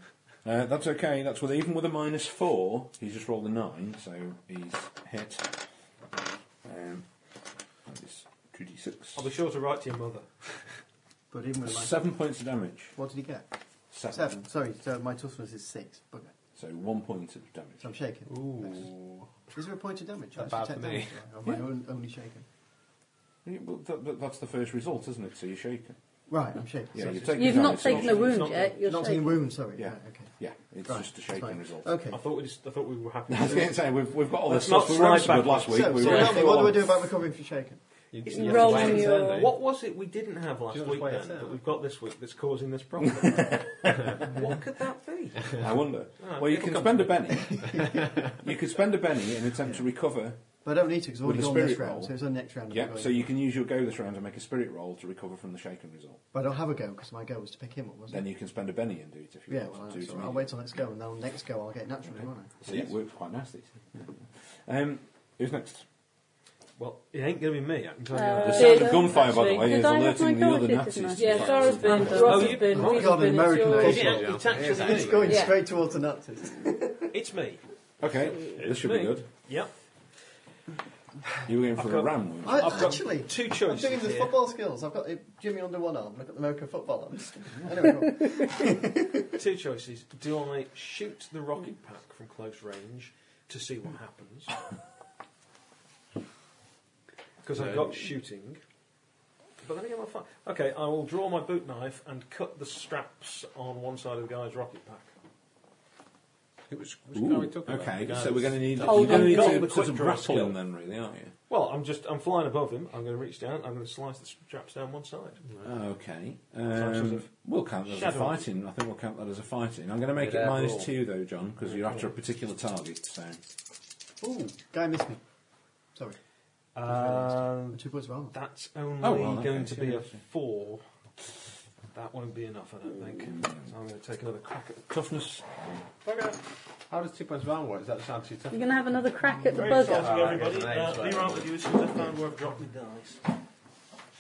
Speaker 9: Uh, that's okay. That's with even with a minus four, he's just rolled a nine, so he's hit. Um, that is two d six.
Speaker 5: I'll be sure to write to your mother.
Speaker 2: But even with like,
Speaker 9: Seven points of damage.
Speaker 2: what did he get?
Speaker 9: Seven.
Speaker 2: Seven. Sorry, so my toughness is six. Bugger.
Speaker 9: So one point of damage.
Speaker 2: So I'm shaking. Is there a point of damage? I should
Speaker 8: That's bad
Speaker 2: take
Speaker 8: for me.
Speaker 2: damage, right? Or Am I on- only shaken?
Speaker 9: Yeah, well, that, that- that's the first result, isn't it? So you're shaken.
Speaker 2: Right, I'm shaken.
Speaker 9: Yeah,
Speaker 2: Sorry.
Speaker 9: you've taken
Speaker 4: You've
Speaker 9: damage,
Speaker 4: not
Speaker 9: so
Speaker 4: taken
Speaker 9: it's-
Speaker 4: a
Speaker 5: it's
Speaker 4: wound
Speaker 5: not-
Speaker 4: yet. You're
Speaker 2: not
Speaker 4: shaking.
Speaker 2: in wound, sorry.
Speaker 9: Yeah.
Speaker 2: Right, okay.
Speaker 9: Yeah, it's
Speaker 2: Right,
Speaker 9: just a
Speaker 2: that's
Speaker 9: shaken
Speaker 2: fine.
Speaker 9: result.
Speaker 2: Okay.
Speaker 5: I thought we just, I thought we were happy.
Speaker 9: [laughs] I was
Speaker 5: with
Speaker 9: going to
Speaker 5: it.
Speaker 9: say we've, we've got all this
Speaker 5: Let's not
Speaker 9: stuff. We were
Speaker 5: slide
Speaker 9: so
Speaker 5: backwards.
Speaker 9: good last week.
Speaker 2: So,
Speaker 9: we
Speaker 2: so
Speaker 9: were
Speaker 2: help me, what do I
Speaker 9: full
Speaker 2: do
Speaker 9: on.
Speaker 2: about recovering from shaken?
Speaker 5: You-
Speaker 6: It's
Speaker 5: you have to
Speaker 6: wrong
Speaker 5: weigh it.
Speaker 6: your-
Speaker 5: What was it we didn't have last
Speaker 8: Do you want
Speaker 5: week
Speaker 8: to weigh
Speaker 5: then
Speaker 8: it
Speaker 5: that
Speaker 8: out?
Speaker 5: we've got this week that's causing this [laughs] problem? what could that be?
Speaker 2: [laughs]
Speaker 9: I wonder.
Speaker 5: Right,
Speaker 9: well, you
Speaker 5: it'll
Speaker 9: can
Speaker 5: come
Speaker 9: spend a
Speaker 5: to
Speaker 9: penny. [laughs] you could spend a penny and attempt to recover.
Speaker 2: But I don't need to because I've
Speaker 9: With
Speaker 2: already
Speaker 9: the
Speaker 2: gone this
Speaker 9: spirit
Speaker 2: round,
Speaker 9: roll.
Speaker 2: so it's the next round. I'm
Speaker 9: Yeah,
Speaker 2: going.
Speaker 9: so you can use your go this round to make a spirit roll to recover from the shaken result.
Speaker 2: But I don't have a go because my go was to pick him up, wasn't
Speaker 9: Then
Speaker 2: it?
Speaker 9: you can spend a penny and do it if you
Speaker 2: Yeah,
Speaker 9: want
Speaker 2: well,
Speaker 9: to.
Speaker 2: that's
Speaker 9: do
Speaker 2: all
Speaker 9: it
Speaker 2: right. I'll wait till next go, and then next go I'll get it naturally, won't I?
Speaker 9: See, it worked quite nicely. Um, who's next?
Speaker 5: Well, it ain't going to be me. I can tell you
Speaker 4: Uh,
Speaker 5: that.
Speaker 9: The sound of
Speaker 4: Did-
Speaker 9: gunfire, by the
Speaker 4: actually,
Speaker 9: way,
Speaker 4: did
Speaker 9: is
Speaker 4: I have my
Speaker 9: alerting the other
Speaker 4: gauntlet,
Speaker 9: Nazis.
Speaker 4: didn't
Speaker 9: to
Speaker 4: I?
Speaker 7: Yeah,
Speaker 9: fight
Speaker 7: Sarah's
Speaker 9: us.
Speaker 7: been,
Speaker 4: Oh,
Speaker 7: Ross
Speaker 5: you-
Speaker 7: has been,
Speaker 2: Oh,
Speaker 7: Peter's
Speaker 2: God,
Speaker 7: been, it's
Speaker 2: American
Speaker 7: yours.
Speaker 2: agent.
Speaker 5: It's- it's actually
Speaker 8: It's
Speaker 5: me.
Speaker 8: actually
Speaker 2: It's going
Speaker 7: Yeah.
Speaker 2: straight towards the Nazis.
Speaker 5: It's me.
Speaker 9: Okay, this should be
Speaker 5: me.
Speaker 9: good.
Speaker 5: Yep.
Speaker 9: You were going
Speaker 5: I've
Speaker 9: for a
Speaker 5: got-
Speaker 9: ram, weren't you?
Speaker 2: I,
Speaker 5: I've got
Speaker 2: actually,
Speaker 5: two
Speaker 2: I'm
Speaker 5: choices
Speaker 2: doing the
Speaker 5: here.
Speaker 2: football skills. I've got uh, Jimmy under one arm. I've got the American football arm. anyway, go on.
Speaker 5: Two choices. Do I shoot the rocket pack from close range to see what happens? Because I've got shooting. But then again, my fi- okay, I will draw my boot knife and cut the straps on one side of the guy's rocket pack.
Speaker 8: Which, which guy we
Speaker 9: Ooh,
Speaker 8: talking about?
Speaker 9: okay,
Speaker 8: The guy
Speaker 9: so we're
Speaker 8: that's-
Speaker 9: going to need,
Speaker 5: Oh,
Speaker 9: you're going to need
Speaker 5: God,
Speaker 9: to
Speaker 5: the
Speaker 9: put
Speaker 5: quick
Speaker 9: some
Speaker 5: draw
Speaker 9: rattle
Speaker 5: skill.
Speaker 9: in then, really, aren't you?
Speaker 5: Well, I'm just I'm flying above him. I'm going to reach down. I'm going to slice the straps down one side.
Speaker 9: Okay.
Speaker 5: I'm sort
Speaker 9: Um,
Speaker 5: of
Speaker 9: we'll count that as a
Speaker 5: shadowing.
Speaker 9: fighting. I think we'll count that as a fighting. I'm going to make
Speaker 8: Yeah,
Speaker 9: it minus
Speaker 8: cool.
Speaker 9: two though, John, because you're after a particular target. So
Speaker 2: Ooh, guy missed me. Sorry.
Speaker 5: Um,
Speaker 2: Two points wrong.
Speaker 5: that's only
Speaker 9: Oh, well, okay,
Speaker 5: going to
Speaker 9: so
Speaker 5: be a
Speaker 9: that's-
Speaker 5: four. That won't be enough, I don't think.
Speaker 9: Hmm.
Speaker 5: So I'm going to take another crack at the
Speaker 9: toughness.
Speaker 5: bugger.
Speaker 8: How does two points of armor work? Is that just actually tough?
Speaker 4: You're going to have another crack at the
Speaker 5: Very
Speaker 4: buzzer.
Speaker 5: exciting, everybody.
Speaker 8: Yeah,
Speaker 5: Uh,
Speaker 8: it's
Speaker 5: be
Speaker 8: right.
Speaker 5: right with you as soon as I find where I've dropped my dice.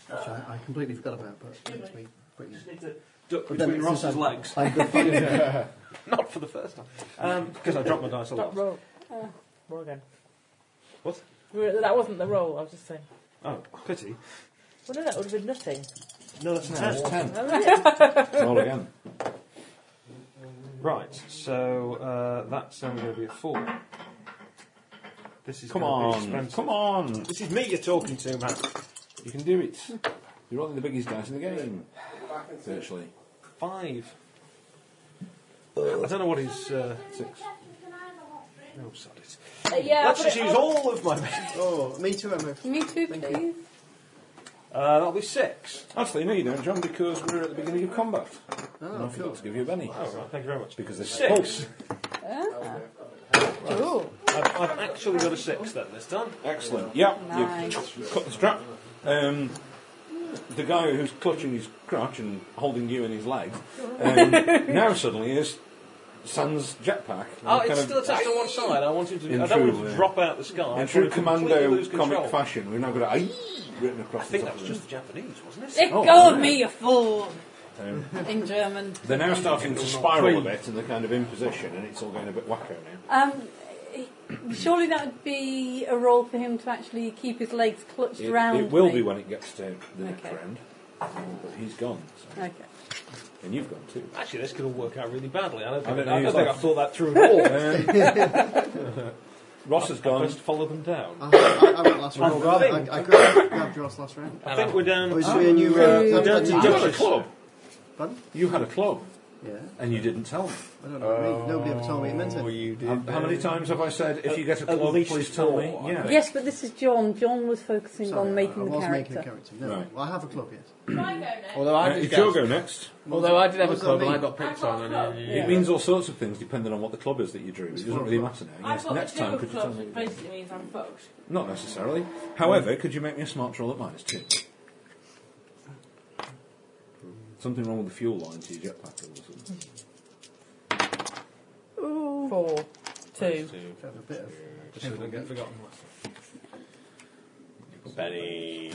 Speaker 2: Which I, I completely forgot about, but it makes me quick now.
Speaker 5: Just need to duck
Speaker 2: But then
Speaker 5: between
Speaker 2: it's just
Speaker 5: Ross's
Speaker 2: I'm-
Speaker 5: legs. [laughs]
Speaker 2: I'm good fun.
Speaker 5: Not for the first time. Um,
Speaker 9: [laughs]
Speaker 5: Because I dropped my dice a
Speaker 7: Stop,
Speaker 5: lot.
Speaker 7: roll. Roll again.
Speaker 5: What?
Speaker 7: We're- That wasn't the roll, I was just saying.
Speaker 5: [laughs] Oh, pity.
Speaker 7: Well, no, that would have been nothing.
Speaker 5: No, that's
Speaker 9: That's ten. Roll again.
Speaker 5: Right, so uh, that's only going to be a four. This is
Speaker 9: Come
Speaker 5: gonna be
Speaker 9: on,
Speaker 5: expensive.
Speaker 9: come on.
Speaker 5: This is me you're talking to, man.
Speaker 9: You can do it. You're rolling the biggest dice in the game. Virtually.
Speaker 5: Five. I don't know what his. Uh,
Speaker 15: Six.
Speaker 5: oh, sod it.
Speaker 6: Uh, yeah,
Speaker 5: Let's
Speaker 6: but
Speaker 5: just
Speaker 6: it-
Speaker 5: use all of my.
Speaker 2: Oh, me too, Emma.
Speaker 6: Me too, please.
Speaker 5: Uh, that'll be six.
Speaker 9: Actually, no, you don't, John, because we're at the beginning of combat. and I forgot to give you a penny.
Speaker 5: Oh, right, thank you very much.
Speaker 9: Because there's
Speaker 5: Six.
Speaker 6: Ooh,
Speaker 5: I've, I've actually got a six then this time.
Speaker 9: Excellent. Yep. You cut the strap. Um, the guy who's clutching his crotch and holding you in his legs
Speaker 5: [laughs]
Speaker 9: um, now suddenly is Sans jetpack.
Speaker 5: Oh,
Speaker 9: Kind
Speaker 5: it's
Speaker 9: of-
Speaker 5: still attached on one side. I want him to.
Speaker 9: In
Speaker 5: I don't want
Speaker 9: true,
Speaker 5: him to
Speaker 9: yeah.
Speaker 5: drop out the sky.
Speaker 9: In true commando
Speaker 5: lose
Speaker 9: comic
Speaker 5: control.
Speaker 9: fashion, we've now got a "Aye" written across
Speaker 5: I think that
Speaker 9: the top
Speaker 5: was
Speaker 9: of
Speaker 5: just Japanese, wasn't it?
Speaker 6: let
Speaker 9: Oh,
Speaker 6: go of
Speaker 9: yeah.
Speaker 6: me, you fool!
Speaker 9: this. Um,
Speaker 6: In German.
Speaker 9: they're now starting to spiral a bit and they're kind of in position and it's all going a bit wacko now.
Speaker 6: Um, surely that would be a role for him to actually keep his legs clutched
Speaker 9: It,
Speaker 6: round.
Speaker 9: it will
Speaker 6: me.
Speaker 9: be when it gets to the next
Speaker 6: Okay.
Speaker 9: round. But he's gone. So.
Speaker 6: Okay.
Speaker 9: And you've gone too.
Speaker 5: Actually, this could all work out really badly. I don't think I,
Speaker 9: don't know
Speaker 5: I,
Speaker 9: who's
Speaker 5: don't think I
Speaker 9: left.
Speaker 5: thought that through at all.
Speaker 9: [laughs] Ross has gone.
Speaker 5: Just follow them down.
Speaker 2: I, I, I went last round.
Speaker 5: Oh,
Speaker 2: I,
Speaker 5: really?
Speaker 2: I, I grabbed, grabbed yours last round.
Speaker 5: I think we're down.
Speaker 2: Oh, is it a new round?
Speaker 5: we're down to
Speaker 9: You had a
Speaker 5: Duchess.
Speaker 9: club.
Speaker 2: Pardon?
Speaker 9: You had a club.
Speaker 2: Yeah.
Speaker 9: And you didn't tell me.
Speaker 2: I don't know. me. Nobody ever told me it meant it.
Speaker 8: Oh, you did.
Speaker 9: How many times have I said, if you get a
Speaker 5: Um, at
Speaker 9: club,
Speaker 5: least
Speaker 9: please tell me?
Speaker 5: four.
Speaker 9: Yeah.
Speaker 4: Yes, but this is John. John was focusing
Speaker 2: Sorry,
Speaker 4: on
Speaker 2: I, I
Speaker 4: making the
Speaker 2: was
Speaker 4: character.
Speaker 2: making a character. No,
Speaker 9: Right.
Speaker 2: well, I have a club yet.
Speaker 15: Can I go next?
Speaker 8: Although I
Speaker 9: Uh,
Speaker 8: did
Speaker 9: it's
Speaker 8: get-
Speaker 9: your go next.
Speaker 8: Although I did have a
Speaker 2: What does
Speaker 8: club
Speaker 2: that
Speaker 8: and I
Speaker 2: mean?
Speaker 8: got picked on. And, you- you-
Speaker 9: It means all sorts of things depending on what the club is that you're doing. It doesn't really matter now.
Speaker 7: I've
Speaker 9: Yes,
Speaker 7: got
Speaker 9: next
Speaker 7: the two
Speaker 9: time,
Speaker 7: of
Speaker 9: could you tell
Speaker 7: clubs,
Speaker 9: me?
Speaker 7: which basically means I'm fucked.
Speaker 9: Not necessarily. However, could you make me a smart roll at minus two? Something wrong with the fuel line to your jetpack or something.
Speaker 7: Four, two.
Speaker 2: I have a bit of.
Speaker 5: Just so they get forgotten.
Speaker 8: Benny.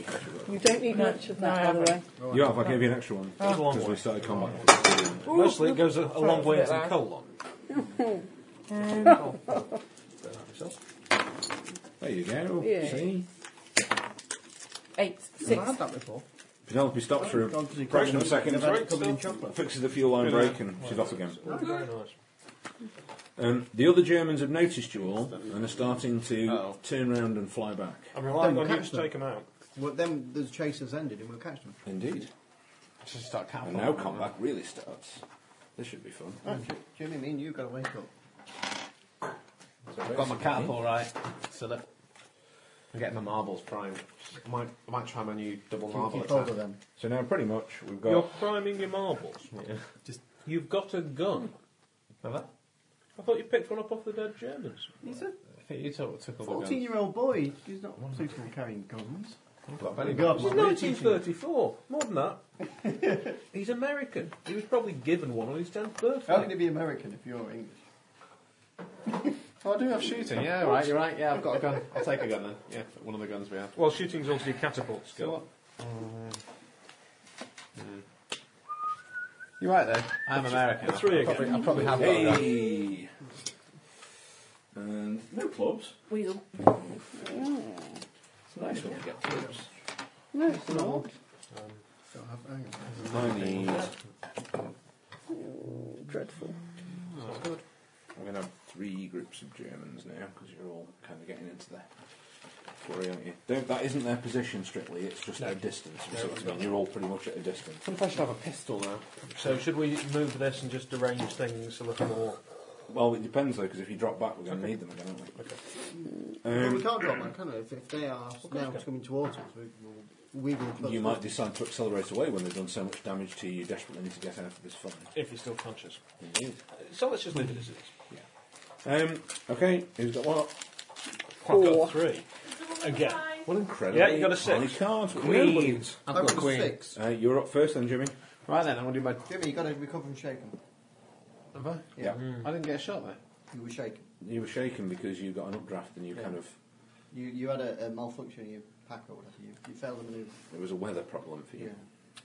Speaker 4: You don't need much of that,
Speaker 7: No,
Speaker 4: by
Speaker 7: I
Speaker 4: the way.
Speaker 9: You have, I gave you an extra one.
Speaker 5: It's a long
Speaker 9: Because
Speaker 5: way.
Speaker 9: we started combat.
Speaker 5: Mostly it goes a, a long way into the
Speaker 7: Sorry.
Speaker 5: colon.
Speaker 9: There you go.
Speaker 4: Yeah.
Speaker 9: See?
Speaker 7: Eight,
Speaker 2: I've
Speaker 7: six.
Speaker 2: had that before.
Speaker 9: Penelope stops for a
Speaker 2: Gone to the
Speaker 9: fraction of a second,
Speaker 2: I've had it covered in chocolate.
Speaker 9: fixes the fuel line brake, and she's off again.
Speaker 5: Very nice.
Speaker 9: Um, the other Germans have noticed you all and are starting to turn round and fly back.
Speaker 5: I'm relying
Speaker 2: Don't
Speaker 5: on you
Speaker 2: catch
Speaker 5: to
Speaker 2: them.
Speaker 5: take them out.
Speaker 2: Well, then the chase has ended and we'll catch them. Oh,
Speaker 9: Indeed.
Speaker 8: Just start
Speaker 9: And
Speaker 8: catapulting.
Speaker 9: now combat really starts. This should be fun.
Speaker 2: Jimmy, me and you got to wake up.
Speaker 8: Got my catapult right. So I'm getting my marbles primed. I might, I might try my new double
Speaker 2: Keep-
Speaker 8: marble
Speaker 2: keep
Speaker 8: attack.
Speaker 2: hold of them.
Speaker 9: So now pretty much we've got.
Speaker 5: You're priming your marbles. Just You've got a gun.
Speaker 8: Have I?
Speaker 5: I thought you picked one up off the dead Germans.
Speaker 2: He's a
Speaker 8: I think you took, took all the guns.
Speaker 2: fourteen-year-old boy. He's not suitable carrying guns.
Speaker 8: I've got many
Speaker 2: God.
Speaker 8: guns.
Speaker 5: This is
Speaker 2: Well, we're teaching-
Speaker 5: 1934. More than that. [laughs] He's American. He was probably given one on his 10th
Speaker 2: How can
Speaker 5: birthday.
Speaker 2: he be American if you're English?
Speaker 8: Oh, I do have shooting. Yeah, right. You're right. Yeah, I've got a gun. I'll take a gun then. Yeah, one of the guns we have.
Speaker 5: Well, shooting's obviously a catapult
Speaker 8: So
Speaker 5: skill.
Speaker 8: what? You're right though. I'm American.
Speaker 5: three
Speaker 8: I probably,
Speaker 5: again.
Speaker 8: I probably have got a gun.
Speaker 9: Hey! And no clubs.
Speaker 7: Weasel.
Speaker 9: It's nice when we get clubs.
Speaker 4: No, it's not.
Speaker 2: Don't have, hang on.
Speaker 9: I need.
Speaker 4: Oh, Dreadful.
Speaker 2: Oh,
Speaker 9: I'm going to have three groups of Germans now because you're all kind of getting into their flurry, aren't you? Don't, that isn't their position strictly, it's just their distance. of sorts, and You're all pretty much at a distance.
Speaker 8: I think I should have a pistol now.
Speaker 5: So should we move this and just arrange things a little more?
Speaker 9: Well, it depends though, because if you drop back, we're going to need them again, aren't we?
Speaker 2: Well, we
Speaker 9: Um,
Speaker 2: can't drop that, can we? If, if they are now coming towards us, we will. We will
Speaker 9: you might decide to accelerate away when they've done so much damage to you. You desperately need to get out of this fight.
Speaker 5: If you're still conscious.
Speaker 9: Indeed.
Speaker 5: So let's just leave it as it is.
Speaker 9: Um, okay, who's got what?
Speaker 5: I've got three. Again.
Speaker 9: Well, incredible.
Speaker 5: Yeah, you got a six.
Speaker 9: cards.
Speaker 8: Queens. I've got a queen.
Speaker 2: six.
Speaker 9: Uh, you're up first then, Jimmy.
Speaker 8: Right then, I'm gonna do my.
Speaker 2: Jimmy, you got to recover from shaken.
Speaker 8: Have I? Mm.
Speaker 2: Yeah.
Speaker 8: I didn't get a shot there.
Speaker 2: You were shaken.
Speaker 9: You were shaken because you got an updraft and you
Speaker 2: Yeah.
Speaker 9: kind of.
Speaker 2: You you had a, a malfunction in your pack or whatever. You, you failed the manoeuvre.
Speaker 9: It was a weather problem for you.
Speaker 2: Yeah.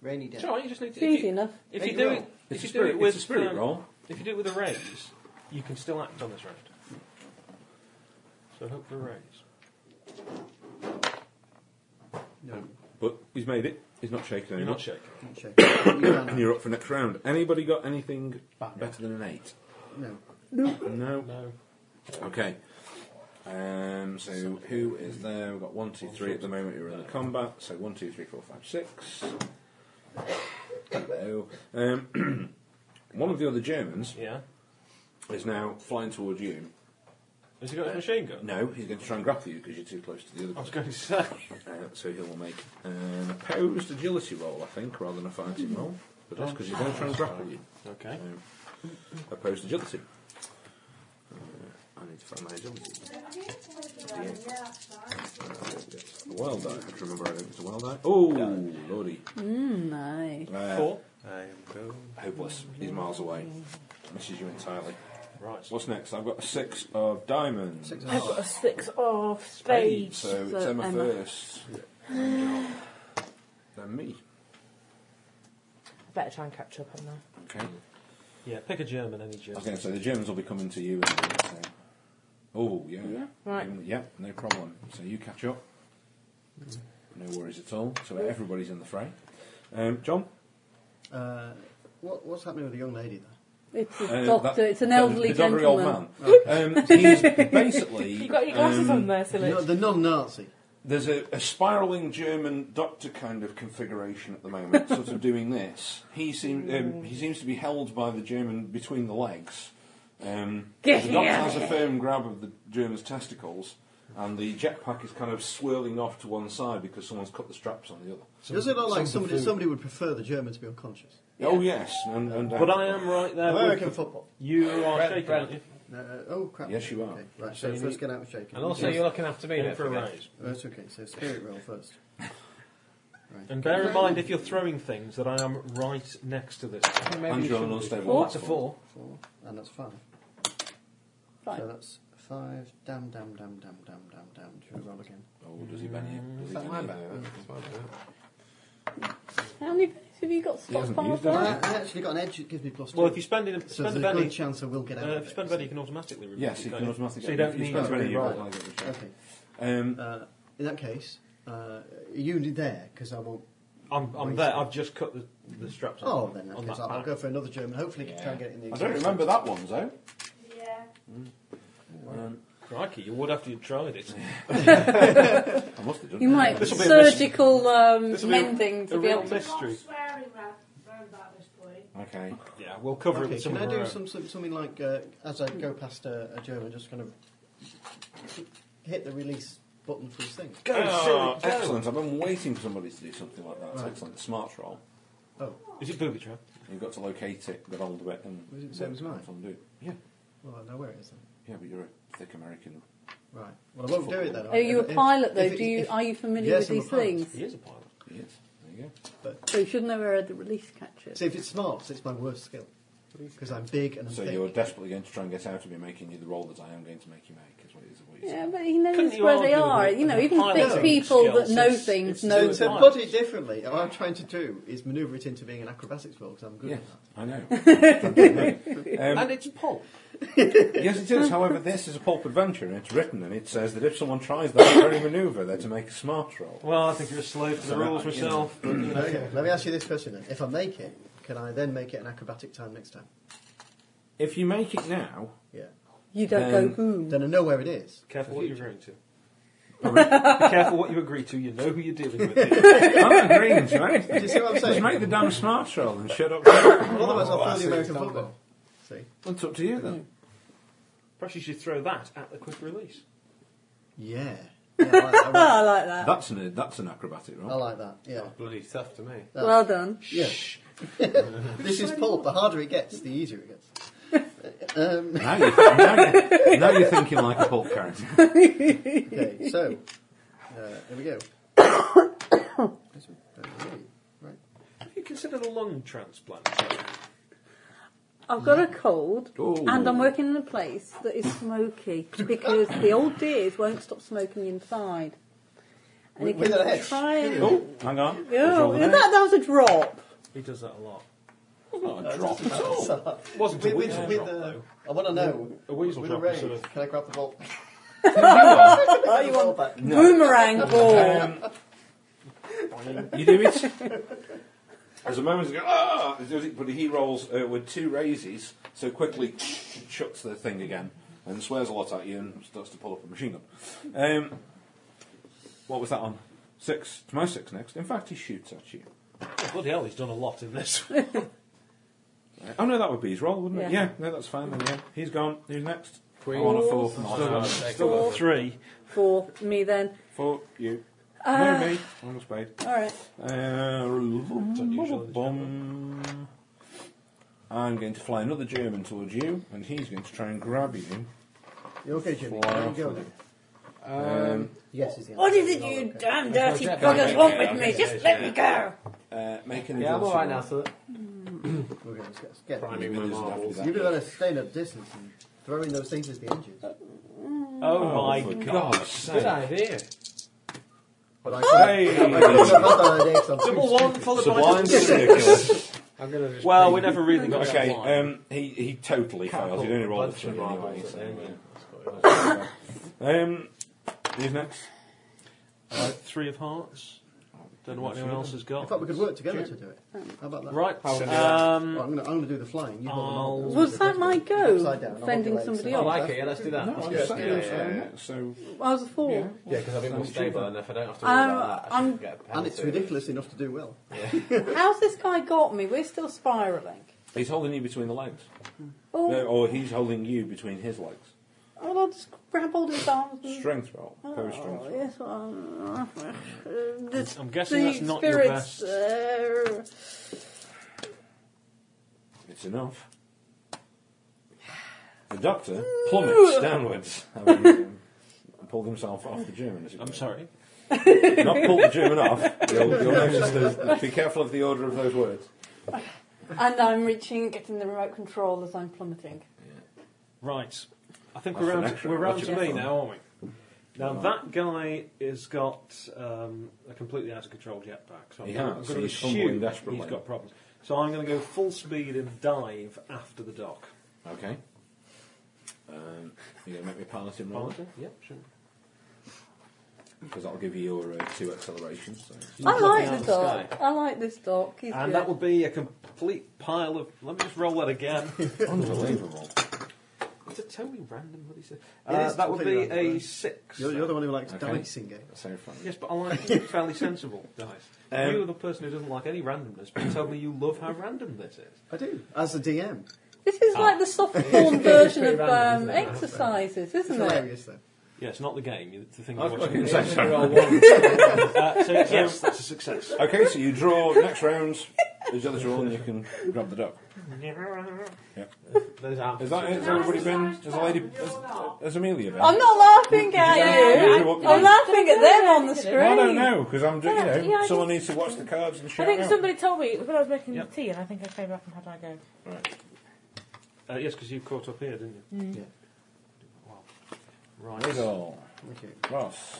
Speaker 2: Rainy day.
Speaker 5: It's all right, you just need to.
Speaker 4: It's easy
Speaker 5: if you,
Speaker 4: enough.
Speaker 5: if
Speaker 2: Hey, you
Speaker 5: you do
Speaker 2: will.
Speaker 5: it, if
Speaker 9: It's,
Speaker 5: you
Speaker 9: a
Speaker 5: do
Speaker 9: spirit,
Speaker 5: it with
Speaker 9: it's a spirit
Speaker 5: um,
Speaker 9: roll.
Speaker 5: If you do it with a raise, you can still act on this round. So hope for a raise.
Speaker 2: No,
Speaker 9: But he's made it. He's not shaken
Speaker 5: You're
Speaker 9: anymore.
Speaker 5: not shaking.
Speaker 2: not shaken. you
Speaker 9: and
Speaker 2: can,
Speaker 9: you're up for next round. Anybody got anything better than an eight?
Speaker 2: no.
Speaker 9: No.
Speaker 5: No.
Speaker 9: Okay. Um, so who is there? We've got one, two, three at the moment. You're in the combat. So one, two, three, four, five, six. Hello. Um, [clears throat] one of the other Germans
Speaker 5: Yeah.
Speaker 9: is now flying towards you.
Speaker 5: Has he got his machine gun?
Speaker 9: No, he's going to try and grapple you because you're too close to the other.
Speaker 5: I was going to say.
Speaker 9: Uh, so he'll make an opposed agility roll, I think, rather than a fighting roll. But
Speaker 5: Oh.
Speaker 9: that's because he's going to try and grapple you.
Speaker 5: Okay.
Speaker 9: So, opposed agility. Uh, I need to find my agility. It's a wild die. I have to remember. I think it's a wild die. Oh, lordy.
Speaker 4: Nice.
Speaker 9: Uh,
Speaker 5: Four.
Speaker 8: I am go.
Speaker 9: Hopeless. He's miles away. Misses you entirely.
Speaker 5: Right.
Speaker 9: What's next? I've got a six of diamonds.
Speaker 2: Six
Speaker 7: I've got a six of
Speaker 9: Eight,
Speaker 7: spades.
Speaker 9: so it's
Speaker 7: So
Speaker 9: Emma,
Speaker 7: Emma.
Speaker 9: first. Then John. Then me.
Speaker 7: Better try and catch up, haven't I?
Speaker 9: Okay.
Speaker 5: Yeah, pick a German, any
Speaker 9: I was
Speaker 5: German.
Speaker 9: going to say the Germans will be coming to you. in a minute, so- Oh yeah.
Speaker 7: Yeah. Right.
Speaker 9: Mm, Yeah, no problem. So you catch up. No worries at all. So everybody's in the fray. Um, John,
Speaker 2: Uh, what, what's happening with the young lady there?
Speaker 4: It's a
Speaker 9: uh,
Speaker 4: doctor.
Speaker 9: that-
Speaker 4: it's an
Speaker 9: the-
Speaker 4: elderly
Speaker 9: the doddery
Speaker 4: gentleman.
Speaker 9: old man. Um,
Speaker 7: [laughs]
Speaker 9: he's basically
Speaker 7: You got your glasses
Speaker 9: um,
Speaker 7: on there, silly.
Speaker 2: No, the non-Nazi.
Speaker 9: There's a, a spiraling German doctor kind of configuration at the moment, sort of doing this. He seems
Speaker 8: Mm.
Speaker 9: um, he seems to be held by the German between the legs. Um,
Speaker 7: Get
Speaker 9: the doctor
Speaker 7: here.
Speaker 9: has a firm grab of the German's testicles, and the jetpack is kind of swirling off to one side because someone's cut the straps on the other.
Speaker 2: Does it look like
Speaker 5: some
Speaker 2: somebody, somebody would prefer the German to be unconscious?
Speaker 9: Oh yes, and, and
Speaker 5: But I am right
Speaker 8: Uh,
Speaker 5: there.
Speaker 2: American
Speaker 5: with-
Speaker 2: football.
Speaker 5: You are shaking, aren't you?
Speaker 2: No, uh, oh crap!
Speaker 9: Yes, you are.
Speaker 2: Okay, right, so,
Speaker 5: you
Speaker 2: first
Speaker 5: need-
Speaker 2: get out of shaking.
Speaker 8: And also,
Speaker 2: Okay.
Speaker 8: you're looking after me.
Speaker 5: In
Speaker 8: don't
Speaker 5: for a
Speaker 8: forget.
Speaker 5: raise.
Speaker 2: that's okay. So spirit roll first.
Speaker 5: And bear in mind, if you're throwing things, that I am right next to this.
Speaker 8: Maybe
Speaker 9: And
Speaker 8: you
Speaker 9: you're
Speaker 8: shouldn't
Speaker 9: on an
Speaker 8: do-
Speaker 9: unstable
Speaker 5: Four. That's a
Speaker 9: platform.
Speaker 5: four.
Speaker 2: Four, and that's five.
Speaker 4: Five.
Speaker 2: So that's five. Damn, damn, damn, damn, damn, damn, damn. Should we roll again?
Speaker 9: Oh, does he bend
Speaker 8: Mm,
Speaker 9: you? Does
Speaker 8: Is
Speaker 9: he
Speaker 8: that
Speaker 9: bend
Speaker 8: my
Speaker 9: you?
Speaker 8: banner? That's my banner.
Speaker 4: How many pennies have you got
Speaker 9: hasn't
Speaker 4: stockpiled
Speaker 9: used
Speaker 4: for?
Speaker 9: them.
Speaker 2: I,
Speaker 4: that?
Speaker 2: I actually got an edge. It gives me plus two.
Speaker 5: Well, if you spend, in a,
Speaker 2: so
Speaker 5: spend a
Speaker 2: there's a
Speaker 5: penny,
Speaker 2: good chance I will get
Speaker 5: uh,
Speaker 2: out.
Speaker 5: if
Speaker 2: of
Speaker 5: you
Speaker 2: it,
Speaker 5: spend a
Speaker 2: so-
Speaker 5: penny, you can automatically remove
Speaker 9: Yes,
Speaker 5: it.
Speaker 9: he
Speaker 5: can't
Speaker 9: can automatically.
Speaker 5: So you
Speaker 9: get-
Speaker 5: don't
Speaker 9: if you
Speaker 5: need
Speaker 9: spend
Speaker 5: to
Speaker 9: money, you
Speaker 5: re-roll.
Speaker 9: roll like it, which-
Speaker 2: Okay.
Speaker 9: Um,
Speaker 2: Uh, in that case, uh, you there because I won't.
Speaker 5: I'm, I'm there. I've just cut the, the straps.
Speaker 2: Oh,
Speaker 5: on,
Speaker 2: then
Speaker 5: on
Speaker 2: okay,
Speaker 5: that
Speaker 2: so I'll
Speaker 5: back.
Speaker 2: go for another German. Hopefully, can try and get it in the.
Speaker 9: I don't remember that one though.
Speaker 15: Yeah.
Speaker 5: Crikey, you would after you'd tried it.
Speaker 9: I must have done.
Speaker 4: You might
Speaker 5: This'll be a mis-
Speaker 4: surgical um,
Speaker 5: this'll be a-
Speaker 4: mending
Speaker 5: a
Speaker 4: to be
Speaker 5: real
Speaker 4: able to.
Speaker 5: mis- Mystery.
Speaker 15: Not swearing round, round about this point.
Speaker 9: Okay.
Speaker 5: Yeah, we'll cover it
Speaker 2: Okay,
Speaker 5: with some
Speaker 2: can I
Speaker 5: of
Speaker 2: do
Speaker 5: our
Speaker 2: some, some, something uh, like uh, as I go past a, a German, just kind of hit the release button for his thing.
Speaker 5: Go,
Speaker 9: Oh,
Speaker 5: silly, go.
Speaker 9: Excellent. I've been waiting for somebody to do something like that. It's
Speaker 2: Right.
Speaker 9: excellent. The smarts roll.
Speaker 2: Oh,
Speaker 5: Is it booby trap?
Speaker 9: You've got to locate it, get hold of it, and.
Speaker 2: Was it the same as mine?
Speaker 9: Undo. Yeah,
Speaker 2: well, I know where it is then.
Speaker 9: yeah, but you're a thick American.
Speaker 2: Right. Well, I won't do it then.
Speaker 4: Are you a
Speaker 2: If- if-
Speaker 4: pilot though?
Speaker 2: if it-
Speaker 4: Do you
Speaker 2: if-
Speaker 4: are you familiar
Speaker 2: Yes,
Speaker 4: with
Speaker 2: I'm a
Speaker 4: these
Speaker 2: pilot.
Speaker 4: things?
Speaker 5: He is a pilot.
Speaker 9: Yes, there you go.
Speaker 4: So you should never had the release catches.
Speaker 2: See, if it's smarts, it's my worst skill. Because I'm big and I'm
Speaker 9: So
Speaker 2: thick.
Speaker 9: you're desperately going to try and get out of me making you the role that I am going to make you make, is what it is. What you
Speaker 4: Yeah,
Speaker 9: said.
Speaker 4: but he
Speaker 5: Couldn't
Speaker 4: knows
Speaker 5: you
Speaker 4: where they
Speaker 5: argue
Speaker 4: are.
Speaker 5: that
Speaker 4: You know,
Speaker 5: the
Speaker 4: even
Speaker 5: piloting
Speaker 4: thick people that
Speaker 5: skills
Speaker 4: know
Speaker 5: is-
Speaker 4: things
Speaker 5: it's
Speaker 4: know
Speaker 5: doable.
Speaker 2: to
Speaker 5: Right.
Speaker 2: put it differently, what I'm trying to do is manoeuvre it into being an acrobatics role because I'm good
Speaker 9: Yes,
Speaker 2: at that.
Speaker 9: I
Speaker 4: [laughs]
Speaker 9: know. um,
Speaker 5: and it's pulp.
Speaker 9: yes, it is. However, this is a pulp adventure, and it's written, and it says that if someone tries that very manoeuvre, they're to make a smart roll.
Speaker 5: Well, I think you're a slave to the rules myself. but, you know.
Speaker 2: Okay, let me ask you this question then. If I make it, can I then make it an acrobatic time next time?
Speaker 9: If you make it now,
Speaker 2: Yeah.
Speaker 4: You don't
Speaker 9: Um,
Speaker 4: go "Hmm." boom.
Speaker 2: Then I know where it is.
Speaker 5: Careful
Speaker 2: For
Speaker 5: what you're
Speaker 2: future.
Speaker 5: agreeing to. Be careful what you agree to. You know who you're
Speaker 2: [laughs]
Speaker 5: dealing with.
Speaker 9: I'm agreeing to anything.
Speaker 2: Do you see what I'm
Speaker 9: Just
Speaker 2: saying?
Speaker 9: make the damn smart roll and shut up.
Speaker 2: Otherwise, I'll
Speaker 9: Oh, I
Speaker 2: fail
Speaker 9: see.
Speaker 2: the American football. See?
Speaker 9: It's up to you then.
Speaker 5: Perhaps you should throw that at the quick release.
Speaker 2: Yeah. [laughs] yeah I, like, that. Oh,
Speaker 4: I like that.
Speaker 9: That's an that's an acrobatic
Speaker 2: I
Speaker 9: roll.
Speaker 2: like that. Yeah.
Speaker 5: Bloody tough to me.
Speaker 2: that.
Speaker 4: Well done.
Speaker 2: yeah. [laughs] this is pulp. The harder it gets, the easier it gets.
Speaker 9: Now you're, now, you're, now you're thinking like a pulp character.
Speaker 2: [laughs] Okay, so uh, there we go. This one, uh, really, right.
Speaker 5: Have you considered a lung transplant?
Speaker 4: I've got a cold,
Speaker 9: Ooh.
Speaker 4: and I'm working in a place that is smoky because the old deers won't stop smoking inside. And you
Speaker 2: With- with
Speaker 4: can
Speaker 2: their heads.
Speaker 4: try and.
Speaker 9: [laughs] Oh, hang on.
Speaker 4: Oh, that, that was a drop.
Speaker 5: He does that a lot.
Speaker 9: not a drop at all.
Speaker 2: So,
Speaker 5: Wasn't
Speaker 2: with,
Speaker 5: a
Speaker 2: with,
Speaker 5: weasel
Speaker 2: with,
Speaker 5: drop
Speaker 2: uh,
Speaker 5: though.
Speaker 2: I want to know.
Speaker 5: A weasel
Speaker 2: with a
Speaker 5: drop
Speaker 2: raise,
Speaker 5: is sort of.
Speaker 2: can I grab the [laughs] ball?
Speaker 4: Oh, you want boomerang ball.
Speaker 9: Um, you do it. As a moment ago, ah, he does it, but he rolls uh, with two raises, so quickly shuts the thing again and swears a lot at you and starts to pull up a machine gun. Um, what was that on? Six. To my six next. In fact, he shoots at you.
Speaker 5: Oh, bloody hell, he's done a lot in
Speaker 9: [laughs]
Speaker 5: this.
Speaker 9: Oh Uh, oh no, that would be his roll, wouldn't it?
Speaker 4: Yeah.
Speaker 9: Yeah. No, that's fine. Then yeah, he's gone. Who's next?
Speaker 8: Queen.
Speaker 16: Oh,
Speaker 9: I'm on a four. from
Speaker 8: Still got-
Speaker 9: my side.
Speaker 8: still got-
Speaker 5: Three.
Speaker 4: For me then.
Speaker 9: Four. You. no, me. I'm a spade.
Speaker 4: All right.
Speaker 9: Uh,
Speaker 5: unusual, this
Speaker 9: bum. I'm going to fly another German towards you, and he's going to try and grab you.
Speaker 2: [laughs] You okay, Jimmy?
Speaker 9: Fly
Speaker 2: Can you
Speaker 9: off
Speaker 2: go
Speaker 9: with
Speaker 2: then?
Speaker 9: it.
Speaker 8: Um,
Speaker 2: Yes, is the answer.
Speaker 4: What is it
Speaker 2: No,
Speaker 8: Oh,
Speaker 4: you
Speaker 2: okay.
Speaker 4: damn dirty
Speaker 8: Jack,
Speaker 4: buggers
Speaker 8: okay,
Speaker 4: want
Speaker 9: yeah,
Speaker 4: with me? Just let me go.
Speaker 9: Uh, make an
Speaker 8: yeah, I'm
Speaker 9: agility
Speaker 8: alright
Speaker 9: roll.
Speaker 8: now, so
Speaker 2: Okay, let's get, let's get
Speaker 8: Priming
Speaker 9: Maybe
Speaker 8: my
Speaker 9: there's enough
Speaker 8: marbles.
Speaker 9: of
Speaker 2: You've
Speaker 9: that.
Speaker 2: got to stay in a distance and throwing those things as the engines.
Speaker 5: Oh,
Speaker 9: Oh,
Speaker 5: my
Speaker 9: for
Speaker 5: god.
Speaker 9: God's sake.
Speaker 8: Good idea.
Speaker 2: But I couldn't- I couldn't have had that idea 'cause I'm
Speaker 5: Double
Speaker 2: too
Speaker 5: one
Speaker 2: stupid.
Speaker 5: followed by
Speaker 9: Sublime ridiculous.
Speaker 8: I'm gonna [laughs] just.
Speaker 5: Well,
Speaker 8: ping-
Speaker 5: we never really got
Speaker 9: okay,
Speaker 5: that line.
Speaker 9: um, he, he totally fails. He'd only rolled a three anyway. so, yeah. Um, who's next?
Speaker 5: Uh, three of hearts. Don't know what anyone else has
Speaker 2: I
Speaker 5: got.
Speaker 2: thought we could work together to do it. How about that?
Speaker 5: Right.
Speaker 8: How would you like
Speaker 5: Um,
Speaker 2: Well, I'm going to do the flying. You hold the
Speaker 5: I'll-
Speaker 9: Oh.
Speaker 2: marbles.
Speaker 4: Was that my
Speaker 2: Upside
Speaker 4: go?
Speaker 2: down,
Speaker 4: Fending
Speaker 2: I'll do it.
Speaker 4: somebody
Speaker 8: I
Speaker 4: off.
Speaker 8: like it. Yeah, let's do that.
Speaker 9: I'm
Speaker 8: Yeah,
Speaker 9: just saying,
Speaker 8: yeah, yeah, yeah.
Speaker 9: uh, So,
Speaker 4: I was a four.
Speaker 8: Yeah, because I'll be more stable, and if I don't have to worry
Speaker 4: Um,
Speaker 8: about that, I
Speaker 4: I'm-
Speaker 8: should get a
Speaker 2: And it's
Speaker 8: penalty.
Speaker 2: ridiculous enough to do well.
Speaker 4: How's this guy got me? We're still spiralling.
Speaker 9: he's holding you between the legs.
Speaker 4: Oh,
Speaker 9: No, or he's holding you between his legs.
Speaker 4: well, I'll just grab hold of his arms. and-
Speaker 9: Strength roll. Very
Speaker 4: Mm.
Speaker 9: strength
Speaker 4: Oh,
Speaker 9: roll.
Speaker 4: yes, well, uh, the,
Speaker 5: I'm guessing
Speaker 4: the
Speaker 5: that's not your
Speaker 4: spirits,
Speaker 5: best.
Speaker 4: uh,
Speaker 9: It's enough. The doctor plummets downwards, having um, pulled himself off the German. as it
Speaker 5: I'm
Speaker 9: were.
Speaker 5: sorry.
Speaker 9: Not pulled the German off. [laughs] You'll, you'll notice those. Be careful of the order of those words.
Speaker 4: uh, and I'm reaching, getting the remote control as I'm plummeting.
Speaker 5: Right. I think
Speaker 9: That's
Speaker 5: we're
Speaker 9: an
Speaker 5: round,
Speaker 9: extra-
Speaker 5: we're round
Speaker 9: that's
Speaker 5: to
Speaker 9: an
Speaker 5: me
Speaker 9: extra.
Speaker 5: now, aren't we? Now, that guy has got um, a completely out of control jetpack. So I'm
Speaker 9: He
Speaker 5: gonna-
Speaker 9: has,
Speaker 5: I'm going
Speaker 9: he's
Speaker 5: to
Speaker 9: fumbling
Speaker 5: assume
Speaker 9: desperately.
Speaker 5: he's got problems. So I'm going to go full speed and dive after the dock.
Speaker 9: Okay. Um, you're going to make me pilot him roll?
Speaker 5: Piloting? Yeah, sure.
Speaker 9: Because that'll give you your uh, two accelerations. So.
Speaker 4: I like
Speaker 8: out
Speaker 4: the
Speaker 8: of the sky.
Speaker 4: doc. I like this doc. He's
Speaker 5: And
Speaker 4: good.
Speaker 5: that will be a complete pile of. Let me just roll that [laughs] again.
Speaker 9: Unbelievable.
Speaker 5: it's a totally random bloody thing.
Speaker 2: It
Speaker 5: Uh,
Speaker 2: is
Speaker 5: that would be
Speaker 2: completely random,
Speaker 5: a
Speaker 2: yeah.
Speaker 5: 6.
Speaker 2: You're, you're the one who likes eh?
Speaker 9: Okay.
Speaker 2: dicing games.
Speaker 9: So fun.
Speaker 5: Yes, but I like it. fairly sensible [laughs] dice.
Speaker 9: Um,
Speaker 5: you are the person who doesn't like any randomness, but you tell me you love how random this is.
Speaker 2: I do. As a DM.
Speaker 4: This is like the soft form version of um, exercises,
Speaker 2: It's
Speaker 4: isn't it?
Speaker 2: hilarious, though.
Speaker 5: Yeah, it's not the game. It's the thing
Speaker 9: I
Speaker 5: you're
Speaker 9: was
Speaker 5: watching.
Speaker 9: looking at
Speaker 5: Yeah.
Speaker 9: the
Speaker 5: Roll
Speaker 9: same.
Speaker 5: one. uh, [laughs] so, so
Speaker 16: Yes, that's a success.
Speaker 9: [laughs] Okay, so
Speaker 5: [laughs]
Speaker 9: you draw next round. There's the other draw, and you can grab the duck.
Speaker 5: Those are
Speaker 9: Is that it? Has everybody been? Has the lady? Has, has Amelia been?
Speaker 4: I'm not laughing at
Speaker 9: Yeah,
Speaker 4: you.
Speaker 9: I-
Speaker 4: I'm
Speaker 9: I-
Speaker 4: laughing at them on the screen.
Speaker 9: I don't know because I'm. ju- You
Speaker 7: Yeah,
Speaker 9: know,
Speaker 7: yeah, I
Speaker 9: someone needs to watch the cards and
Speaker 7: I
Speaker 9: shout
Speaker 7: think
Speaker 9: out.
Speaker 7: somebody told me when I was making
Speaker 5: Yep.
Speaker 7: the tea, and I think I came up and had my go.
Speaker 9: Right.
Speaker 5: Uh, yes, because you caught up here, didn't you?
Speaker 7: Mm.
Speaker 2: Yeah.
Speaker 5: Right.
Speaker 9: Riddle.
Speaker 2: Thank you.
Speaker 9: Ross.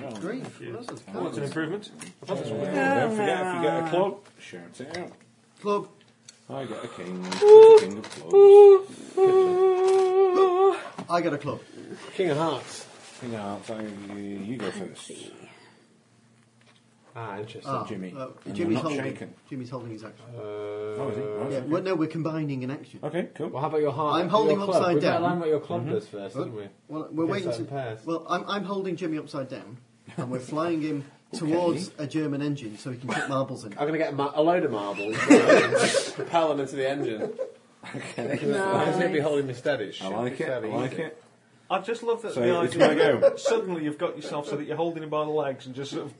Speaker 9: John.
Speaker 2: Grief. Well, that's a-
Speaker 5: That's an improvement. That's
Speaker 9: Uh,
Speaker 5: a-
Speaker 9: don't forget if you get a club, shout it out.
Speaker 2: Club.
Speaker 9: I get a king. King of clubs.
Speaker 2: I got a club.
Speaker 16: King of Hearts.
Speaker 9: King of hearts. I- You you go first.
Speaker 16: Ah, interesting.
Speaker 2: Ah,
Speaker 9: Jimmy.
Speaker 2: uh,
Speaker 9: And
Speaker 2: Jimmy's
Speaker 9: not
Speaker 2: holding.
Speaker 9: shaken.
Speaker 2: Jimmy's holding his action.
Speaker 9: Oh, is he? Right,
Speaker 2: yeah,
Speaker 9: okay.
Speaker 2: well, no, we're combining an action.
Speaker 9: Okay, cool.
Speaker 16: Well, how about your heart?
Speaker 2: I'm holding
Speaker 16: your
Speaker 2: upside
Speaker 16: club? We
Speaker 2: down.
Speaker 16: better learn what your
Speaker 9: Mm-hmm.
Speaker 16: club does first, didn't we?
Speaker 2: Well, we're
Speaker 16: Guess
Speaker 2: waiting
Speaker 16: I'm
Speaker 2: to.
Speaker 16: past.
Speaker 2: Well, I'm, I'm holding Jimmy upside down, and we're flying
Speaker 9: [laughs]
Speaker 2: him towards a German engine so he can put marbles in.
Speaker 16: I'm going to get a, ma- a load of [laughs] marbles, and propel them into the engine.
Speaker 9: Okay.
Speaker 16: Nice. Isn't it be holding me steady?
Speaker 9: I like it. I like it.
Speaker 2: [laughs]
Speaker 5: I just love that
Speaker 9: So,
Speaker 5: the
Speaker 9: it's my
Speaker 5: idea
Speaker 9: go.
Speaker 5: that suddenly you've got yourself so that you're holding him by the legs and just sort of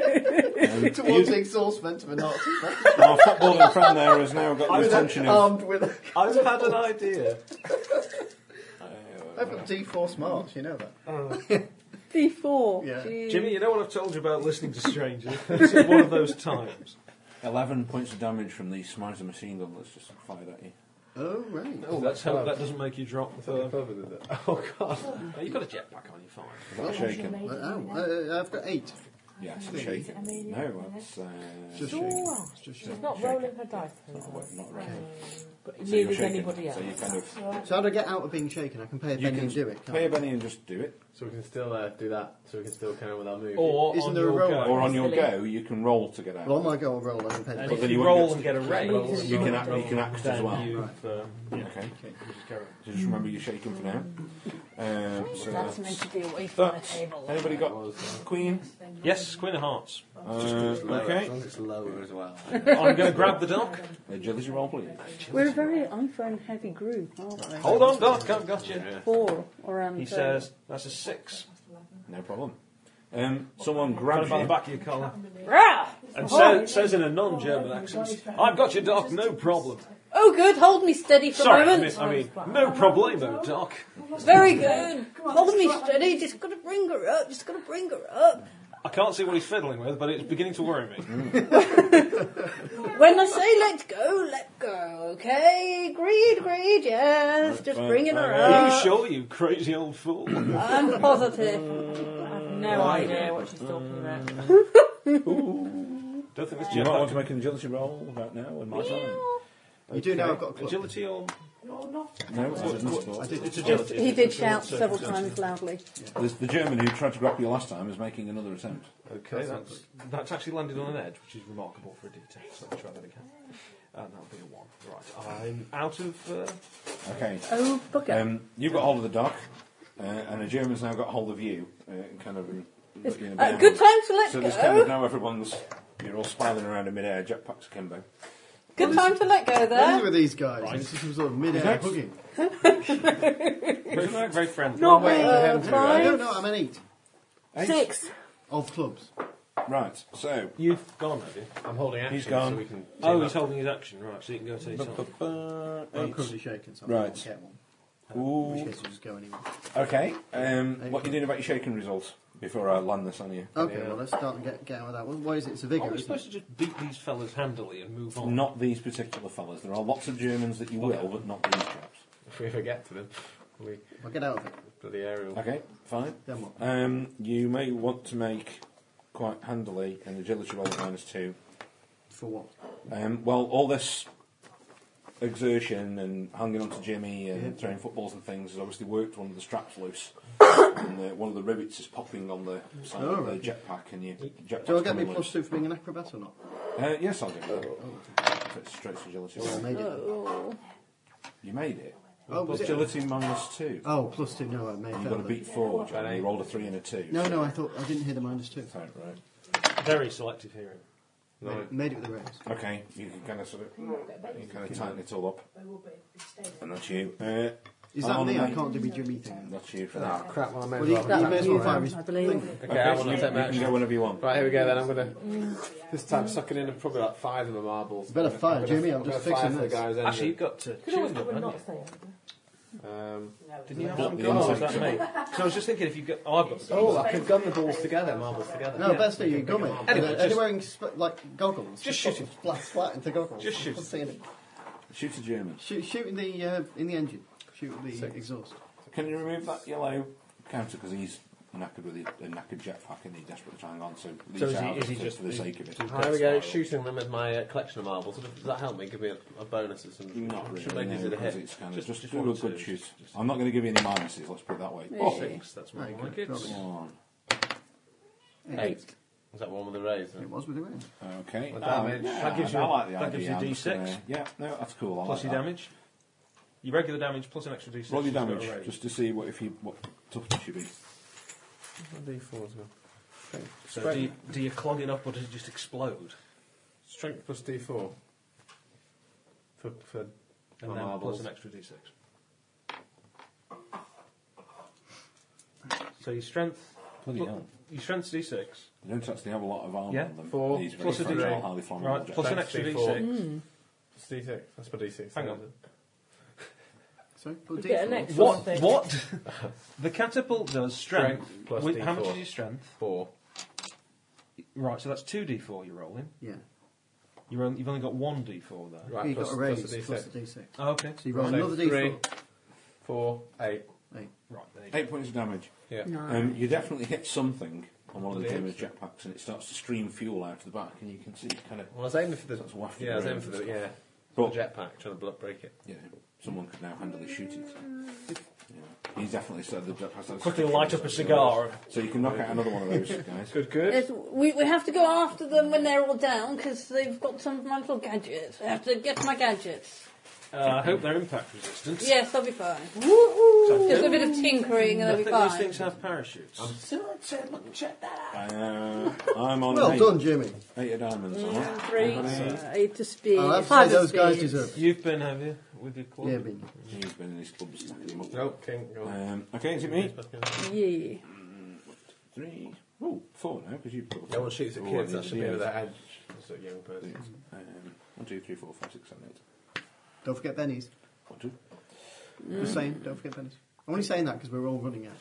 Speaker 2: towards the exhaust vent of a
Speaker 9: [laughs]
Speaker 2: Nazi.
Speaker 9: Um, Our footballing friend there has now got the
Speaker 2: With a-
Speaker 9: attention of.
Speaker 2: armed with a,
Speaker 5: [laughs] I've had [laughs] an idea.
Speaker 9: uh,
Speaker 2: I've got D-force march, you know that.
Speaker 4: D4.
Speaker 2: Yeah.
Speaker 4: Jeez.
Speaker 5: Jimmy, you know what I've told you about listening to
Speaker 9: [laughs]
Speaker 5: strangers? This is one of those times.
Speaker 9: 11 points of damage from the smiter machine gun that's just fired at you.
Speaker 2: Oh, right.
Speaker 16: Oh,
Speaker 5: Let's hope that
Speaker 16: that's
Speaker 5: doesn't make you drop
Speaker 16: clever.
Speaker 5: the.
Speaker 16: Clever, did it? Oh, God.
Speaker 5: Now, You've got a jetpack on, you're fine.
Speaker 9: Is that shaken?
Speaker 2: Uh, oh, uh, I've got eight.
Speaker 9: Yes, it's shaken. No, that's. Uh,
Speaker 2: Just
Speaker 9: not
Speaker 2: shaking.
Speaker 7: Alright.
Speaker 2: Just
Speaker 7: She's
Speaker 2: shaking.
Speaker 7: not
Speaker 9: Shake
Speaker 7: rolling
Speaker 9: it.
Speaker 7: her dice.
Speaker 9: a wa- Not right.
Speaker 7: But
Speaker 9: So you're
Speaker 7: neither is
Speaker 9: shaken.
Speaker 7: anybody else.
Speaker 9: So you kind of.
Speaker 2: So how do I get out of being shaken? I can pay a
Speaker 9: You
Speaker 2: penny
Speaker 9: can
Speaker 2: and do it. can't
Speaker 9: pay
Speaker 2: I?
Speaker 9: a penny and just do it.
Speaker 16: So we can still uh, do that. So we can still carry on with our move.
Speaker 5: Or
Speaker 2: Isn't
Speaker 5: on
Speaker 2: there a
Speaker 5: your
Speaker 2: roll?
Speaker 5: go.
Speaker 9: Or on your
Speaker 7: silly.
Speaker 9: go, you can roll to get out.
Speaker 2: Well, on my go, I'll roll and pay
Speaker 5: And
Speaker 2: penny.
Speaker 9: then
Speaker 5: if
Speaker 9: you
Speaker 5: you
Speaker 9: won't
Speaker 5: roll
Speaker 9: get
Speaker 5: and get a
Speaker 7: Roll.
Speaker 5: raise,
Speaker 9: you, can act, you can act as
Speaker 5: then
Speaker 9: well.
Speaker 5: you've, um, yeah,
Speaker 9: Okay.
Speaker 5: you just carry on.
Speaker 9: So just remember you're shaking for now.
Speaker 7: Mm.
Speaker 9: Um, so
Speaker 7: That's
Speaker 9: that's
Speaker 7: meant to be away from the
Speaker 9: that.
Speaker 7: table.
Speaker 9: Anybody got
Speaker 7: uh,
Speaker 9: Queen?
Speaker 5: Yes, Queen of Hearts.
Speaker 9: Uh,
Speaker 16: Lower, As
Speaker 9: okay.
Speaker 16: long as it's lower as well.
Speaker 5: I'm going to grab the dock.
Speaker 9: Agility roll, please.
Speaker 4: We're a very iPhone heavy group, aren't um, we?
Speaker 5: Hold on, dock, I've got you.
Speaker 4: Four around
Speaker 5: He
Speaker 4: the-
Speaker 5: says, that's a six.
Speaker 9: No problem. Um, someone
Speaker 5: Grab
Speaker 9: grabs
Speaker 5: by the
Speaker 9: you.
Speaker 5: back of your collar.
Speaker 4: Rah!
Speaker 5: And says, says in a non German accent, I've got your dock, no problem.
Speaker 4: Oh, good. Hold me steady for
Speaker 5: Sorry,
Speaker 4: a
Speaker 5: I
Speaker 4: moment.
Speaker 5: mean, I mean no problemo, doc.
Speaker 4: Very good. Hold me steady. Just got to bring her up. Just got to bring her up.
Speaker 5: I can't see what he's fiddling with, but it's beginning to worry [laughs] me.
Speaker 4: When I say let go, let go. Okay. Agreed. Agreed. Yes. Just
Speaker 9: fine,
Speaker 4: bringing her
Speaker 9: fine.
Speaker 5: Are you
Speaker 4: up.
Speaker 5: sure, you crazy old [coughs] fool?
Speaker 4: I'm positive.
Speaker 7: I have no idea what she's talking about.
Speaker 5: Don't think it's
Speaker 9: Do you might want to
Speaker 5: jetpack.
Speaker 9: make an agility roll about now in my time.
Speaker 2: You do know I've got a club.
Speaker 5: Agility or.
Speaker 9: No, it's not possible.
Speaker 5: It's agility.
Speaker 4: He
Speaker 5: isn't
Speaker 4: did
Speaker 5: it?
Speaker 4: shout several
Speaker 5: Circumstances.
Speaker 4: times loudly.
Speaker 9: There's the German who tried to grab you last time is making another attempt.
Speaker 5: Okay, that's, that's actually landed on an edge, which is remarkable for a detail. So let's try that again. And that'll be a one. Right, I'm out of. Uh,
Speaker 9: Okay.
Speaker 4: Oh, bugger.
Speaker 9: Um, you've got hold of the dock, uh, and a German's now got hold of you, uh, and kind of. in- looking
Speaker 4: Uh,
Speaker 9: about.
Speaker 4: good time to let
Speaker 9: Um, So there's kind of
Speaker 4: go.
Speaker 9: now everyone's. You're all smiling around in midair, jetpacks akimbo.
Speaker 4: Good time to let go
Speaker 2: What is it
Speaker 4: there.
Speaker 2: with these guys? This is some sort of mid-air
Speaker 9: Next.
Speaker 2: hugging.
Speaker 5: very, very friendly.
Speaker 4: Not
Speaker 9: waiting for
Speaker 4: uh,
Speaker 9: him to-
Speaker 2: I
Speaker 4: five,
Speaker 2: don't know, I'm an eight
Speaker 4: six.
Speaker 2: of clubs.
Speaker 9: Right, so.
Speaker 5: You've gone, have you?
Speaker 16: I'm holding action.
Speaker 9: He's gone.
Speaker 16: So we can
Speaker 5: Oh, he's holding his action, right, so you can go to his time.
Speaker 9: Ba-ba-ba,
Speaker 2: I'm
Speaker 9: eight.
Speaker 2: currently shaking, so I
Speaker 9: Right.
Speaker 2: can't get one. Which
Speaker 9: Ooh,
Speaker 2: case I'll just go anyway.
Speaker 9: Okay, um, what are you doing about your shaking results before I land this on you?
Speaker 2: Okay, well, let's start and get, get out of that one. Why is it? It's a vigor,
Speaker 5: Aren't we
Speaker 2: isn't
Speaker 5: supposed to just beat these fellas handily and move on?
Speaker 9: Not these particular fellas. There are lots of Germans that you will, but not these chaps.
Speaker 16: If we ever get to them, we
Speaker 2: it? Well, get out of it.
Speaker 16: bloody aerial.
Speaker 9: Okay, fine.
Speaker 2: Then what?
Speaker 9: Um, you may want to make quite handily an agility roll at minus two.
Speaker 2: For what?
Speaker 9: Um, well, all this exertion and hanging on to Jimmy and throwing footballs and things has obviously worked one of the straps loose,
Speaker 2: [coughs]
Speaker 9: and uh, one of the rivets is popping on the side
Speaker 2: Oh,
Speaker 9: of the
Speaker 2: right.
Speaker 9: jetpack, and you jetpack.
Speaker 2: Do I get me plus two for being an acrobat or not?
Speaker 9: Uh, yes, I'll give you. that.
Speaker 2: Oh.
Speaker 9: So it's straight to agility.
Speaker 2: Well, I made it.
Speaker 4: Oh.
Speaker 9: You made it.
Speaker 2: Oh, was it?
Speaker 9: agility minus two.
Speaker 2: Oh, plus two. No, I made
Speaker 9: You've got to
Speaker 2: it.
Speaker 9: beat four, John. You rolled a three and a two.
Speaker 2: No,
Speaker 9: so-
Speaker 2: no, I thought I didn't hear the minus two.
Speaker 9: Right, right.
Speaker 5: Very selective hearing.
Speaker 2: Made, it, made it with the raise.
Speaker 9: Okay, you can kind of sort of you kind of tighten it all up, and that's you. Uh,
Speaker 16: Oh,
Speaker 2: Is that me? I can't do my
Speaker 9: Armament.
Speaker 2: Jimmy thing.
Speaker 9: That's you for
Speaker 2: Oh,
Speaker 9: that.
Speaker 2: crap, well, I may
Speaker 9: Well,
Speaker 2: as well-
Speaker 9: that
Speaker 2: you may as well
Speaker 9: was you,
Speaker 2: fire his
Speaker 4: I believe.
Speaker 2: thing.
Speaker 16: Okay, I want to take my
Speaker 9: You can go
Speaker 16: action.
Speaker 9: whenever you want.
Speaker 16: Right, here we go then. I'm going to, this time, suck it in and probably like five of the marbles.
Speaker 2: Better
Speaker 16: I'm
Speaker 2: fire,
Speaker 16: gonna-
Speaker 2: Jimmy, I'm
Speaker 16: gonna
Speaker 2: just fixing
Speaker 16: fire for the
Speaker 2: this.
Speaker 16: guy's engine.
Speaker 5: Actually, you've got to
Speaker 7: Could always
Speaker 5: choose
Speaker 7: do
Speaker 5: one.
Speaker 7: and
Speaker 5: haven't
Speaker 7: not
Speaker 5: you?
Speaker 7: say anything.
Speaker 16: Um,
Speaker 5: Didn't you have
Speaker 9: Got
Speaker 5: one
Speaker 9: the
Speaker 5: gun? Oh, is
Speaker 9: insect
Speaker 5: that me? So I was just thinking if you've got. Oh, I've got the
Speaker 16: oh, I can gun the balls together, marbles together.
Speaker 2: No, best thing you gum it.
Speaker 5: Anyway,
Speaker 2: Anyway,
Speaker 5: just-
Speaker 2: wearing sp- like goggles.
Speaker 5: Just
Speaker 2: sort
Speaker 5: shoot
Speaker 2: of Splat, splat into goggles.
Speaker 5: Just shoot.
Speaker 2: I'm seeing it.
Speaker 9: Shoot a German.
Speaker 2: Shoot, shoot in the uh, in the engine. Shoot the exhaust.
Speaker 9: Can you remove that yellow counter because he's knackered with a knackered jetpack and he's desperate to try and on? So, leaves
Speaker 16: is he-
Speaker 9: out
Speaker 16: is he
Speaker 9: for-
Speaker 16: just-
Speaker 9: for the sake of it?
Speaker 16: Right, Here we go, shooting them with my uh, collection of marbles. Does that help me? Give me a, a bonus or something?
Speaker 9: Not really.
Speaker 16: Should make
Speaker 9: no,
Speaker 16: these a
Speaker 9: because
Speaker 16: hit.
Speaker 9: it's kind of
Speaker 16: Just-
Speaker 9: just,
Speaker 16: just
Speaker 9: do
Speaker 16: one
Speaker 9: a
Speaker 16: or two.
Speaker 9: good shoot.
Speaker 16: Just-
Speaker 9: I'm not going to give you any minuses. Let's put it that way. Oh,
Speaker 5: six. That's more
Speaker 2: Okay,
Speaker 5: like it.
Speaker 2: probably.
Speaker 9: one.
Speaker 16: Eight. Is that one with the rays?
Speaker 2: It was with the wind.
Speaker 9: Okay.
Speaker 16: Well, damage.
Speaker 9: yeah,
Speaker 5: That gives you-
Speaker 9: I like the
Speaker 5: that gives
Speaker 9: idea.
Speaker 5: you
Speaker 9: I'm just
Speaker 5: D6.
Speaker 9: gonna- Yeah, no, that's cool. I
Speaker 5: Plus
Speaker 9: like
Speaker 5: your
Speaker 9: that.
Speaker 5: damage. Your regular damage plus an extra d6.
Speaker 9: Roll your
Speaker 5: It's got a
Speaker 9: damage
Speaker 5: range.
Speaker 9: just to see what if you what toughness you be.
Speaker 16: D4 as well.
Speaker 5: So do you, do you clog it up or does it just explode?
Speaker 16: Strength plus D4. For, for
Speaker 5: And
Speaker 16: Oh,
Speaker 5: then
Speaker 16: marbles.
Speaker 5: plus an extra d6. So your strength.
Speaker 9: Bloody
Speaker 5: pl-
Speaker 9: hell.
Speaker 5: Your strength's d6.
Speaker 9: You don't actually have a lot of armor
Speaker 5: Yeah,
Speaker 9: on them.
Speaker 16: four,
Speaker 9: These very
Speaker 5: plus a
Speaker 9: fragile,
Speaker 5: D-
Speaker 9: highly flammable
Speaker 5: Right, plus an
Speaker 16: Strength
Speaker 5: extra
Speaker 16: D4.
Speaker 5: d6.
Speaker 16: It's D6. That's for D6.
Speaker 5: Hang on.
Speaker 16: isn't it?
Speaker 2: Sorry, put
Speaker 7: get an
Speaker 2: D4.
Speaker 7: extra
Speaker 5: What?
Speaker 7: thing.
Speaker 5: What? [laughs] the catapult does strength.
Speaker 16: Strength plus
Speaker 5: with- How
Speaker 16: D4.
Speaker 5: much is your strength?
Speaker 16: Four.
Speaker 5: Right, so that's two d4 you're rolling.
Speaker 2: Yeah.
Speaker 5: You're on, you've only got one d4 there.
Speaker 16: Right,
Speaker 2: you
Speaker 16: plus,
Speaker 2: got a raise
Speaker 16: plus a D6.
Speaker 2: plus the D6.
Speaker 5: Oh, okay.
Speaker 2: So you roll
Speaker 16: So
Speaker 2: another
Speaker 16: three.
Speaker 2: D4.
Speaker 16: Four, eight.
Speaker 2: Hey,
Speaker 5: Right, there you go.
Speaker 9: Eight points of damage.
Speaker 16: Yeah.
Speaker 9: Um, you definitely hit something on one of the
Speaker 16: Yeah.
Speaker 9: German jetpacks, and it starts to stream fuel out of the back, and you can see it kind of.
Speaker 16: Well, I was aiming for the.
Speaker 9: That's wafting
Speaker 16: yeah, I was
Speaker 9: around
Speaker 16: aiming for the.
Speaker 9: and
Speaker 16: Yeah.
Speaker 9: But-
Speaker 16: the jetpack, trying to block break it.
Speaker 9: Yeah, someone could now handily shoot it. Yeah. He's definitely said the jetpack. has-
Speaker 5: Quickly light up a cigar.
Speaker 9: So you can knock out another one of those guys.
Speaker 16: Good, good.
Speaker 6: Yes, we, we have to go after them when they're all down because they've got some of my little gadgets. I have to get my gadgets.
Speaker 5: Uh, I hope they're impact resistant.
Speaker 6: Yes, they'll be fine.
Speaker 5: So-
Speaker 6: Just a bit of tinkering and
Speaker 5: I
Speaker 6: they'll be
Speaker 5: think those
Speaker 6: fine.
Speaker 5: things have parachutes.
Speaker 9: Uh, I'm on
Speaker 2: Well
Speaker 9: eight.
Speaker 2: done, Mm, Jimmy.
Speaker 9: Eight of diamonds. all right.
Speaker 4: Three,
Speaker 9: Uh,
Speaker 4: eight to speed.
Speaker 2: I'll have to say
Speaker 4: Five to
Speaker 2: Oh, those guys
Speaker 4: speed.
Speaker 2: deserve it.
Speaker 5: You've been, have you, with your club?
Speaker 2: Yeah, Bingy.
Speaker 9: He's been in his club snacking him up.
Speaker 16: Nope, King, go on.
Speaker 9: Um, okay, is it me?
Speaker 4: Yeah.
Speaker 9: Three. Oh, four now, because you've got.
Speaker 16: No one shoots at
Speaker 9: Oh,
Speaker 16: kids,
Speaker 9: I
Speaker 16: that
Speaker 9: need
Speaker 16: should
Speaker 9: to
Speaker 16: be
Speaker 9: do
Speaker 16: with
Speaker 9: that.
Speaker 16: their head. It's a young person.
Speaker 9: Um, one, two, three, four, five, six, seven, eight.
Speaker 2: Don't forget Benny's. [laughs]
Speaker 9: One, two. Mm.
Speaker 2: Just saying, don't forget Benny's. I'm only saying that because we're all running out.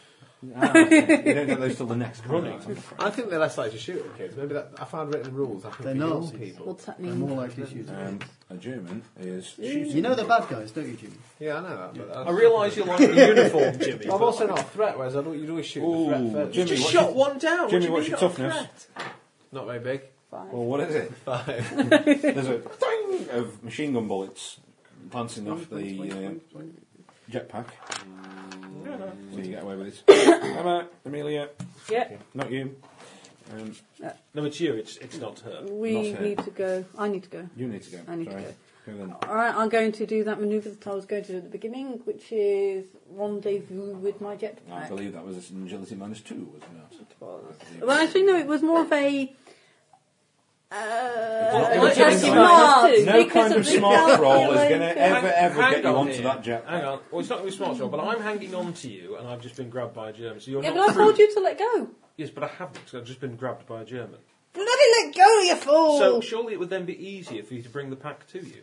Speaker 9: Ah, okay. you don't get those till the next running.
Speaker 16: I think they're less likely to shoot at kids. Maybe that I found written rules. I think
Speaker 2: They're
Speaker 16: for young
Speaker 2: Nazis.
Speaker 16: people.
Speaker 4: What's happening?
Speaker 2: We're more likely to shoot at
Speaker 9: Mm. Um,
Speaker 2: kids.
Speaker 9: a German is
Speaker 2: You
Speaker 9: shooting.
Speaker 2: know they're bad guys, don't you, Jimmy?
Speaker 16: Yeah, I know that. But
Speaker 5: I realise you like the
Speaker 9: [laughs]
Speaker 5: uniform, Jimmy.
Speaker 16: I'm also not a threat, whereas I'd, you'd always shoot the threat
Speaker 9: Ooh,
Speaker 16: first.
Speaker 9: Jimmy, what's your-
Speaker 5: one down.
Speaker 9: Jimmy, what's your toughness?
Speaker 16: Not very big.
Speaker 9: Well, what is it?
Speaker 4: [laughs]
Speaker 16: Five.
Speaker 9: There's a thing of machine gun bullets bouncing off the uh, jetpack.
Speaker 4: Mm.
Speaker 9: So you get away
Speaker 4: [coughs]
Speaker 9: with it. Emma, Amelia,
Speaker 4: Yep.
Speaker 9: not you. Um,
Speaker 5: No, it's you. It's it's not her.
Speaker 4: We
Speaker 9: Not her.
Speaker 4: need to go. I need to go.
Speaker 9: you need to go.
Speaker 4: I need to
Speaker 9: Sorry. go. then.
Speaker 4: All right, I'm going to do that manoeuvre that I was going to do at the beginning, which is rendezvous with my
Speaker 9: I
Speaker 4: jetpack.
Speaker 9: believe that was an agility minus two, was it not?
Speaker 4: Well, actually, no, it was more of a. Uh,
Speaker 9: Not
Speaker 4: a
Speaker 9: agility
Speaker 4: smart,
Speaker 9: minus two. No
Speaker 4: because
Speaker 9: kind of
Speaker 4: the uh,
Speaker 9: smart roll is going to
Speaker 4: calculation.
Speaker 9: ever, ever
Speaker 5: Hang
Speaker 9: get you
Speaker 5: on
Speaker 9: onto
Speaker 5: here.
Speaker 9: that jetpack.
Speaker 5: Hang on. Well, it's not going to be smart shot, but I'm hanging on to you, and I've just been grabbed by a German. So you're
Speaker 4: Yeah,
Speaker 5: not.
Speaker 4: but I told you to let go.
Speaker 5: Yes, but I haven't. 'cause I've just been grabbed by a German.
Speaker 4: Bloody let go, you fool!
Speaker 7: Oh.
Speaker 5: So surely it would then be easier for you to bring the pack to you.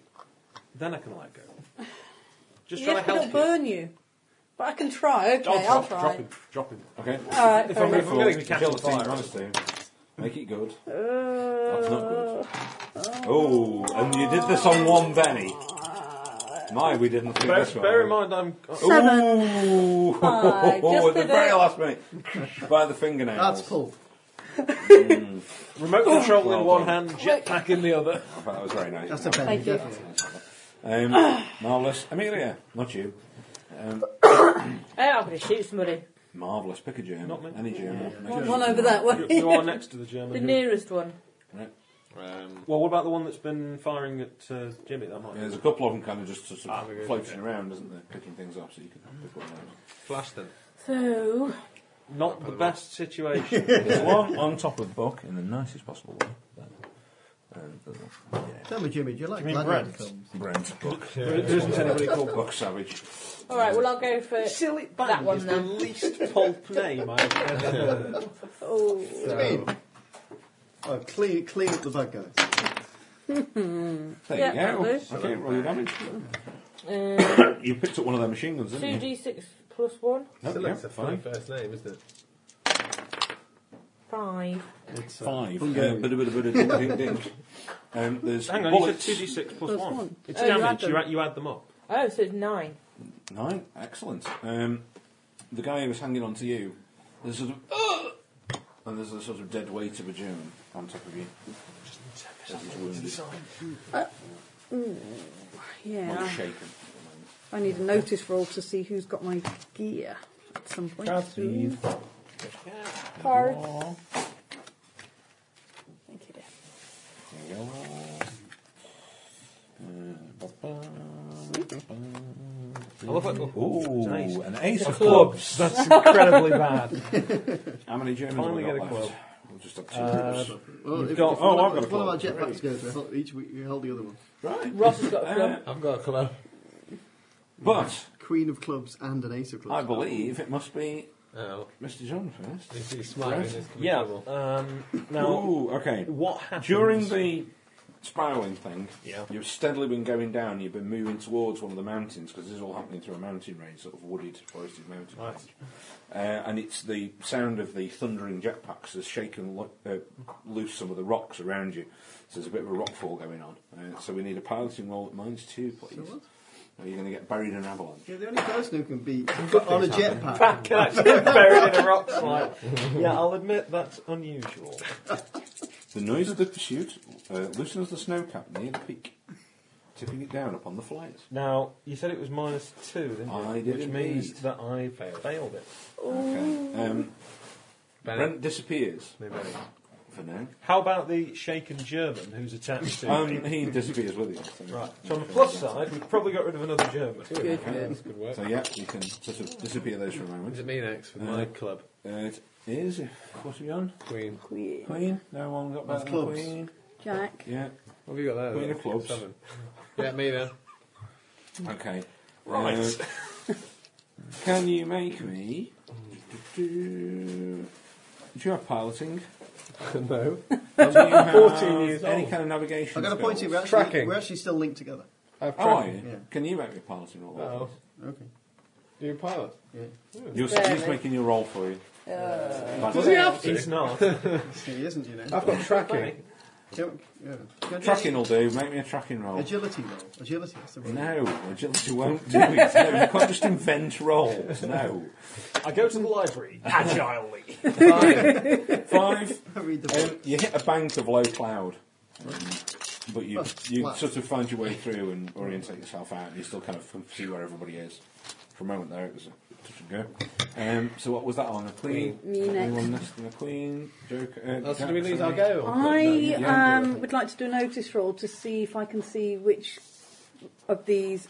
Speaker 5: Then I can let go. Just try
Speaker 4: yes, but
Speaker 5: to help
Speaker 4: it'll
Speaker 5: you.
Speaker 4: burn you. But I can try. Okay,
Speaker 5: Oh,
Speaker 4: I'll,
Speaker 5: drop,
Speaker 4: try.
Speaker 5: drop him. Drop him.
Speaker 9: Okay.
Speaker 4: All right.
Speaker 5: If
Speaker 4: fair
Speaker 5: I'm
Speaker 4: enough.
Speaker 5: gonna-
Speaker 9: Four,
Speaker 5: if I'm catching
Speaker 9: agility
Speaker 5: fire.
Speaker 9: minus two. Make
Speaker 4: [laughs]
Speaker 9: it good.
Speaker 4: Uh,
Speaker 9: That's not good. Oh, and you did this on one Benny. My, we didn't think
Speaker 5: Bear,
Speaker 9: this one.
Speaker 5: bear in mind, I'm. uh,
Speaker 4: Seven.
Speaker 9: Ooh,
Speaker 7: Uh,
Speaker 4: Aye, just
Speaker 9: at [laughs] the
Speaker 4: a
Speaker 9: very
Speaker 4: bit.
Speaker 9: last minute, by the fingernails.
Speaker 2: That's pull.
Speaker 5: Remote control in
Speaker 9: Well
Speaker 5: one
Speaker 9: done.
Speaker 5: hand, jetpack in the other.
Speaker 9: I thought that was very nice.
Speaker 2: That's a Benny,
Speaker 4: Thank you.
Speaker 2: definitely.
Speaker 9: Um, marvellous. Amelia, not you. Um,
Speaker 7: Oh, I'm going to shoot somebody.
Speaker 9: marvellous. Pick a German.
Speaker 5: Not me.
Speaker 9: Any German. Make
Speaker 4: One,
Speaker 9: it-
Speaker 4: one over that
Speaker 5: You,
Speaker 4: way.
Speaker 5: you are next to the German.
Speaker 7: The
Speaker 5: who-
Speaker 7: nearest one.
Speaker 9: Right.
Speaker 16: Um,
Speaker 5: Well, what about the one that's been firing at uh, Jimmy? That might.
Speaker 9: Yeah, there's a couple of them kind of just sort of
Speaker 16: Ah, we're good,
Speaker 9: floating
Speaker 16: okay.
Speaker 9: around, isn't there? Picking things up so you can pick one of those.
Speaker 16: flash them.
Speaker 7: So,
Speaker 5: Not the best situation. [laughs]
Speaker 9: There's one on top of the book in the nicest possible way. Um, yeah.
Speaker 2: Tell me, Jimmy, do you like
Speaker 9: Do you mean
Speaker 2: Gladiator
Speaker 9: Brent?
Speaker 2: films?
Speaker 9: Brent's book.
Speaker 2: Yeah.
Speaker 9: There isn't anybody called Buck Savage.
Speaker 7: All right, well, I'll go for
Speaker 5: Silly
Speaker 7: that one
Speaker 5: is the
Speaker 7: then.
Speaker 5: least pulp name I've ever heard.
Speaker 7: Oh,
Speaker 2: What do you mean? Oh, clean, clean up the bad guys.
Speaker 9: There
Speaker 7: Yeah,
Speaker 9: you go.
Speaker 7: that
Speaker 9: Okay, roll your damage.
Speaker 7: uh,
Speaker 9: you picked up one of their machine guns, didn't you?
Speaker 7: 2d6 plus 1,
Speaker 9: No,
Speaker 16: Still,
Speaker 9: yeah,
Speaker 16: it's a funny
Speaker 9: fine.
Speaker 16: first name, isn't it?
Speaker 7: 5.
Speaker 16: It's,
Speaker 9: Five.
Speaker 2: Hungary.
Speaker 9: Uh,
Speaker 5: Um,
Speaker 9: bada bada bada ding
Speaker 5: [laughs]
Speaker 9: ding ding. Um, there's
Speaker 5: Hang on,
Speaker 9: bullets.
Speaker 5: you said 2d6 plus
Speaker 4: Plus
Speaker 5: 1.
Speaker 4: one.
Speaker 5: It's
Speaker 7: Oh, you add
Speaker 5: damage,
Speaker 7: them.
Speaker 5: you add, you add them up.
Speaker 7: Oh, so it's 9.
Speaker 9: Nine. Excellent. Um, the guy who was hanging on to you, there's sort of. "Ugh!" and there's a sort of dead weight of a German on top of you. As he's wounded.
Speaker 4: Yeah.
Speaker 9: Well, shaken.
Speaker 4: I need a notice roll to see who's got my gear at some point. soon. Cards. Thank you, dear.
Speaker 9: There you go.
Speaker 5: I love it.
Speaker 9: Ooh,
Speaker 5: Nice.
Speaker 9: an ace of [laughs]
Speaker 5: Clubs.
Speaker 9: clubs.
Speaker 5: That's incredibly bad.
Speaker 9: How many Germans
Speaker 5: Finally
Speaker 9: have
Speaker 5: get
Speaker 9: we
Speaker 5: a
Speaker 9: got
Speaker 5: club.
Speaker 9: left? We've just had two
Speaker 5: Uh,
Speaker 9: clubs.
Speaker 2: Well,
Speaker 9: You've
Speaker 2: if,
Speaker 9: got-
Speaker 2: if
Speaker 9: oh,
Speaker 2: one
Speaker 9: I've got
Speaker 2: of,
Speaker 9: a
Speaker 2: if one of our
Speaker 9: club. Great.
Speaker 2: jetpacks goes, I thought each week you held the other one.
Speaker 9: Right. Uh,
Speaker 7: Ross has got a club.
Speaker 16: I've got a club.
Speaker 9: But
Speaker 2: Queen of clubs and an ace of clubs.
Speaker 9: I believe it must be
Speaker 16: Oh,
Speaker 9: Mr. John first.
Speaker 16: he's, he's smiling. He's gonna be
Speaker 5: Yeah.
Speaker 16: trouble.
Speaker 5: Um, now,
Speaker 9: Ooh, okay.
Speaker 5: what happens...
Speaker 9: During the spiraling thing,
Speaker 5: Yeah.
Speaker 9: you've steadily been going down. You've been moving towards one of the mountains because this is all happening through a mountain range, sort of wooded, forested mountain
Speaker 5: Right.
Speaker 9: range. Uh, and it's the sound of the thundering jetpacks has shaken lo- uh, loose some of the rocks around you. So there's a bit of a rockfall going on. Uh, so we need a piloting roll at minus two, please.
Speaker 2: So what?
Speaker 9: Or you're going to get buried in an avalanche.
Speaker 2: You're the only person who can be on a jetpack.
Speaker 5: [laughs] Back out, buried in a rock slide. Yeah, I'll admit that's unusual.
Speaker 9: The noise of the pursuit uh, loosens the snow cap near the peak, tipping it down upon the flyers.
Speaker 5: Now, you said it was minus two, didn't you?
Speaker 9: I did
Speaker 5: Which means
Speaker 9: indeed.
Speaker 5: that I failed it.
Speaker 9: Okay. Um,
Speaker 16: Bennett.
Speaker 9: Brent disappears
Speaker 16: Me, Bennett.
Speaker 9: for now.
Speaker 5: How about the shaken German who's attached
Speaker 9: [laughs]
Speaker 5: to me?
Speaker 9: Um, he disappears with you. So.
Speaker 5: Right. So on the plus side, we've probably got rid of another German.
Speaker 16: Good, That's good work.
Speaker 9: So yeah, you can sort of disappear those for a moment.
Speaker 16: Is it me next with
Speaker 9: Uh,
Speaker 16: my club?
Speaker 9: Uh, it is. What are we on?
Speaker 16: Queen.
Speaker 4: Queen.
Speaker 9: Queen. No one got
Speaker 2: That's
Speaker 9: back.
Speaker 2: clubs.
Speaker 9: Queen.
Speaker 4: Jack.
Speaker 9: Yeah.
Speaker 16: What have you got there?
Speaker 9: Queen
Speaker 16: then?
Speaker 9: of clubs.
Speaker 16: Seven. yeah, me
Speaker 9: [laughs]
Speaker 16: then.
Speaker 9: Okay.
Speaker 5: Right.
Speaker 9: Uh, can you make me? Do you have
Speaker 2: [laughs]
Speaker 9: piloting?
Speaker 16: no.
Speaker 9: Do you have
Speaker 16: 14 years
Speaker 9: any
Speaker 16: old.
Speaker 9: kind of navigation?
Speaker 2: I've got a point here. We're actually,
Speaker 16: Tracking.
Speaker 2: we're actually still linked together.
Speaker 16: I've
Speaker 9: Oh, are you?
Speaker 2: Yeah.
Speaker 9: Can you make me a piloting roll?
Speaker 16: Oh.
Speaker 2: Okay.
Speaker 16: You're a pilot.
Speaker 2: Yeah.
Speaker 9: You're, he's
Speaker 7: Barely.
Speaker 9: making your roll for you. But-
Speaker 16: Uh, Does he have to?
Speaker 5: He's
Speaker 9: [laughs]
Speaker 5: not.
Speaker 2: He isn't, you know.
Speaker 16: I've got tracking.
Speaker 2: Can- yeah. Can I do
Speaker 9: Uh, Tracking will do. Make me a tracking roll.
Speaker 2: Agility roll. Agility. That's the roll.
Speaker 9: No, agility won't do it. No, you can't just invent roles. No.
Speaker 5: I go to the
Speaker 9: [laughs]
Speaker 5: library agilely.
Speaker 9: Five.
Speaker 2: I read the book.
Speaker 9: Um, you hit a bank of low cloud, um, but you you
Speaker 2: Wow.
Speaker 9: sort of find your way through and orientate yourself out, and you still kind of can see where everybody is. For a moment there, it was a touch and go. Um, so what was that on the queen?
Speaker 4: Me next.
Speaker 9: Anyone less than the queen? Joker. Uh,
Speaker 16: Oh, so do
Speaker 9: Jack,
Speaker 16: we lose our
Speaker 9: sorry.
Speaker 16: go? or-
Speaker 4: I
Speaker 9: you haven't
Speaker 4: um, would like to do a notice roll to see if I can see which of these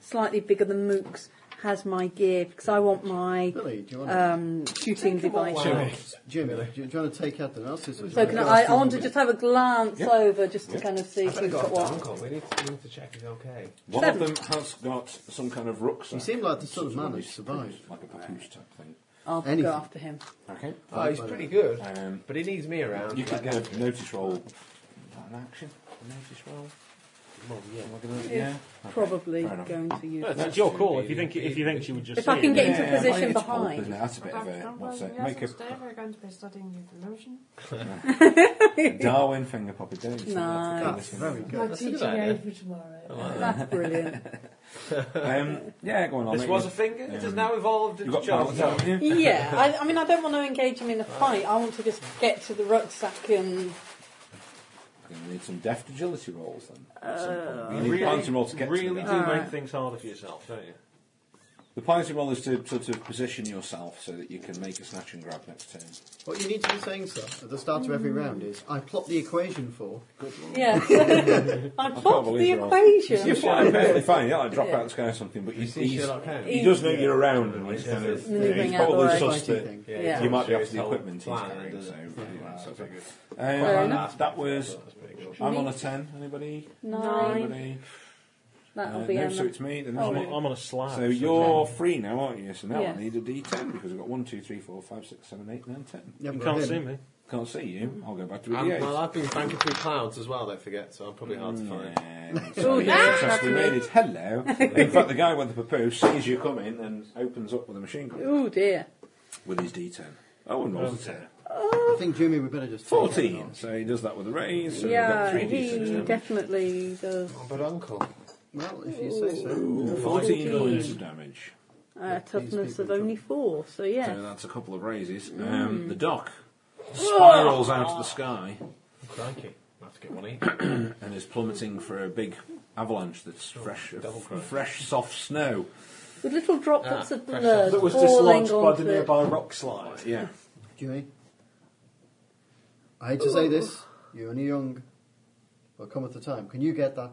Speaker 4: slightly bigger than mooks has my gear because I want my
Speaker 2: Billy, do you want to,
Speaker 4: um, shooting device.
Speaker 16: Jimmy.
Speaker 2: Jimmy, do you, do you want to take out the analysis?
Speaker 4: So can I, I want to just have a glance over just to kind of see if we've got what.
Speaker 16: Uncle, we need, to, we need to check he's okay.
Speaker 9: One
Speaker 4: Seven.
Speaker 9: of them has got some kind of rucksack.
Speaker 2: You seem like the sort of man who
Speaker 9: It's
Speaker 2: survived.
Speaker 9: Like a papoose type thing.
Speaker 4: I'll
Speaker 2: Anything.
Speaker 4: go after him.
Speaker 9: Okay.
Speaker 16: Oh, he's pretty good,
Speaker 9: Um,
Speaker 16: but he needs me around.
Speaker 9: You could
Speaker 16: Like,
Speaker 9: get a notice roll. Is that an action? A notice roll? Am I gonna- yeah.
Speaker 4: Probably
Speaker 9: fair enough.
Speaker 4: going to use.
Speaker 5: That's, your call. If you think if you think she would just
Speaker 4: If I
Speaker 5: see
Speaker 4: can
Speaker 5: it.
Speaker 4: get into
Speaker 9: Yeah,
Speaker 4: position
Speaker 9: it's pulp,
Speaker 4: behind.
Speaker 9: isn't it? That's a bit of a what's it? Make a
Speaker 15: We're going to be studying new promotion.
Speaker 9: Darwin finger poppy days.
Speaker 2: That's very
Speaker 15: My
Speaker 2: good.
Speaker 15: teaching aid for tomorrow.
Speaker 4: That's
Speaker 9: [laughs]
Speaker 4: brilliant.
Speaker 9: Um, yeah, go on. I'll
Speaker 5: This
Speaker 9: make
Speaker 5: was
Speaker 9: you-
Speaker 5: a finger. It has
Speaker 9: um,
Speaker 5: now evolved
Speaker 9: You
Speaker 5: into
Speaker 9: got
Speaker 5: Charles.
Speaker 9: pilots, haven't you?
Speaker 4: yeah, I, I mean, I don't want to engage him in a fight. I want to just get to the rucksack and
Speaker 9: Gonna need some deft agility rolls then. at some
Speaker 5: You
Speaker 9: point.
Speaker 4: Uh,
Speaker 9: you need
Speaker 5: really-
Speaker 9: piloting roll to get
Speaker 5: Really
Speaker 9: to
Speaker 5: do
Speaker 9: that.
Speaker 5: make things harder for yourself, don't you?
Speaker 9: The piloting roll is to sort of position yourself so that you can make a snatch and grab next turn.
Speaker 2: What you need to be saying, sir, at the start of
Speaker 4: Mm.
Speaker 2: every round is I plot the equation for.
Speaker 9: [laughs]
Speaker 4: Yeah. [laughs] I
Speaker 9: can't
Speaker 4: popped
Speaker 9: believe
Speaker 4: the
Speaker 9: you're on.
Speaker 4: equation.
Speaker 9: [laughs] You're fine, perfectly fine. Yeah, I drop
Speaker 4: Yeah.
Speaker 9: out of the sky or something, but he's,
Speaker 5: see
Speaker 9: he's,
Speaker 5: Sherlock Holmes?
Speaker 9: he does know you're around and he's kind of
Speaker 4: Maneuvering
Speaker 9: yeah, he's
Speaker 4: out the
Speaker 9: probably
Speaker 4: way.
Speaker 9: sus that
Speaker 2: Fighting thing.
Speaker 4: Yeah.
Speaker 9: you might be
Speaker 5: Sure,
Speaker 9: off
Speaker 5: his
Speaker 9: the
Speaker 5: whole
Speaker 9: equipment he's
Speaker 5: plan,
Speaker 9: carrying. So
Speaker 5: doesn't it?
Speaker 9: yeah,
Speaker 5: Yeah,
Speaker 9: so-
Speaker 5: that's pretty good.
Speaker 9: Um,
Speaker 4: Fair enough.
Speaker 9: that was.
Speaker 5: That's pretty good.
Speaker 9: I'm on a ten. Anybody?
Speaker 4: Nine.
Speaker 9: Anybody?
Speaker 4: That'll
Speaker 9: Uh,
Speaker 4: be
Speaker 9: no,
Speaker 4: Emma.
Speaker 9: so it's me.
Speaker 3: Oh,
Speaker 9: Then
Speaker 5: Oh,
Speaker 17: I'm, on,
Speaker 9: isn't it?
Speaker 17: I'm on a slab.
Speaker 9: So you're free now, aren't you? So now
Speaker 4: Yeah.
Speaker 9: I need a D10 because I've got one, two, three, four, five, six, seven, eight, nine, ten.
Speaker 2: You
Speaker 17: you
Speaker 2: haven't got
Speaker 17: can't
Speaker 2: him.
Speaker 17: see me.
Speaker 9: Can't see you. I'll go back to E a
Speaker 5: And,
Speaker 9: D8.
Speaker 5: Um, well, I've been banking through clouds as well, don't forget, so I'm probably hard
Speaker 16: Mm,
Speaker 5: to find.
Speaker 9: Yeah, so
Speaker 4: Ooh,
Speaker 9: he
Speaker 4: that's
Speaker 9: successfully
Speaker 4: not
Speaker 9: made his hello. In fact, the guy with the papoose sees you coming and opens up with a machine gun
Speaker 4: Oh dear.
Speaker 9: with his D10. Oh, and rolls a 10.
Speaker 2: I think, Jimmy, we better just. take that
Speaker 9: 14.
Speaker 2: one.
Speaker 9: So he does that with a raise. So we've got
Speaker 4: Yeah,
Speaker 9: three
Speaker 4: he
Speaker 9: D6 now.
Speaker 4: definitely does. uh,
Speaker 5: Oh, but Uncle.
Speaker 2: Well, if you say so.
Speaker 9: Ooh, 14 points of damage.
Speaker 4: Uh, toughness of only four, so yeah.
Speaker 9: So that's a couple of raises.
Speaker 7: Mm.
Speaker 9: Um, the dock spirals out of the sky
Speaker 5: Crikey. I have to get one each.
Speaker 9: and is plummeting for a big avalanche that's fresh, of
Speaker 5: double crash.
Speaker 9: fresh soft snow.
Speaker 4: With little droplets
Speaker 5: Ah,
Speaker 4: of blood
Speaker 5: fresh that
Speaker 3: That was
Speaker 4: falling
Speaker 3: dislodged by
Speaker 4: onto
Speaker 3: the
Speaker 4: it.
Speaker 3: nearby rock slide.
Speaker 9: Yeah.
Speaker 2: Jimmy, I hate to say this, you're only young, but come at the time. Can you get that?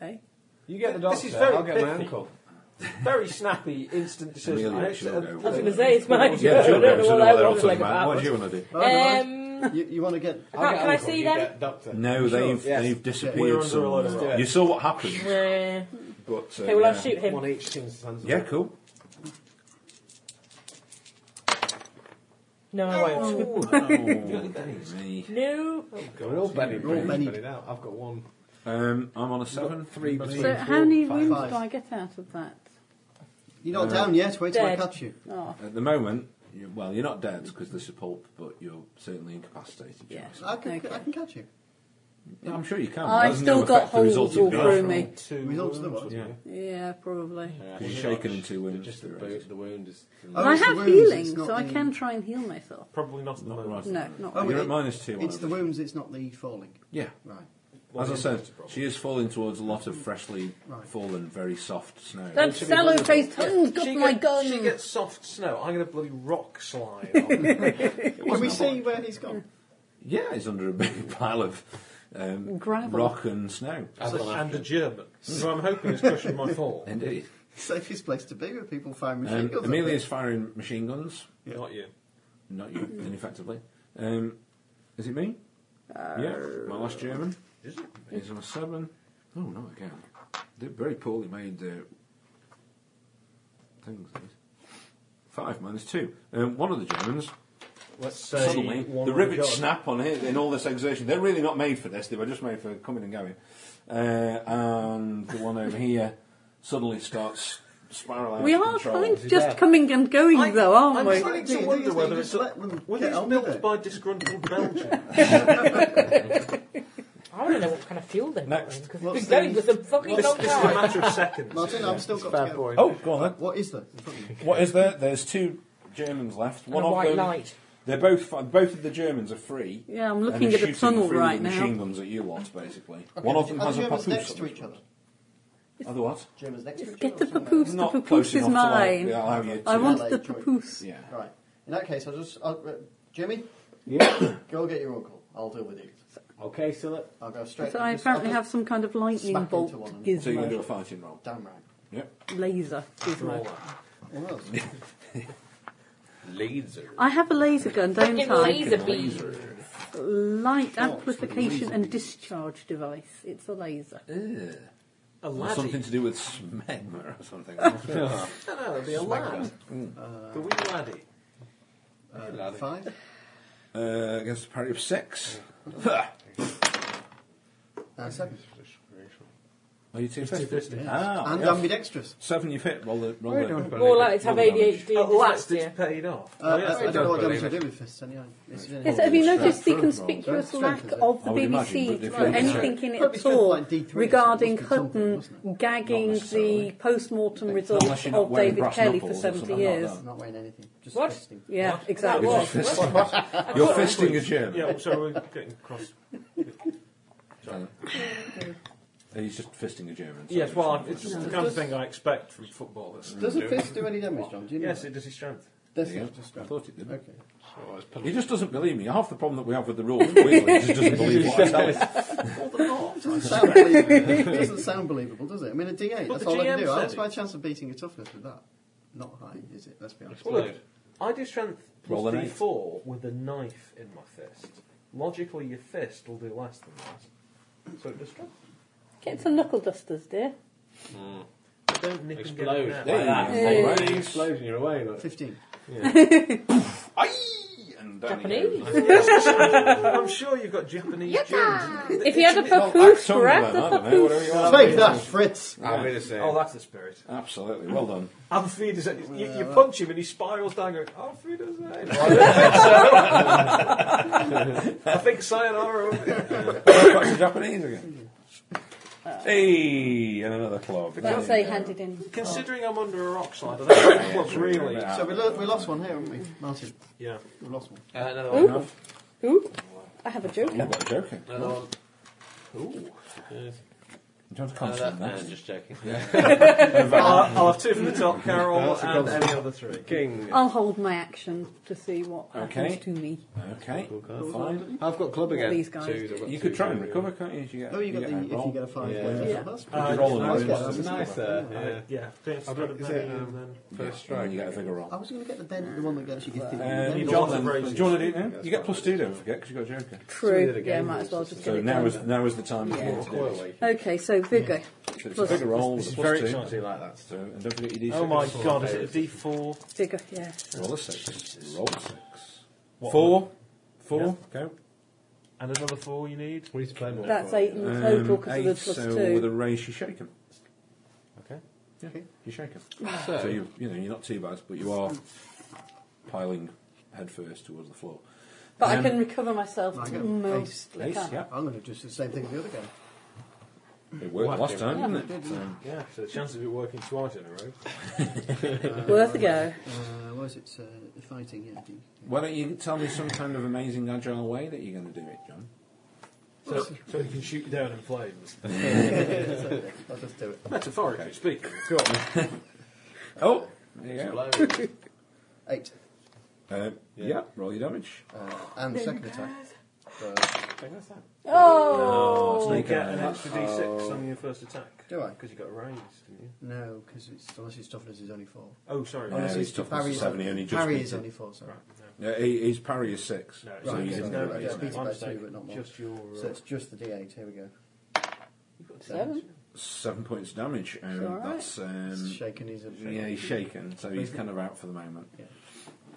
Speaker 4: Hey?
Speaker 3: You get the doctor.
Speaker 5: This is very
Speaker 3: I'll get my
Speaker 5: pithy.
Speaker 3: ankle.
Speaker 5: very snappy.
Speaker 3: Instant
Speaker 9: Really,
Speaker 3: decision. I
Speaker 9: she'll
Speaker 3: don't-
Speaker 9: go
Speaker 3: I
Speaker 9: for
Speaker 7: I was
Speaker 3: don't-
Speaker 7: going to say, it's my turn. [laughs]
Speaker 9: Yeah,
Speaker 7: I don't
Speaker 9: children,
Speaker 7: know
Speaker 9: so
Speaker 7: what
Speaker 9: what
Speaker 7: I
Speaker 9: they're
Speaker 7: was
Speaker 9: talking
Speaker 7: like
Speaker 9: about. What
Speaker 7: [laughs] about.
Speaker 9: do you want to do?
Speaker 2: Oh, no,
Speaker 7: Um,
Speaker 2: you, you want to get?
Speaker 7: How can I
Speaker 5: uncle,
Speaker 7: see
Speaker 5: you
Speaker 7: them?
Speaker 5: get doctor.
Speaker 9: No, they've
Speaker 3: yes.
Speaker 9: they've
Speaker 3: We're
Speaker 9: disappeared.
Speaker 3: under a lot of
Speaker 9: somewhere.
Speaker 3: rock.
Speaker 9: You saw what happened,
Speaker 7: uh, okay,
Speaker 9: but uh,
Speaker 7: well, I'll
Speaker 9: yeah.
Speaker 7: shoot him.
Speaker 5: One each team's hands.
Speaker 9: Yeah, cool.
Speaker 3: [laughs]
Speaker 7: No, I won't.
Speaker 9: Oh, no.
Speaker 5: We're all bedded.
Speaker 2: We're all
Speaker 5: Benny.
Speaker 2: bedded.
Speaker 5: Bedded out. I've got one.
Speaker 9: Um, I'm on a seven.
Speaker 5: three between-
Speaker 4: So how many
Speaker 2: five,
Speaker 4: wounds
Speaker 2: five.
Speaker 4: do I get out of that?
Speaker 2: You're not down yet. Wait till I
Speaker 7: Dead.
Speaker 2: catch you.
Speaker 4: Oh,
Speaker 9: At the moment, you, well, you're not dead because this is pulp, but you're certainly incapacitated.
Speaker 4: Yeah.
Speaker 9: Jason.
Speaker 2: I can,
Speaker 4: Okay.
Speaker 2: I can catch you.
Speaker 9: Yeah, I'm sure you can.
Speaker 4: I've
Speaker 9: That's
Speaker 4: still
Speaker 9: no
Speaker 4: got
Speaker 9: effect the
Speaker 4: holes
Speaker 9: result
Speaker 4: all
Speaker 9: of your-
Speaker 4: through me.
Speaker 5: Two
Speaker 2: Results of the
Speaker 5: wounds,
Speaker 2: what?
Speaker 5: wasn't
Speaker 4: yeah, probably.
Speaker 5: it?
Speaker 9: Because you're shaken in two wounds.
Speaker 5: Just the, bo- the wound is.
Speaker 2: Oh,
Speaker 4: I
Speaker 2: it's the
Speaker 4: have
Speaker 2: wounds,
Speaker 4: healing,
Speaker 2: it's not
Speaker 4: so I
Speaker 2: the-
Speaker 4: can try and heal myself.
Speaker 17: Probably not at the moment.
Speaker 4: No, not
Speaker 2: Oh,
Speaker 4: really.
Speaker 9: You're
Speaker 2: it-
Speaker 9: at minus two.
Speaker 2: It's
Speaker 9: aren't
Speaker 2: the
Speaker 9: you?
Speaker 2: wounds. It's not the falling.
Speaker 9: Yeah.
Speaker 2: Right.
Speaker 9: As I said, she is falling towards a lot of freshly
Speaker 2: Right.
Speaker 9: fallen, very soft snow.
Speaker 4: That cellophane tongue's got
Speaker 5: She
Speaker 4: my
Speaker 5: get-
Speaker 4: gun.
Speaker 5: She gets soft snow. I'm going to bloody rock slide.
Speaker 2: [laughs]
Speaker 5: on.
Speaker 2: Can we see where he's gone?
Speaker 9: Yeah, he's under a big [laughs] pile of um,
Speaker 4: Gravel.
Speaker 9: rock and snow.
Speaker 17: And a German. So I'm hoping it's cushioned my fall.
Speaker 2: [laughs]
Speaker 9: Indeed.
Speaker 2: Safest place to be where people find machine
Speaker 9: Um,
Speaker 2: guns. I
Speaker 9: Amelia's firing machine guns.
Speaker 17: Not you.
Speaker 9: Not you, ineffectively. Um, is it me? yeah, my last German. Is it? Is on a seven. Oh, not again. They're very poorly made uh, things. these. Five minus two. Um, one of the Germans.
Speaker 5: Let's say
Speaker 9: Suddenly,
Speaker 5: one
Speaker 9: the
Speaker 5: on a
Speaker 9: rivets
Speaker 5: jog.
Speaker 9: snap on it in all this exertion. They're really not made for this. They were just made for coming and going. Uh, and the one over here suddenly starts spiraling.
Speaker 4: we
Speaker 9: out of
Speaker 4: are
Speaker 9: control.
Speaker 4: kind of
Speaker 5: Is
Speaker 4: just
Speaker 5: there?
Speaker 4: coming and going,
Speaker 5: I-
Speaker 4: though, aren't
Speaker 5: I'm
Speaker 4: we?
Speaker 5: trying
Speaker 2: Do you
Speaker 5: to
Speaker 2: think
Speaker 5: wonder
Speaker 2: you
Speaker 5: whether
Speaker 2: just
Speaker 5: it's
Speaker 2: let them
Speaker 5: whether
Speaker 2: get
Speaker 5: it's
Speaker 2: on with
Speaker 5: built
Speaker 2: it?
Speaker 5: by disgruntled
Speaker 2: [laughs]
Speaker 5: Belgians.
Speaker 7: I want to know what kind of fuel they've got
Speaker 9: Next.
Speaker 7: because
Speaker 2: Well,
Speaker 7: it's
Speaker 2: see-
Speaker 7: been going for some fucking
Speaker 5: this,
Speaker 7: long
Speaker 5: this is a
Speaker 7: time.
Speaker 5: matter of seconds.
Speaker 2: Martin, I've still got to
Speaker 5: Bad
Speaker 2: go.
Speaker 5: boy.
Speaker 9: Oh, go on then.
Speaker 2: What is there?
Speaker 9: What is there? There's two Germans left. One
Speaker 7: a
Speaker 9: of
Speaker 7: white
Speaker 9: them.
Speaker 7: light.
Speaker 9: They're both fi- both of the Germans are free.
Speaker 4: Yeah, I'm
Speaker 9: and
Speaker 4: looking
Speaker 9: are
Speaker 4: at a
Speaker 9: shooting
Speaker 4: tunnel
Speaker 9: through
Speaker 4: right
Speaker 9: the
Speaker 4: now.
Speaker 9: Machine guns at you lot, basically. One of them
Speaker 2: Are
Speaker 9: has
Speaker 2: the
Speaker 9: a papoose.
Speaker 2: Germans next
Speaker 9: on
Speaker 2: to
Speaker 9: it.
Speaker 2: each other?
Speaker 9: Other what?
Speaker 2: Germans next to each
Speaker 4: Get
Speaker 2: other.
Speaker 4: the papoose.
Speaker 9: Not
Speaker 4: the
Speaker 9: close
Speaker 4: papoose
Speaker 9: enough
Speaker 4: is
Speaker 9: to like-
Speaker 4: mine.
Speaker 9: yeah, I'll have you.
Speaker 4: I
Speaker 9: two.
Speaker 4: want
Speaker 2: LA
Speaker 4: the
Speaker 2: joint.
Speaker 4: papoose.
Speaker 9: Yeah.
Speaker 2: Right. In that case, I'll just. I'll, uh, Jimmy,
Speaker 3: Yeah.
Speaker 2: [coughs] go get your uncle. I'll deal with you.
Speaker 3: okay, so that
Speaker 2: I'll go straight.
Speaker 4: So I
Speaker 2: I'll just-
Speaker 4: apparently
Speaker 2: I'll
Speaker 4: have
Speaker 2: just-
Speaker 4: some kind of lightning
Speaker 2: smack
Speaker 4: bolt
Speaker 2: into one and-
Speaker 9: So you're going to
Speaker 4: gizmo.
Speaker 9: do a fighting roll.
Speaker 2: Damn right.
Speaker 9: Yep.
Speaker 4: Laser gizmo.
Speaker 2: What else?
Speaker 5: Laser.
Speaker 4: I have a laser gun, don't
Speaker 7: Fucking
Speaker 4: I?
Speaker 7: laser beam.
Speaker 4: Light amplification and discharge device. It's a laser.
Speaker 5: A
Speaker 9: Or something
Speaker 5: laddie.
Speaker 9: to do with smegma or something.
Speaker 5: No, no, it'll be a lad. The wee laddie. Hey, laddie.
Speaker 2: Five.
Speaker 9: uh, against a parry of six.
Speaker 2: Uh, seven.
Speaker 9: [laughs] Are you two
Speaker 5: two-fisted.
Speaker 9: fisted? Ah,
Speaker 2: and
Speaker 9: yes.
Speaker 2: ambidextrous.
Speaker 9: Seven you've hit. Roll the roll
Speaker 2: We're
Speaker 9: the.
Speaker 2: doing
Speaker 9: roll
Speaker 7: More
Speaker 9: the-
Speaker 7: likely to have
Speaker 9: roll the damage.
Speaker 7: ADHD and
Speaker 5: At last, it's
Speaker 7: dyslexia.
Speaker 5: paid off.
Speaker 2: Uh,
Speaker 5: Oh, yes,
Speaker 2: I, I
Speaker 5: I
Speaker 2: don't know what
Speaker 5: believe
Speaker 2: damage I
Speaker 5: it.
Speaker 2: do with fists. Anyway, This is
Speaker 4: Yes,
Speaker 2: anyway.
Speaker 4: have you noticed the
Speaker 9: Strength roll.
Speaker 4: conspicuous
Speaker 2: Strength,
Speaker 4: lack
Speaker 2: is it?
Speaker 4: of the
Speaker 9: I would imagine,
Speaker 4: BBC
Speaker 9: but if
Speaker 4: to write
Speaker 9: you-
Speaker 4: anything in it
Speaker 2: Probably
Speaker 4: at
Speaker 2: strength
Speaker 4: all
Speaker 2: like D3, so it
Speaker 4: regarding
Speaker 2: must be something,
Speaker 4: Hutton
Speaker 2: wasn't
Speaker 9: Not
Speaker 4: gagging the
Speaker 9: necessarily.
Speaker 4: post-mortem
Speaker 9: unless
Speaker 4: results
Speaker 9: you're not
Speaker 4: of
Speaker 9: wearing
Speaker 4: David
Speaker 9: brass
Speaker 4: Kelly
Speaker 9: knuckles
Speaker 4: for
Speaker 9: or
Speaker 4: 70
Speaker 9: something like
Speaker 4: years.
Speaker 9: that.
Speaker 2: I'm not weighing anything. Just
Speaker 7: What?
Speaker 2: fisting.
Speaker 4: Yeah,
Speaker 7: That
Speaker 4: exactly.
Speaker 7: was. what?
Speaker 9: You're fisting a German.
Speaker 17: Yeah, well, so we're getting across.
Speaker 9: Uh, He's just fisting a German. so
Speaker 5: Yes, well,
Speaker 9: it's
Speaker 5: it's
Speaker 9: not-
Speaker 5: the kind of thing I expect from footballers.
Speaker 2: Does a fist do any damage, John? Do you know
Speaker 5: Yes,
Speaker 2: that?
Speaker 5: it does his strength.
Speaker 2: Does
Speaker 9: Yeah,
Speaker 2: it just
Speaker 9: I thought it did.
Speaker 2: Okay.
Speaker 9: He just doesn't believe me. Half the problem that we have with the [laughs] rules, he just doesn't believe what I tell him.
Speaker 2: Doesn't sound believable. doesn't sound believable, does it? I mean, a D8,
Speaker 5: But
Speaker 2: that's
Speaker 5: the
Speaker 2: all I can
Speaker 5: GM
Speaker 2: do.
Speaker 5: said
Speaker 2: What's
Speaker 5: it.
Speaker 2: my chance of beating a toughness with that? Not high, is it? Let's be honest.
Speaker 5: Well, look, I do strength plus
Speaker 9: Roll an eight.
Speaker 5: d4 with a knife in my fist. Logically, your fist will do less than that. So it does strength.
Speaker 4: Get some knuckle dusters, dear.
Speaker 5: I don't nip
Speaker 16: Explode.
Speaker 5: and get it
Speaker 9: Hey,
Speaker 5: now.
Speaker 9: all right.
Speaker 16: Explosion, you're away,
Speaker 5: [laughs]
Speaker 16: though.
Speaker 2: 15.
Speaker 9: Aye! And down he
Speaker 7: Japanese.
Speaker 9: goes.
Speaker 5: I'm sure you've got Japanese gems.
Speaker 4: If he had a
Speaker 9: Well,
Speaker 4: [laughs] papoose,
Speaker 9: Actonga
Speaker 4: grab
Speaker 9: then,
Speaker 4: the
Speaker 9: I don't know,
Speaker 4: papoose.
Speaker 9: whatever you want.
Speaker 2: Take that, Fritz!
Speaker 16: I'll be the same.
Speaker 5: Oh, that's the spirit.
Speaker 9: Absolutely, well done.
Speaker 5: Alfred is. You, you punch him and he spirals down going, Alfred is [laughs] I think sayonara. over [laughs] there.
Speaker 9: Oh, back to Japanese again. Hey, and another club.
Speaker 4: That's they handed in.
Speaker 5: Considering I'm under a rock slide, I don't think the club's really.
Speaker 2: So we, lo- we lost one here, haven't we? Martin,
Speaker 5: Yeah.
Speaker 2: we lost one.
Speaker 16: Uh, another one.
Speaker 4: Ooh. Ooh. I have a joke.
Speaker 9: You're not joking.
Speaker 16: Another one. Ooh.
Speaker 9: You don't
Speaker 2: Uh,
Speaker 16: Another,
Speaker 9: concentrate on
Speaker 16: no,
Speaker 9: that.
Speaker 16: just joking.
Speaker 5: I'll, I'll have two from the top, Carol,
Speaker 16: That's a
Speaker 5: and any other three.
Speaker 16: King.
Speaker 4: I'll hold my action to see what happens
Speaker 9: Okay.
Speaker 4: to me.
Speaker 9: Okay.
Speaker 2: Fine.
Speaker 16: I've got club again.
Speaker 4: These guys.
Speaker 16: Two, I've got
Speaker 9: You
Speaker 16: two
Speaker 9: could try and
Speaker 16: here.
Speaker 9: recover, can't you? If you get,
Speaker 2: Oh, you got the,
Speaker 9: a
Speaker 2: if
Speaker 9: roll.
Speaker 2: you get a 5
Speaker 16: Yeah.
Speaker 2: well,
Speaker 4: Yeah.
Speaker 2: that's
Speaker 5: Uh,
Speaker 2: good.
Speaker 9: roll
Speaker 2: Nice
Speaker 9: an
Speaker 2: guess.
Speaker 9: average.
Speaker 16: That's nice there. Yeah.
Speaker 5: Yeah, first
Speaker 16: I've got-
Speaker 5: and
Speaker 16: is
Speaker 5: then-
Speaker 16: it,
Speaker 5: and then-
Speaker 16: First
Speaker 9: And
Speaker 16: strike.
Speaker 9: you get a Um, bigger roll.
Speaker 2: I was going to get the, den- the one that gets you gifted.
Speaker 9: Uh,
Speaker 2: Then
Speaker 5: need
Speaker 9: do Oh. you
Speaker 2: we'll-
Speaker 5: John-
Speaker 9: want to
Speaker 5: lots of
Speaker 9: do you want to do it now? You get plus two, don't forget, because you've got a joker.
Speaker 16: Somebody did
Speaker 4: True.
Speaker 16: a
Speaker 4: Yeah,
Speaker 16: game
Speaker 4: might as well
Speaker 16: with
Speaker 4: just
Speaker 16: this,
Speaker 4: get
Speaker 9: So
Speaker 4: it
Speaker 9: now
Speaker 4: done.
Speaker 9: is, now is the time. to get it.
Speaker 4: Okay, so vigor.
Speaker 9: So it's a
Speaker 4: Plus-
Speaker 9: bigger roll. with
Speaker 5: This
Speaker 9: a
Speaker 5: is
Speaker 9: plus
Speaker 5: very
Speaker 9: two.
Speaker 5: exciting.
Speaker 16: like that.
Speaker 9: So, and don't forget your d6.
Speaker 5: Oh my god, is it a D4?
Speaker 4: Vigor, yeah.
Speaker 9: Roll a six. Roll a six.
Speaker 5: What
Speaker 9: Four. Four. Go.
Speaker 5: And another four you need?
Speaker 16: We need to play more.
Speaker 4: That's eight in total
Speaker 9: Um,
Speaker 4: because of
Speaker 9: eight.
Speaker 4: the plus
Speaker 9: So with a
Speaker 4: two.
Speaker 9: raise, you shake him.
Speaker 5: Okay.
Speaker 9: Yeah, you shake him.
Speaker 16: So,
Speaker 9: So you, you know you're not too bad, but you are piling headfirst towards the floor.
Speaker 4: But I
Speaker 9: Um,
Speaker 4: can recover myself
Speaker 2: I
Speaker 4: to
Speaker 2: go.
Speaker 4: mostly.
Speaker 9: Ace,
Speaker 4: can't I?
Speaker 9: yeah.
Speaker 2: I'm going to do the same thing with the other game.
Speaker 9: It worked
Speaker 16: Whack
Speaker 9: last
Speaker 16: him.
Speaker 9: time, didn't it? So,
Speaker 5: Yeah, so the chances of it working twice in a row.
Speaker 4: Worth a go.
Speaker 2: Uh, what is it? Uh, the fighting, yeah. the-
Speaker 9: why don't you tell me some kind of amazing agile way that you're going to do it, John?
Speaker 5: So, so you can shoot you down in flames.
Speaker 2: I'll just do it.
Speaker 5: [laughs] Metaphorically speaking.
Speaker 9: Oh, there you go.
Speaker 16: Blow.
Speaker 2: Eight.
Speaker 9: Uh, yeah. roll your damage.
Speaker 2: Uh, and second attack. Uh,
Speaker 4: Oh!
Speaker 5: You
Speaker 9: Uh, Snake
Speaker 5: get an
Speaker 9: eye.
Speaker 5: extra D6 on your first attack.
Speaker 2: Do I?
Speaker 5: Because you got a raise, didn't you?
Speaker 2: no, because it's unless his toughness is only four.
Speaker 5: Oh, sorry.
Speaker 9: Yeah,
Speaker 2: Unless
Speaker 9: his
Speaker 2: his
Speaker 9: toughness
Speaker 2: parry
Speaker 9: is
Speaker 2: is
Speaker 9: seven,
Speaker 2: on-
Speaker 9: he only just
Speaker 2: parry
Speaker 9: beat
Speaker 2: is
Speaker 9: it.
Speaker 2: only four. Sorry.
Speaker 5: Right,
Speaker 9: Uh, he- his parry is six,
Speaker 5: no. No, it's
Speaker 9: so
Speaker 2: Right,
Speaker 9: you
Speaker 2: okay,
Speaker 9: didn't
Speaker 2: no,
Speaker 9: get a
Speaker 2: yeah,
Speaker 9: raise.
Speaker 2: it's beat
Speaker 9: mate.
Speaker 2: it
Speaker 5: My
Speaker 2: by
Speaker 5: mistake.
Speaker 2: two, but not more.
Speaker 5: Just your. Uh,
Speaker 2: So it's just the D8. Here we go.
Speaker 5: you've got
Speaker 4: Seven.
Speaker 9: Seven points damage. Um,
Speaker 4: all right.
Speaker 9: That's um,
Speaker 2: It's shaking his. [laughs]
Speaker 9: yeah, he's shaken, so he's kind of out for the moment.
Speaker 2: Yeah.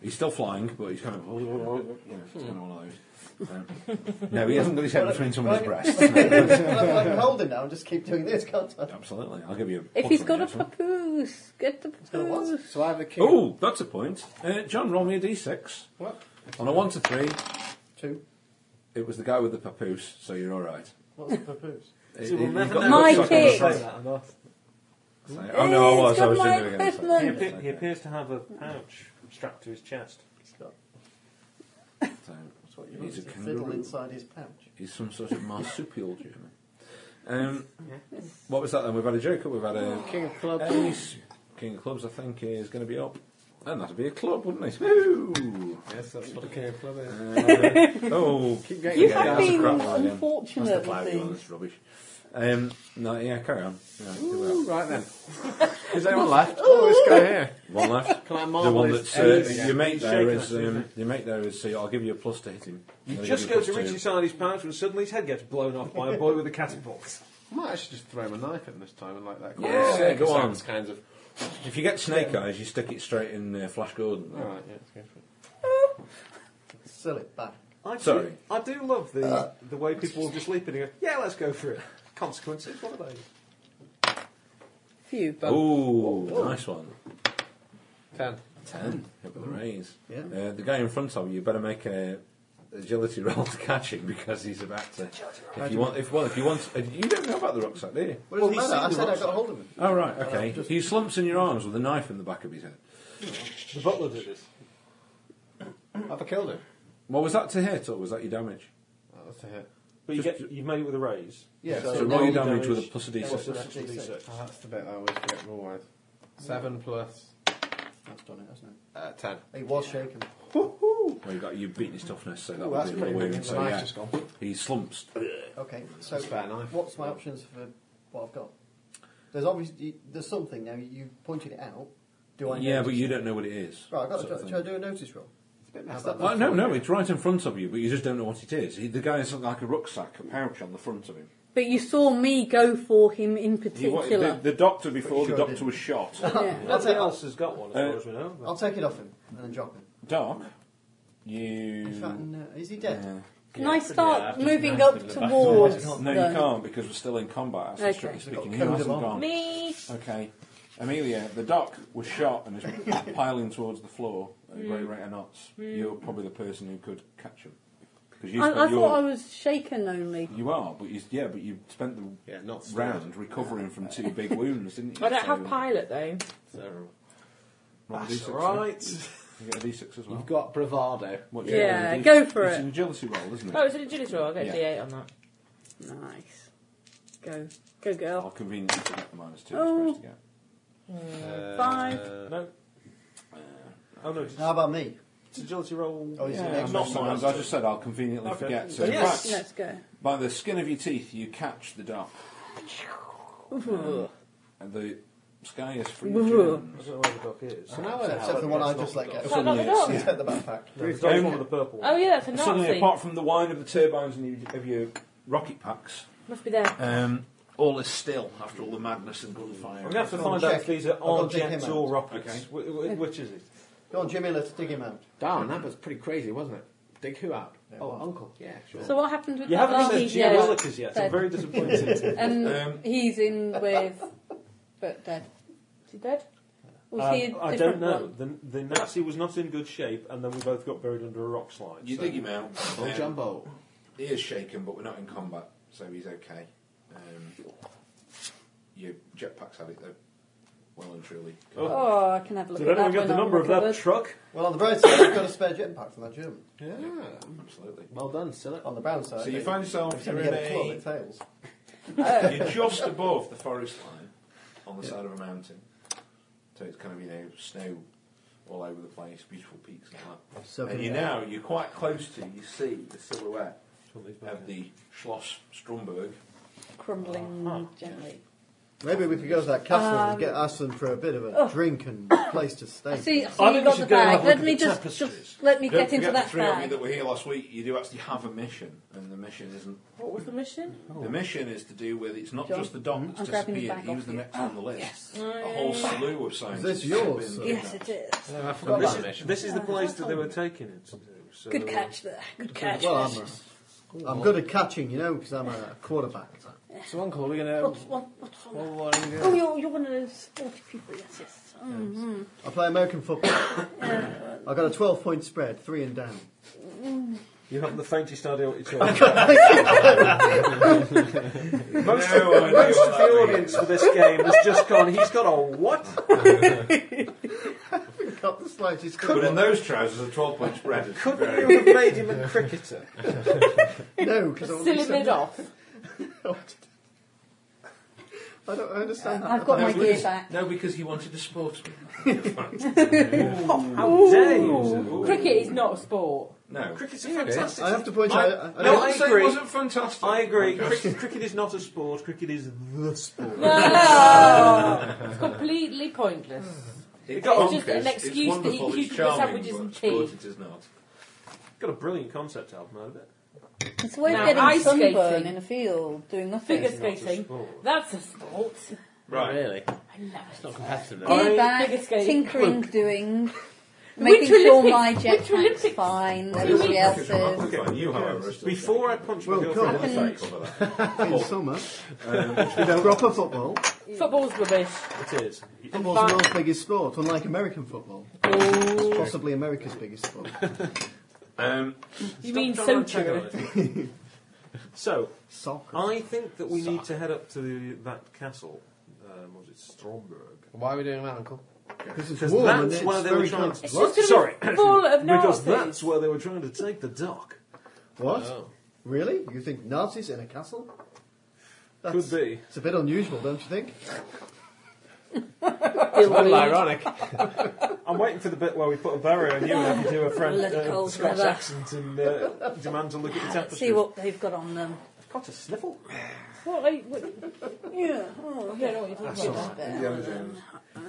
Speaker 9: He's still flying, but he's kind of oh, you know, it's kind of one of those. Um, no, he hasn't got his head between someone's
Speaker 2: [laughs]
Speaker 9: breasts.
Speaker 2: I can hold him now and just keep doing this, can't I?
Speaker 9: Absolutely, I'll give you. A
Speaker 4: If he's got a
Speaker 9: plus on
Speaker 4: papoose, get the
Speaker 2: So
Speaker 4: papoose.
Speaker 2: what?
Speaker 16: Uh, So I have a king.
Speaker 9: the next one. Oh, that's a point. Uh, John, roll me a d6.
Speaker 16: What?
Speaker 9: On a one to three,
Speaker 2: Two.
Speaker 9: it was the guy with the papoose, so you're all right.
Speaker 16: What's the purpose?
Speaker 9: It-
Speaker 5: So we'll
Speaker 9: it-
Speaker 5: never
Speaker 9: you got
Speaker 5: know
Speaker 9: the
Speaker 4: My
Speaker 9: sucker
Speaker 4: kick.
Speaker 9: shot. Say, Oh no, I
Speaker 4: It's
Speaker 9: was. I
Speaker 4: got
Speaker 9: was
Speaker 4: my
Speaker 9: doing it again.
Speaker 5: He,
Speaker 4: equipment.
Speaker 5: appear, he appears to have a pouch strapped to his chest.
Speaker 9: So, that's what you need,
Speaker 2: He's
Speaker 9: a
Speaker 2: a fiddle
Speaker 9: kangaroo.
Speaker 2: inside his pouch.
Speaker 9: He's some sort of marsupial German. Um, what was that then? We've had a joker. We've had a
Speaker 16: King of clubs.
Speaker 9: ace. King of clubs. I think is going to be up, and that'll be a club, wouldn't it? Woo!
Speaker 16: Yes, that's what a king of club is.
Speaker 9: Uh, [laughs] oh,
Speaker 16: Keep getting
Speaker 4: You
Speaker 16: it.
Speaker 9: Yeah,
Speaker 4: have
Speaker 9: that's a
Speaker 4: been
Speaker 9: crap line, yeah. That's the
Speaker 4: unfortunate
Speaker 9: cloud
Speaker 4: with
Speaker 9: one,
Speaker 4: these.
Speaker 9: that's rubbish. Um, no, yeah, carry on. Yeah, do that.
Speaker 16: Right then. Is anyone left? Oh, this guy here.
Speaker 9: One left.
Speaker 16: Can I
Speaker 9: The
Speaker 16: marvel
Speaker 9: one
Speaker 16: his
Speaker 9: that's uh,
Speaker 16: enemies?
Speaker 9: your mate
Speaker 5: He's
Speaker 9: there
Speaker 5: shaking
Speaker 9: is
Speaker 5: us,
Speaker 9: um,
Speaker 5: isn't
Speaker 9: your mate there is. So I'll give you a plus to hit him.
Speaker 5: You
Speaker 9: I'll
Speaker 5: just
Speaker 9: give
Speaker 5: go
Speaker 9: a
Speaker 5: to
Speaker 9: plus
Speaker 5: reach
Speaker 9: two.
Speaker 5: inside his pouch when suddenly his head gets blown off by a boy with a catapult.
Speaker 16: I might actually just throw him a knife at him this time and like that.
Speaker 9: Yeah,
Speaker 16: Circus
Speaker 9: go on.
Speaker 16: acts Kinds of.
Speaker 9: If you get snake eyes, you stick it straight in uh, Flash Gordon.
Speaker 8: Oh,
Speaker 16: All right, yeah, let's go for it.
Speaker 2: Sell it back.
Speaker 5: I do-
Speaker 9: Sorry.
Speaker 5: I do love the the way people will just leap in and go, yeah, let's go for it. Consequences, what are they?
Speaker 4: Phew.
Speaker 9: Ooh, nice one.
Speaker 16: Ten.
Speaker 9: Ten. Hit with a raise.
Speaker 2: Yeah.
Speaker 9: Uh, the guy in front of you, you better make a agility [laughs] roll to catch him because he's about to. If you want, if well, if you want, uh, you don't know about the rucksack, do you?
Speaker 2: What does
Speaker 5: he's
Speaker 2: it matter? I
Speaker 5: seen the
Speaker 2: said I
Speaker 5: rocks.
Speaker 2: got hold of him.
Speaker 9: Oh right, okay.
Speaker 2: Uh, just-
Speaker 9: He slumps in your arms with a knife in the back of his head.
Speaker 5: The butler did this.
Speaker 16: Have I killed him?
Speaker 9: Well, was that to hit or was that your damage?
Speaker 16: Oh, that's a hit.
Speaker 5: But you get, you've made it with a raise.
Speaker 8: Yeah,
Speaker 9: so roll your damage with a plus a d6.
Speaker 5: Plus a d6.
Speaker 8: Oh, that's the bit I always get more with. Seven plus
Speaker 2: That's done it, hasn't it?
Speaker 16: Ah,
Speaker 8: uh, ten.
Speaker 2: He was shaken.
Speaker 9: Well, you got you've beaten his toughness, so that
Speaker 8: Ooh,
Speaker 9: would
Speaker 8: that's
Speaker 9: be a
Speaker 8: pretty
Speaker 9: wound.
Speaker 8: big.
Speaker 9: So
Speaker 8: Knife's
Speaker 9: yeah,
Speaker 8: just gone.
Speaker 9: he slumps.
Speaker 2: Okay, so
Speaker 8: a fair knife.
Speaker 2: what's my options for what I've got? There's obviously there's something now. You pointed it out. Do I?
Speaker 9: Yeah,
Speaker 2: notice
Speaker 9: but you
Speaker 2: it?
Speaker 9: don't know what it is.
Speaker 2: Right, I've got
Speaker 9: sort of
Speaker 2: to,
Speaker 9: thing.
Speaker 2: shall I do a notice roll? How's that
Speaker 9: Well,
Speaker 2: look?
Speaker 9: no, no, it's right in front of you, but you just don't know what it is. He, the guy has like a rucksack, a pouch on the front of him.
Speaker 4: But you saw me go for him in
Speaker 9: He wa-
Speaker 4: particular.
Speaker 9: the, the doctor before
Speaker 2: Pretty sure
Speaker 9: the
Speaker 2: I
Speaker 9: doctor
Speaker 2: did.
Speaker 9: was shot.
Speaker 2: [laughs]
Speaker 5: Nobody else has got one, as
Speaker 9: Uh,
Speaker 5: far as we know.
Speaker 2: I'll take it off him and then drop him.
Speaker 9: Doc,
Speaker 2: In fact,
Speaker 9: you.
Speaker 2: no, is he dead?
Speaker 9: Mm. Yeah.
Speaker 4: Can I start
Speaker 5: yeah,
Speaker 4: moving
Speaker 5: yeah,
Speaker 4: up
Speaker 5: yeah.
Speaker 4: towards?
Speaker 9: No,
Speaker 4: them?
Speaker 9: you can't because we're still in combat. That's
Speaker 4: Okay.
Speaker 9: strictly speaking.
Speaker 2: We've
Speaker 9: He
Speaker 2: got
Speaker 9: hasn't
Speaker 2: code of
Speaker 9: gone.
Speaker 7: Me.
Speaker 9: Okay. Amelia, the doc was shot and is [laughs] piling towards the floor at a
Speaker 4: Mm.
Speaker 9: great rate of knots. You're probably the person who could catch him. 'Cause you,
Speaker 4: I,
Speaker 9: spent
Speaker 4: I
Speaker 9: your-
Speaker 4: thought I was shaken only.
Speaker 9: you are, but you, yeah, but you spent the
Speaker 8: Yeah, not
Speaker 9: round recovering from two big wounds, didn't you?
Speaker 7: I don't have
Speaker 9: So-
Speaker 7: pilot though.
Speaker 8: Terrible.
Speaker 9: Roll a
Speaker 16: That's
Speaker 9: D6,
Speaker 16: right.
Speaker 9: yeah? You get a d6 as well.
Speaker 8: You've got bravado.
Speaker 9: What do you
Speaker 4: Yeah,
Speaker 9: get?
Speaker 4: go for
Speaker 9: it's an
Speaker 4: it.
Speaker 9: agility roll, isn't it?
Speaker 7: Oh, it's an agility roll. I got
Speaker 9: Yeah.
Speaker 7: D8 on that.
Speaker 4: Nice. Go, go,
Speaker 9: I'll
Speaker 4: girl.
Speaker 9: conveniently forget the minus two.
Speaker 4: Oh.
Speaker 9: It's supposed to get.
Speaker 8: Uh,
Speaker 4: Five.
Speaker 5: No. Oh, no, it's
Speaker 2: How about me?
Speaker 5: it's agility roll.
Speaker 2: Oh, is it
Speaker 7: Yeah.
Speaker 2: next?
Speaker 5: Not
Speaker 9: So, as I just said, I'll conveniently
Speaker 5: Okay.
Speaker 9: forget. So, in
Speaker 5: Yes.
Speaker 9: fact,
Speaker 4: Let's go.
Speaker 9: by the skin of your teeth, you catch the
Speaker 8: [laughs]
Speaker 9: doc. And the sky is
Speaker 8: [laughs]
Speaker 9: free of
Speaker 5: I
Speaker 9: germs.
Speaker 5: don't know where the dock is.
Speaker 8: So now we're
Speaker 2: Except for the one I just let go.
Speaker 7: Not the
Speaker 9: [laughs]
Speaker 7: dog.
Speaker 2: Except the backpack.
Speaker 5: No, the dock's one with the purple one.
Speaker 7: Oh yeah, that's a
Speaker 9: Suddenly,
Speaker 7: Nazi.
Speaker 9: apart from the whine of the turbines and your, of your rocket packs,
Speaker 7: Must be there.
Speaker 9: um, all is still after all the madness and gunfire.
Speaker 5: I'm going to have to
Speaker 2: Go on,
Speaker 5: find out
Speaker 2: check.
Speaker 5: if these are
Speaker 2: I've got
Speaker 5: arm
Speaker 2: to dig
Speaker 5: jets
Speaker 2: him
Speaker 5: or
Speaker 2: out.
Speaker 5: rockets.
Speaker 9: Okay.
Speaker 5: Wh- wh- which is it?
Speaker 2: Go on, Jimmy, let's dig him out.
Speaker 8: Darn, that was pretty crazy, wasn't it? Dig who out? oh,
Speaker 2: well.
Speaker 8: uncle. Yeah, sure.
Speaker 4: So what happened with
Speaker 5: You
Speaker 4: that
Speaker 5: haven't said
Speaker 4: lady?
Speaker 5: Geo yet. I'm very disappointed.
Speaker 4: and
Speaker 9: Um,
Speaker 4: he's in with, but dead.
Speaker 7: Is he dead?
Speaker 4: Was
Speaker 5: Um,
Speaker 4: he a
Speaker 5: I
Speaker 4: different
Speaker 5: don't know.
Speaker 4: One?
Speaker 5: The, the Nazi was not in good shape, and then we both got buried under a rock slide.
Speaker 3: You
Speaker 5: so-
Speaker 3: dig him out.
Speaker 8: Oh,
Speaker 3: um,
Speaker 8: jumbo.
Speaker 3: He is shaken, but we're not in combat, so he's okay. Um, your jetpack's had it though, well and truly.
Speaker 4: Oh, I can have a look
Speaker 5: Did
Speaker 4: at that.
Speaker 5: anyone get
Speaker 4: when
Speaker 5: the
Speaker 4: I'm
Speaker 5: number of
Speaker 4: recovered.
Speaker 5: that truck?
Speaker 2: Well, on the bright side, I've got a spare jetpack from that German.
Speaker 8: Yeah.
Speaker 3: Absolutely.
Speaker 8: Well done, Scylla.
Speaker 2: On the brown side.
Speaker 3: So you
Speaker 2: they-
Speaker 3: find yourself
Speaker 2: Except
Speaker 3: you're
Speaker 2: you
Speaker 3: in
Speaker 2: get a club,
Speaker 3: a,
Speaker 2: it fails.
Speaker 4: [laughs]
Speaker 3: you're just above the forest line on the side of a mountain. So it's kind of you know snow all over the place, beautiful peaks and all that.
Speaker 2: So
Speaker 3: and you now you're quite close to you see the silhouette of the Schloss Stromberg.
Speaker 4: Crumbling
Speaker 5: Oh,
Speaker 4: gently.
Speaker 2: Maybe we could go to that castle and get ask them for a bit of a drink and place to stay.
Speaker 4: See, so
Speaker 5: I
Speaker 4: you got
Speaker 5: think we
Speaker 4: the
Speaker 5: should go and have
Speaker 4: bag.
Speaker 5: a
Speaker 4: Let
Speaker 5: look
Speaker 4: me
Speaker 5: at the
Speaker 4: just,
Speaker 5: tapestries.
Speaker 4: just let me
Speaker 3: Don't
Speaker 4: get into
Speaker 3: forget the
Speaker 4: that
Speaker 3: three of you
Speaker 4: bag.
Speaker 3: that were here last week. You do actually have a mission, and the mission isn't
Speaker 7: What was the mission?
Speaker 3: The mission is to do with it's not
Speaker 4: Oh. John, Mm-hmm.
Speaker 3: just the doc
Speaker 4: I'm
Speaker 3: that's
Speaker 4: grabbing the
Speaker 3: disappeared.
Speaker 4: bag
Speaker 3: He
Speaker 4: off
Speaker 3: was the
Speaker 4: you.
Speaker 3: next on
Speaker 5: [gasps]
Speaker 3: the list. A
Speaker 7: Oh,
Speaker 3: whole slew of
Speaker 2: Is
Speaker 3: scientists.
Speaker 2: this
Speaker 3: have
Speaker 2: yours?
Speaker 3: been-
Speaker 2: sir?
Speaker 4: Yes, it is.
Speaker 8: I
Speaker 5: Well,
Speaker 8: forgot
Speaker 5: this,
Speaker 8: that
Speaker 5: is,
Speaker 8: mission.
Speaker 5: this is the place that they were taking it to. So
Speaker 4: Good catch there. Good catch.
Speaker 2: Well, I'm, a, I'm good at catching, you know, because I'm a quarterback.
Speaker 8: So, uncle, are we going to.
Speaker 4: What's one? What's one?
Speaker 8: What are we
Speaker 4: Oh,
Speaker 8: doing?
Speaker 4: you're, you're one of those sporty people. Yes, yes. Mm-hmm.
Speaker 2: I play American football. I got a 12 point spread, three and down.
Speaker 5: You haven't the faintest idea what you're talking about. most
Speaker 3: No idea
Speaker 5: of, most
Speaker 3: what
Speaker 5: of the
Speaker 3: that means.
Speaker 5: audience for this game has just gone, he's got a what?
Speaker 2: Got the slightest
Speaker 3: But in those trousers, a 12 point spread is
Speaker 5: Couldn't
Speaker 3: very.
Speaker 5: you have made him a cricketer?
Speaker 2: No, because I want to
Speaker 7: Silly mid off.
Speaker 2: [laughs] I don't understand.
Speaker 5: Uh,
Speaker 4: I've got my
Speaker 3: No,
Speaker 4: gear
Speaker 3: because,
Speaker 4: back.
Speaker 3: no, because he wanted a sportsman.
Speaker 5: How dare you?
Speaker 7: Cricket is not a sport.
Speaker 3: No.
Speaker 5: Cricket's a fantastic.
Speaker 2: I have to point out. I, I
Speaker 5: no,
Speaker 2: don't-
Speaker 5: I
Speaker 3: I'd say
Speaker 5: agree.
Speaker 3: It wasn't fantastic.
Speaker 5: I agree. Cricket, cricket is not a sport. Cricket is the sport.
Speaker 7: No! it's completely pointless.
Speaker 3: It's bonkers,
Speaker 7: got just an excuse that he
Speaker 3: wonderful, it's
Speaker 7: keeps the
Speaker 3: charming,
Speaker 7: sandwiches
Speaker 3: but
Speaker 7: and
Speaker 3: sport
Speaker 7: tea.
Speaker 3: It is not.
Speaker 5: Got a brilliant concept album out of it.
Speaker 4: It's worth
Speaker 7: Now,
Speaker 4: getting
Speaker 7: ice
Speaker 4: sunburn
Speaker 7: skating.
Speaker 4: in a field doing nothing.
Speaker 7: Figure
Speaker 4: Gear
Speaker 5: It's not a
Speaker 7: skating.
Speaker 5: sport.
Speaker 7: That's a sport.
Speaker 16: Right. Really?
Speaker 7: I love
Speaker 16: It's not competitive though.
Speaker 5: I-
Speaker 4: back,
Speaker 7: figure skating.
Speaker 4: tinkering, doing, making sure my jetpack's fine, everybody else's.
Speaker 3: Okay. Fine, you, however, are still
Speaker 5: Before I punch my
Speaker 2: Well,
Speaker 5: girlfriend
Speaker 2: come
Speaker 5: in the
Speaker 4: on.
Speaker 5: face,
Speaker 3: cover that.
Speaker 2: in summer,
Speaker 5: Um,
Speaker 2: proper football.
Speaker 7: Football's rubbish.
Speaker 5: it is.
Speaker 2: Football's the world's biggest sport, unlike American football. It's possibly America's biggest
Speaker 5: [laughs]
Speaker 2: sport.
Speaker 3: Um,
Speaker 7: You mean
Speaker 5: Don't run tag
Speaker 7: century.
Speaker 5: on it. [laughs] so,
Speaker 2: Soccer.
Speaker 5: I think that we need to head up to the, that castle. Um, what was it Stromberg?
Speaker 8: Why are we doing that, uncle?
Speaker 2: Because it's
Speaker 5: Because
Speaker 2: warm and
Speaker 5: that's
Speaker 2: it's
Speaker 5: where they were
Speaker 2: very
Speaker 5: trying.
Speaker 2: cold.
Speaker 7: It's just gonna be full of
Speaker 5: [laughs] because
Speaker 7: Nazis.
Speaker 5: that's where they were trying to take the dock.
Speaker 2: What?
Speaker 16: Oh.
Speaker 2: Really? You think Nazis in a castle?
Speaker 3: Could be.
Speaker 2: It's a bit unusual, don't you think?
Speaker 5: It's a little ironic. I'm waiting for the bit where we put a barrier on you and you do a
Speaker 4: [laughs]
Speaker 5: French
Speaker 4: Let it
Speaker 5: uh,
Speaker 4: go,
Speaker 5: Scotch
Speaker 4: brother.
Speaker 5: accent and uh, demand to look at the
Speaker 4: Let's
Speaker 5: tapestry.
Speaker 4: see what they've got on them.
Speaker 5: Got a sniffle.
Speaker 7: What, like, what,
Speaker 4: Yeah. Oh,
Speaker 7: I don't know what you're talking about.
Speaker 3: Indiana Jones.
Speaker 16: Do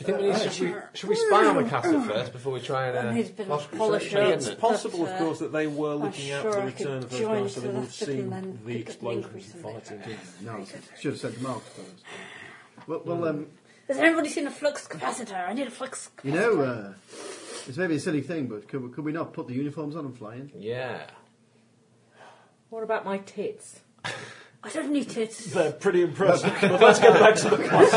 Speaker 16: you think we need, should, we, should we spy on the castle first before we try and... Uh,
Speaker 4: He's been
Speaker 16: Polish
Speaker 4: polished
Speaker 16: crusade,
Speaker 4: up.
Speaker 16: isn't
Speaker 5: It's
Speaker 16: it?
Speaker 5: possible,
Speaker 4: But,
Speaker 5: of
Speaker 4: uh,
Speaker 5: course, that they were
Speaker 4: I'm
Speaker 5: looking out
Speaker 4: sure
Speaker 5: for the
Speaker 4: I
Speaker 5: return
Speaker 4: could
Speaker 5: of
Speaker 4: join
Speaker 5: those guys, so they
Speaker 4: to
Speaker 5: would have
Speaker 4: that bit and
Speaker 5: seen
Speaker 4: then
Speaker 5: the
Speaker 4: pick up the
Speaker 5: explosions and
Speaker 4: increase in
Speaker 5: fighting.
Speaker 2: Nazis. Should have said the Marx brothers. Well, well um,
Speaker 4: Has anybody seen a flux capacitor? I need a flux capacitor.
Speaker 2: you know, uh, it's maybe a silly thing, but could, could we not put the uniforms on and fly in?
Speaker 16: Yeah.
Speaker 7: what about my tits?
Speaker 4: [laughs] I don't need it.
Speaker 5: They're pretty impressive. but let's get back to the
Speaker 2: [laughs]
Speaker 5: point.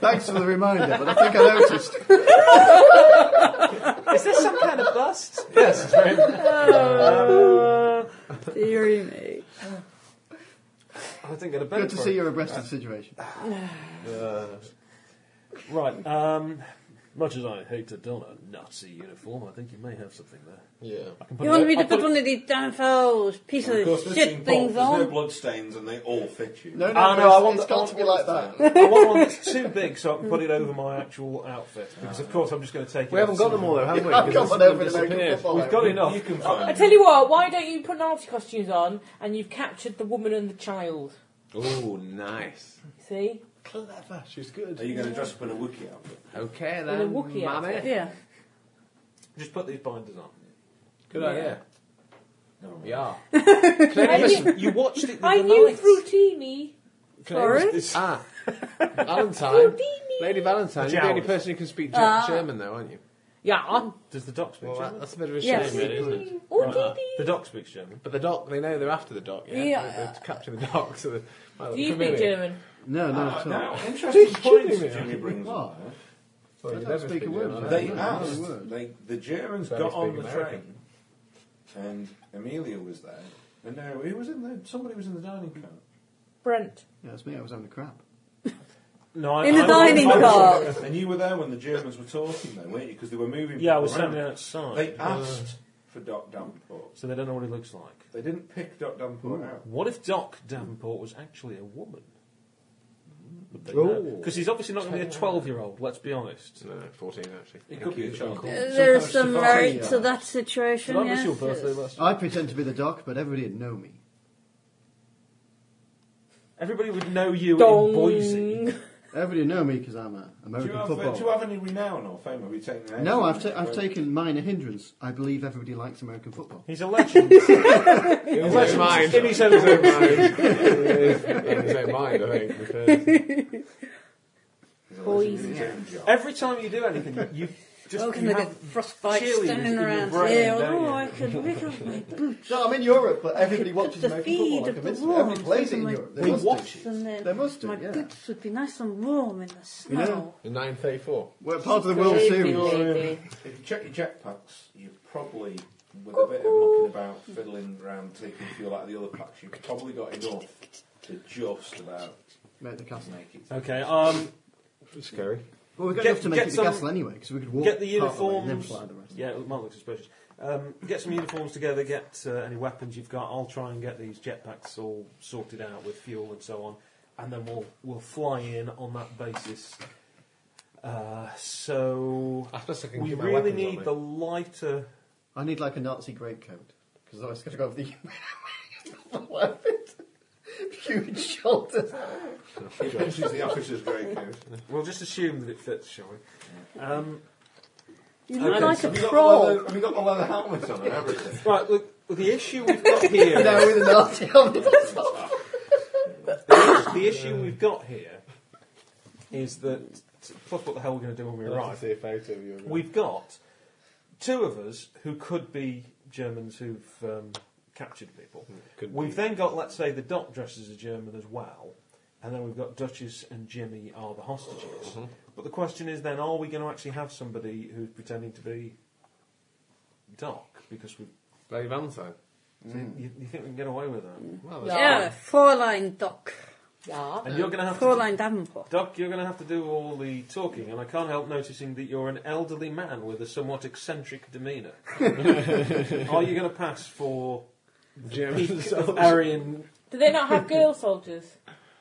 Speaker 2: Thanks for the reminder, but I think I
Speaker 5: [laughs]
Speaker 2: noticed.
Speaker 5: [laughs] Is this some kind of bust? Yes, it's very. Uh,
Speaker 4: Deary me.
Speaker 5: I think I'd have
Speaker 2: Good to
Speaker 5: for
Speaker 2: see
Speaker 5: it. Uh,
Speaker 2: you're abreast of the situation.
Speaker 5: Right, um, much as I hate to don a Nazi uniform, I think you may have something there.
Speaker 16: Yeah.
Speaker 5: I can put
Speaker 4: You
Speaker 5: it
Speaker 4: want
Speaker 5: on-
Speaker 4: me to
Speaker 5: I'll
Speaker 4: put one of these damn foul
Speaker 9: Of
Speaker 4: pieces
Speaker 9: course,
Speaker 4: of
Speaker 9: this
Speaker 4: shit
Speaker 9: thing
Speaker 4: things
Speaker 9: there's no
Speaker 4: on?
Speaker 9: bloodstains and they all fit you.
Speaker 2: No, no,
Speaker 5: Ah,
Speaker 2: but
Speaker 5: no, I
Speaker 2: it's-
Speaker 5: want
Speaker 2: it's
Speaker 5: the- I
Speaker 2: got
Speaker 5: want
Speaker 2: to be like that.
Speaker 5: I want one that's [laughs] too big so I can put it over my actual outfit. Because, of course, I'm just going to take it.
Speaker 16: We haven't got
Speaker 5: outside.
Speaker 16: them all, though, [laughs] have we?
Speaker 2: I've
Speaker 16: 'Cause
Speaker 2: got
Speaker 16: it's
Speaker 2: one
Speaker 16: all
Speaker 2: over the American
Speaker 16: disappeared.
Speaker 2: football.
Speaker 5: We've got
Speaker 9: You
Speaker 5: enough.
Speaker 9: can find
Speaker 7: Oh, I tell you what, why don't you put Nazi costumes on and you've captured the woman and the child?
Speaker 16: Oh, nice.
Speaker 7: See?
Speaker 5: Clever, she's
Speaker 9: Are
Speaker 5: good.
Speaker 9: you going to dress up in a Wookiee outfit?
Speaker 16: Okay
Speaker 7: With a
Speaker 5: Um,
Speaker 16: then,
Speaker 7: Wookiee outfit.
Speaker 16: mammy.
Speaker 4: Yeah.
Speaker 5: Just put these binders on.
Speaker 16: Good idea.
Speaker 9: Never
Speaker 7: [laughs]
Speaker 9: mind.
Speaker 16: Yeah.
Speaker 7: I knew,
Speaker 5: You watched it the
Speaker 7: I
Speaker 5: other
Speaker 7: knew
Speaker 5: night.
Speaker 7: Frutini.
Speaker 16: Sorry?
Speaker 7: [laughs]
Speaker 16: Ah. Valentine. Lady Valentine. You're the only
Speaker 5: Jowls.
Speaker 16: person who can speak
Speaker 7: Uh,
Speaker 4: Ah.
Speaker 16: German, though, aren't you?
Speaker 7: Yeah.
Speaker 5: Does the doc speak
Speaker 16: Well, that,
Speaker 5: German?
Speaker 16: that's a bit of a shame,
Speaker 4: Yes.
Speaker 16: really, isn't it?
Speaker 7: Oh,
Speaker 5: Right.
Speaker 7: Didi.
Speaker 5: The doc speaks German.
Speaker 16: But the dock, they know they're after the dock, yeah?
Speaker 4: Yeah.
Speaker 16: They're, they're capturing the dock, so they might look
Speaker 7: Do you
Speaker 16: familiar.
Speaker 7: speak German?
Speaker 2: No, no,
Speaker 5: Ah,
Speaker 2: at all.
Speaker 9: Now, interesting points
Speaker 16: kidding me?
Speaker 9: Jimmy brings
Speaker 2: What?
Speaker 9: up.
Speaker 16: Well,
Speaker 2: I
Speaker 16: you
Speaker 2: don't
Speaker 16: never
Speaker 2: speak a word
Speaker 16: German,
Speaker 2: of
Speaker 16: I
Speaker 2: that.
Speaker 16: don't
Speaker 2: Yeah,
Speaker 9: They
Speaker 16: know.
Speaker 9: asked,
Speaker 2: not a word.
Speaker 9: like, the Germans
Speaker 16: Barely
Speaker 9: got on the
Speaker 16: speak American.
Speaker 9: train, and Amelia was there, and now who was in the? Somebody was in the dining car.
Speaker 7: Brent.
Speaker 2: Yeah, it's me. I was having a crap.
Speaker 5: No, I,
Speaker 4: In the
Speaker 5: I-
Speaker 4: dining
Speaker 5: I-
Speaker 4: car.
Speaker 9: [laughs] And you were there when the Germans were talking, though, weren't you? Because they were moving.
Speaker 5: Yeah, I was
Speaker 9: people
Speaker 5: standing
Speaker 9: around.
Speaker 5: outside.
Speaker 9: They
Speaker 16: ah.
Speaker 9: asked for Doc Davenport.
Speaker 5: So they don't know what he looks like.
Speaker 9: They didn't pick Doc Davenport out.
Speaker 5: What if Doc Davenport was actually a woman?
Speaker 16: Ooh.
Speaker 5: Because he's obviously not going to be a 12 year old, let's be honest.
Speaker 16: No, 14 actually.
Speaker 9: It could be a child.
Speaker 4: There is some
Speaker 2: Sometimes
Speaker 4: merit
Speaker 2: Sivaki,
Speaker 4: to
Speaker 2: uh,
Speaker 4: that situation,
Speaker 5: Did I miss
Speaker 4: yes.
Speaker 5: your birthday last year?
Speaker 2: I pretend to be the doc, but everybody would know me.
Speaker 5: Everybody would know you in Boise.
Speaker 7: Dong.
Speaker 2: Everybody would know me because I'm a
Speaker 9: Do
Speaker 2: American
Speaker 9: you, have, uh,
Speaker 2: football.
Speaker 9: do you have any renown or fame? Have you taken? any-
Speaker 2: no, I've, ta- I've taken minor hindrance. I believe everybody likes American football.
Speaker 5: He's a legend.
Speaker 16: In his own mind.
Speaker 5: In his own
Speaker 8: [laughs]
Speaker 16: mind. In his own mind, I think. because-
Speaker 9: Boys. Yeah.
Speaker 5: Every time you do anything, you just.
Speaker 4: Oh, can
Speaker 5: you
Speaker 4: they get
Speaker 5: have-
Speaker 4: frostbite
Speaker 5: chilies in
Speaker 4: standing
Speaker 5: your
Speaker 4: around
Speaker 5: brain,
Speaker 4: here?
Speaker 5: don't
Speaker 4: Oh,
Speaker 5: you?
Speaker 4: I could rip off my boots
Speaker 2: No, I'm in Europe, but everybody
Speaker 4: watches the American football, feed I of convince the them. Everybody world plays it in into my- Europe.
Speaker 5: we watch it.
Speaker 4: and
Speaker 2: They
Speaker 4: then
Speaker 2: must do,
Speaker 4: my
Speaker 2: yeah.
Speaker 4: boots would be nice and warm in the
Speaker 2: You
Speaker 4: snow.
Speaker 2: know-
Speaker 16: In 934.
Speaker 2: We're part of the World Series.
Speaker 7: Lady.
Speaker 9: If you check your jetpacks, you probably, with a bit of mucking about, fiddling around, taking fuel out of the other packs, you've probably got enough to just about
Speaker 2: Make the castle.
Speaker 9: make it.
Speaker 5: Okay, um,
Speaker 16: Scary.
Speaker 2: Well, we've got
Speaker 5: Get-
Speaker 2: enough to make
Speaker 5: get
Speaker 2: it the
Speaker 5: some-
Speaker 2: castle anyway, because we could walk
Speaker 5: get the
Speaker 2: part of way and then
Speaker 5: uniforms.
Speaker 2: fly the rest.
Speaker 5: Yeah, it might look suspicious. Um, get some uniforms together, get uh, any weapons you've got. I'll try and get these jetpacks all sorted out with fuel and so on, and then we'll we'll fly in on that basis. Uh, so
Speaker 16: I suppose I can
Speaker 5: we
Speaker 16: keep my
Speaker 5: really
Speaker 16: weapons on
Speaker 5: need
Speaker 16: me.
Speaker 5: the lighter.
Speaker 2: I need like a Nazi greatcoat, because I was going to go with [laughs] the huge shoulders.
Speaker 9: It pinches the officer's grey coat.
Speaker 5: We'll just assume that it fits, shall we? Um,
Speaker 4: You look
Speaker 5: Okay,
Speaker 4: like
Speaker 5: so
Speaker 4: a
Speaker 9: Have you, got the
Speaker 4: troll.
Speaker 9: leather, have you got the leather helmet on and everything?
Speaker 5: right, look. The issue we've got
Speaker 2: [laughs]
Speaker 5: here.
Speaker 2: You know, with a Nazi helmet.
Speaker 5: the issue we've got here is that plus what the hell we're going to do when we
Speaker 16: I'd like to
Speaker 5: arrive.
Speaker 16: see a photo of you.
Speaker 5: We've got two of us who could be Germans who've um, captured people.
Speaker 16: Could
Speaker 5: we've
Speaker 16: be.
Speaker 5: then got, let's say, the Doc dresses as a German as well, and then we've got Duchess and Jimmy are the hostages. But the question is then, are we going to actually have somebody who's pretending to be Doc? Because we
Speaker 16: Lady Valentine.
Speaker 5: you, you think we can get away with that?
Speaker 16: Well,
Speaker 4: Yeah, four line dock.
Speaker 7: Yeah.
Speaker 5: And you're going to have
Speaker 4: Coraline
Speaker 5: to.
Speaker 4: Davenport.
Speaker 5: Doc, you're going to have to do all the talking, and I can't help noticing that you're an elderly man with a somewhat eccentric demeanour. Are you going to pass for
Speaker 16: [laughs] German
Speaker 5: peak
Speaker 16: soldier.
Speaker 5: Aryan?
Speaker 7: Do they not have girl soldiers?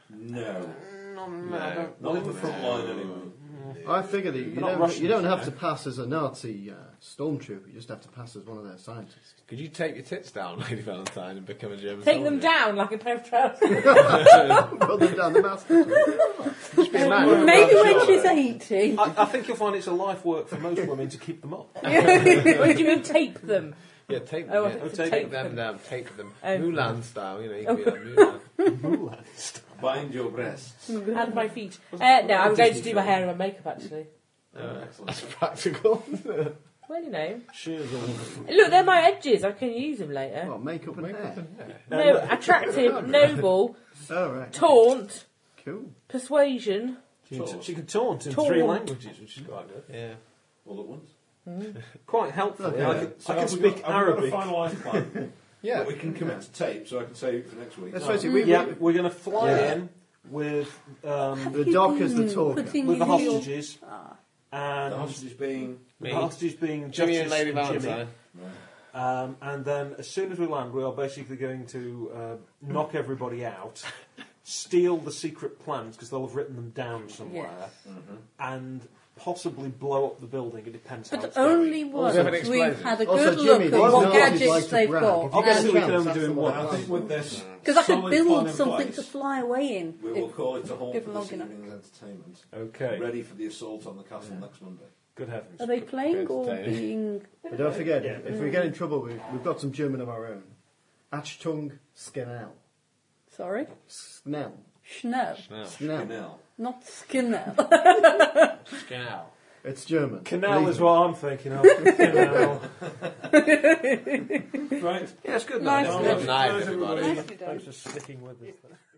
Speaker 3: No.
Speaker 5: No,
Speaker 3: I don't- Not in the front line, anyway.
Speaker 2: [laughs] I figure that you
Speaker 5: They're not
Speaker 2: don't,
Speaker 5: Russians,
Speaker 2: you don't have
Speaker 5: you
Speaker 2: to pass as a Nazi uh, stormtrooper. You just have to pass as one of their scientists. [laughs]
Speaker 8: Could you take your tits down, [laughs] Lady Valentine, and become a German
Speaker 7: Take them down like a pair of trousers.
Speaker 2: Put them down the master.
Speaker 7: [laughs]
Speaker 4: Maybe when she's 80.
Speaker 5: I, I think you'll find it's a life work for most women to keep them up.
Speaker 7: what do you mean tape them?
Speaker 8: Yeah, take them,
Speaker 7: Oh, I
Speaker 8: yeah.
Speaker 7: think
Speaker 5: Oh,
Speaker 7: to
Speaker 5: take
Speaker 7: take,
Speaker 8: Take
Speaker 7: them.
Speaker 8: them down, take them.
Speaker 7: Oh.
Speaker 8: Mulan style, you know, you can be like Mulan.
Speaker 3: Bind your breasts.
Speaker 7: And my feet. Uh, no, I'm going to do my hair and my makeup actually.
Speaker 3: Oh,
Speaker 7: [laughs]
Speaker 3: excellent.
Speaker 8: Practical.
Speaker 7: Well, you know.
Speaker 5: Shears all.
Speaker 7: Look, they're my edges. I can use them later.
Speaker 2: What, makeup and hair?
Speaker 7: No, attractive, noble,
Speaker 2: All right,
Speaker 7: taunt,
Speaker 2: cool.
Speaker 7: persuasion.
Speaker 5: She can, she can taunt in three
Speaker 7: Taunt.
Speaker 5: languages, which is quite good.
Speaker 8: Yeah.
Speaker 3: All at once.
Speaker 5: Quite helpful.
Speaker 2: Okay.
Speaker 5: I can,
Speaker 16: So
Speaker 5: I can
Speaker 16: have we got-
Speaker 5: speak
Speaker 16: have we
Speaker 5: Arabic.
Speaker 16: Got a finalised plan.
Speaker 8: Yeah.
Speaker 3: But we can commit to tape, so I can save it for next week. Oh,
Speaker 2: Let's face it, we,
Speaker 5: Yeah,
Speaker 2: we-
Speaker 5: we're going to fly in with um,
Speaker 2: the doc is the talker.
Speaker 5: with the hostages and
Speaker 3: The hostage being.
Speaker 5: the hostages being
Speaker 8: Jimmy
Speaker 5: Justice
Speaker 8: and
Speaker 5: Jimmy.
Speaker 8: Lady Valentine.
Speaker 5: Um, and then as soon as we land, we are basically going to uh, knock everybody
Speaker 8: [laughs]
Speaker 5: out, steal the secret plans because they'll have written them down somewhere,
Speaker 8: Mm-hmm.
Speaker 5: and possibly blow up the building. It depends how
Speaker 4: But
Speaker 5: it's going.
Speaker 4: only once
Speaker 8: if it explodes.
Speaker 4: we've had a
Speaker 2: Also,
Speaker 4: good
Speaker 2: Jimmy,
Speaker 4: look
Speaker 2: these
Speaker 4: at what
Speaker 2: Nazis
Speaker 4: gadgets
Speaker 2: like to
Speaker 4: they've
Speaker 2: brag.
Speaker 4: got.
Speaker 2: If you get a
Speaker 5: Obviously, we can
Speaker 2: chance,
Speaker 5: only
Speaker 2: that's
Speaker 5: do
Speaker 2: the
Speaker 5: it
Speaker 2: one.
Speaker 3: I
Speaker 5: once.
Speaker 3: think with this.
Speaker 4: Because I could
Speaker 3: solid plan
Speaker 4: build
Speaker 3: in
Speaker 4: something
Speaker 3: place,
Speaker 4: to fly away in.
Speaker 3: We will
Speaker 4: If-
Speaker 3: call it a halt
Speaker 4: give
Speaker 3: for
Speaker 4: them
Speaker 3: this
Speaker 4: long enough.
Speaker 3: evening's entertainment.
Speaker 5: Okay.
Speaker 3: Ready for the assault on the castle next Monday.
Speaker 5: Good heavens.
Speaker 4: Are they playing or
Speaker 8: Entertaining.
Speaker 4: being.
Speaker 2: But don't forget, if we get in trouble, we, we've got some German of our own. Achtung, Schnell.
Speaker 4: Sorry?
Speaker 2: Schnell.
Speaker 4: Schnell.
Speaker 2: Schnell.
Speaker 3: Canal.
Speaker 4: Not Skinnell.
Speaker 8: Scowl.
Speaker 2: It's German.
Speaker 5: Canal
Speaker 2: Believe
Speaker 5: is
Speaker 2: me.
Speaker 5: what I'm thinking of.
Speaker 8: [laughs]
Speaker 4: [laughs]
Speaker 5: Canal.
Speaker 3: Right.
Speaker 5: yes, good
Speaker 4: Nice
Speaker 5: night.
Speaker 4: little-
Speaker 8: Good night, everybody.
Speaker 4: Nicely done.
Speaker 5: Thanks for sticking with us.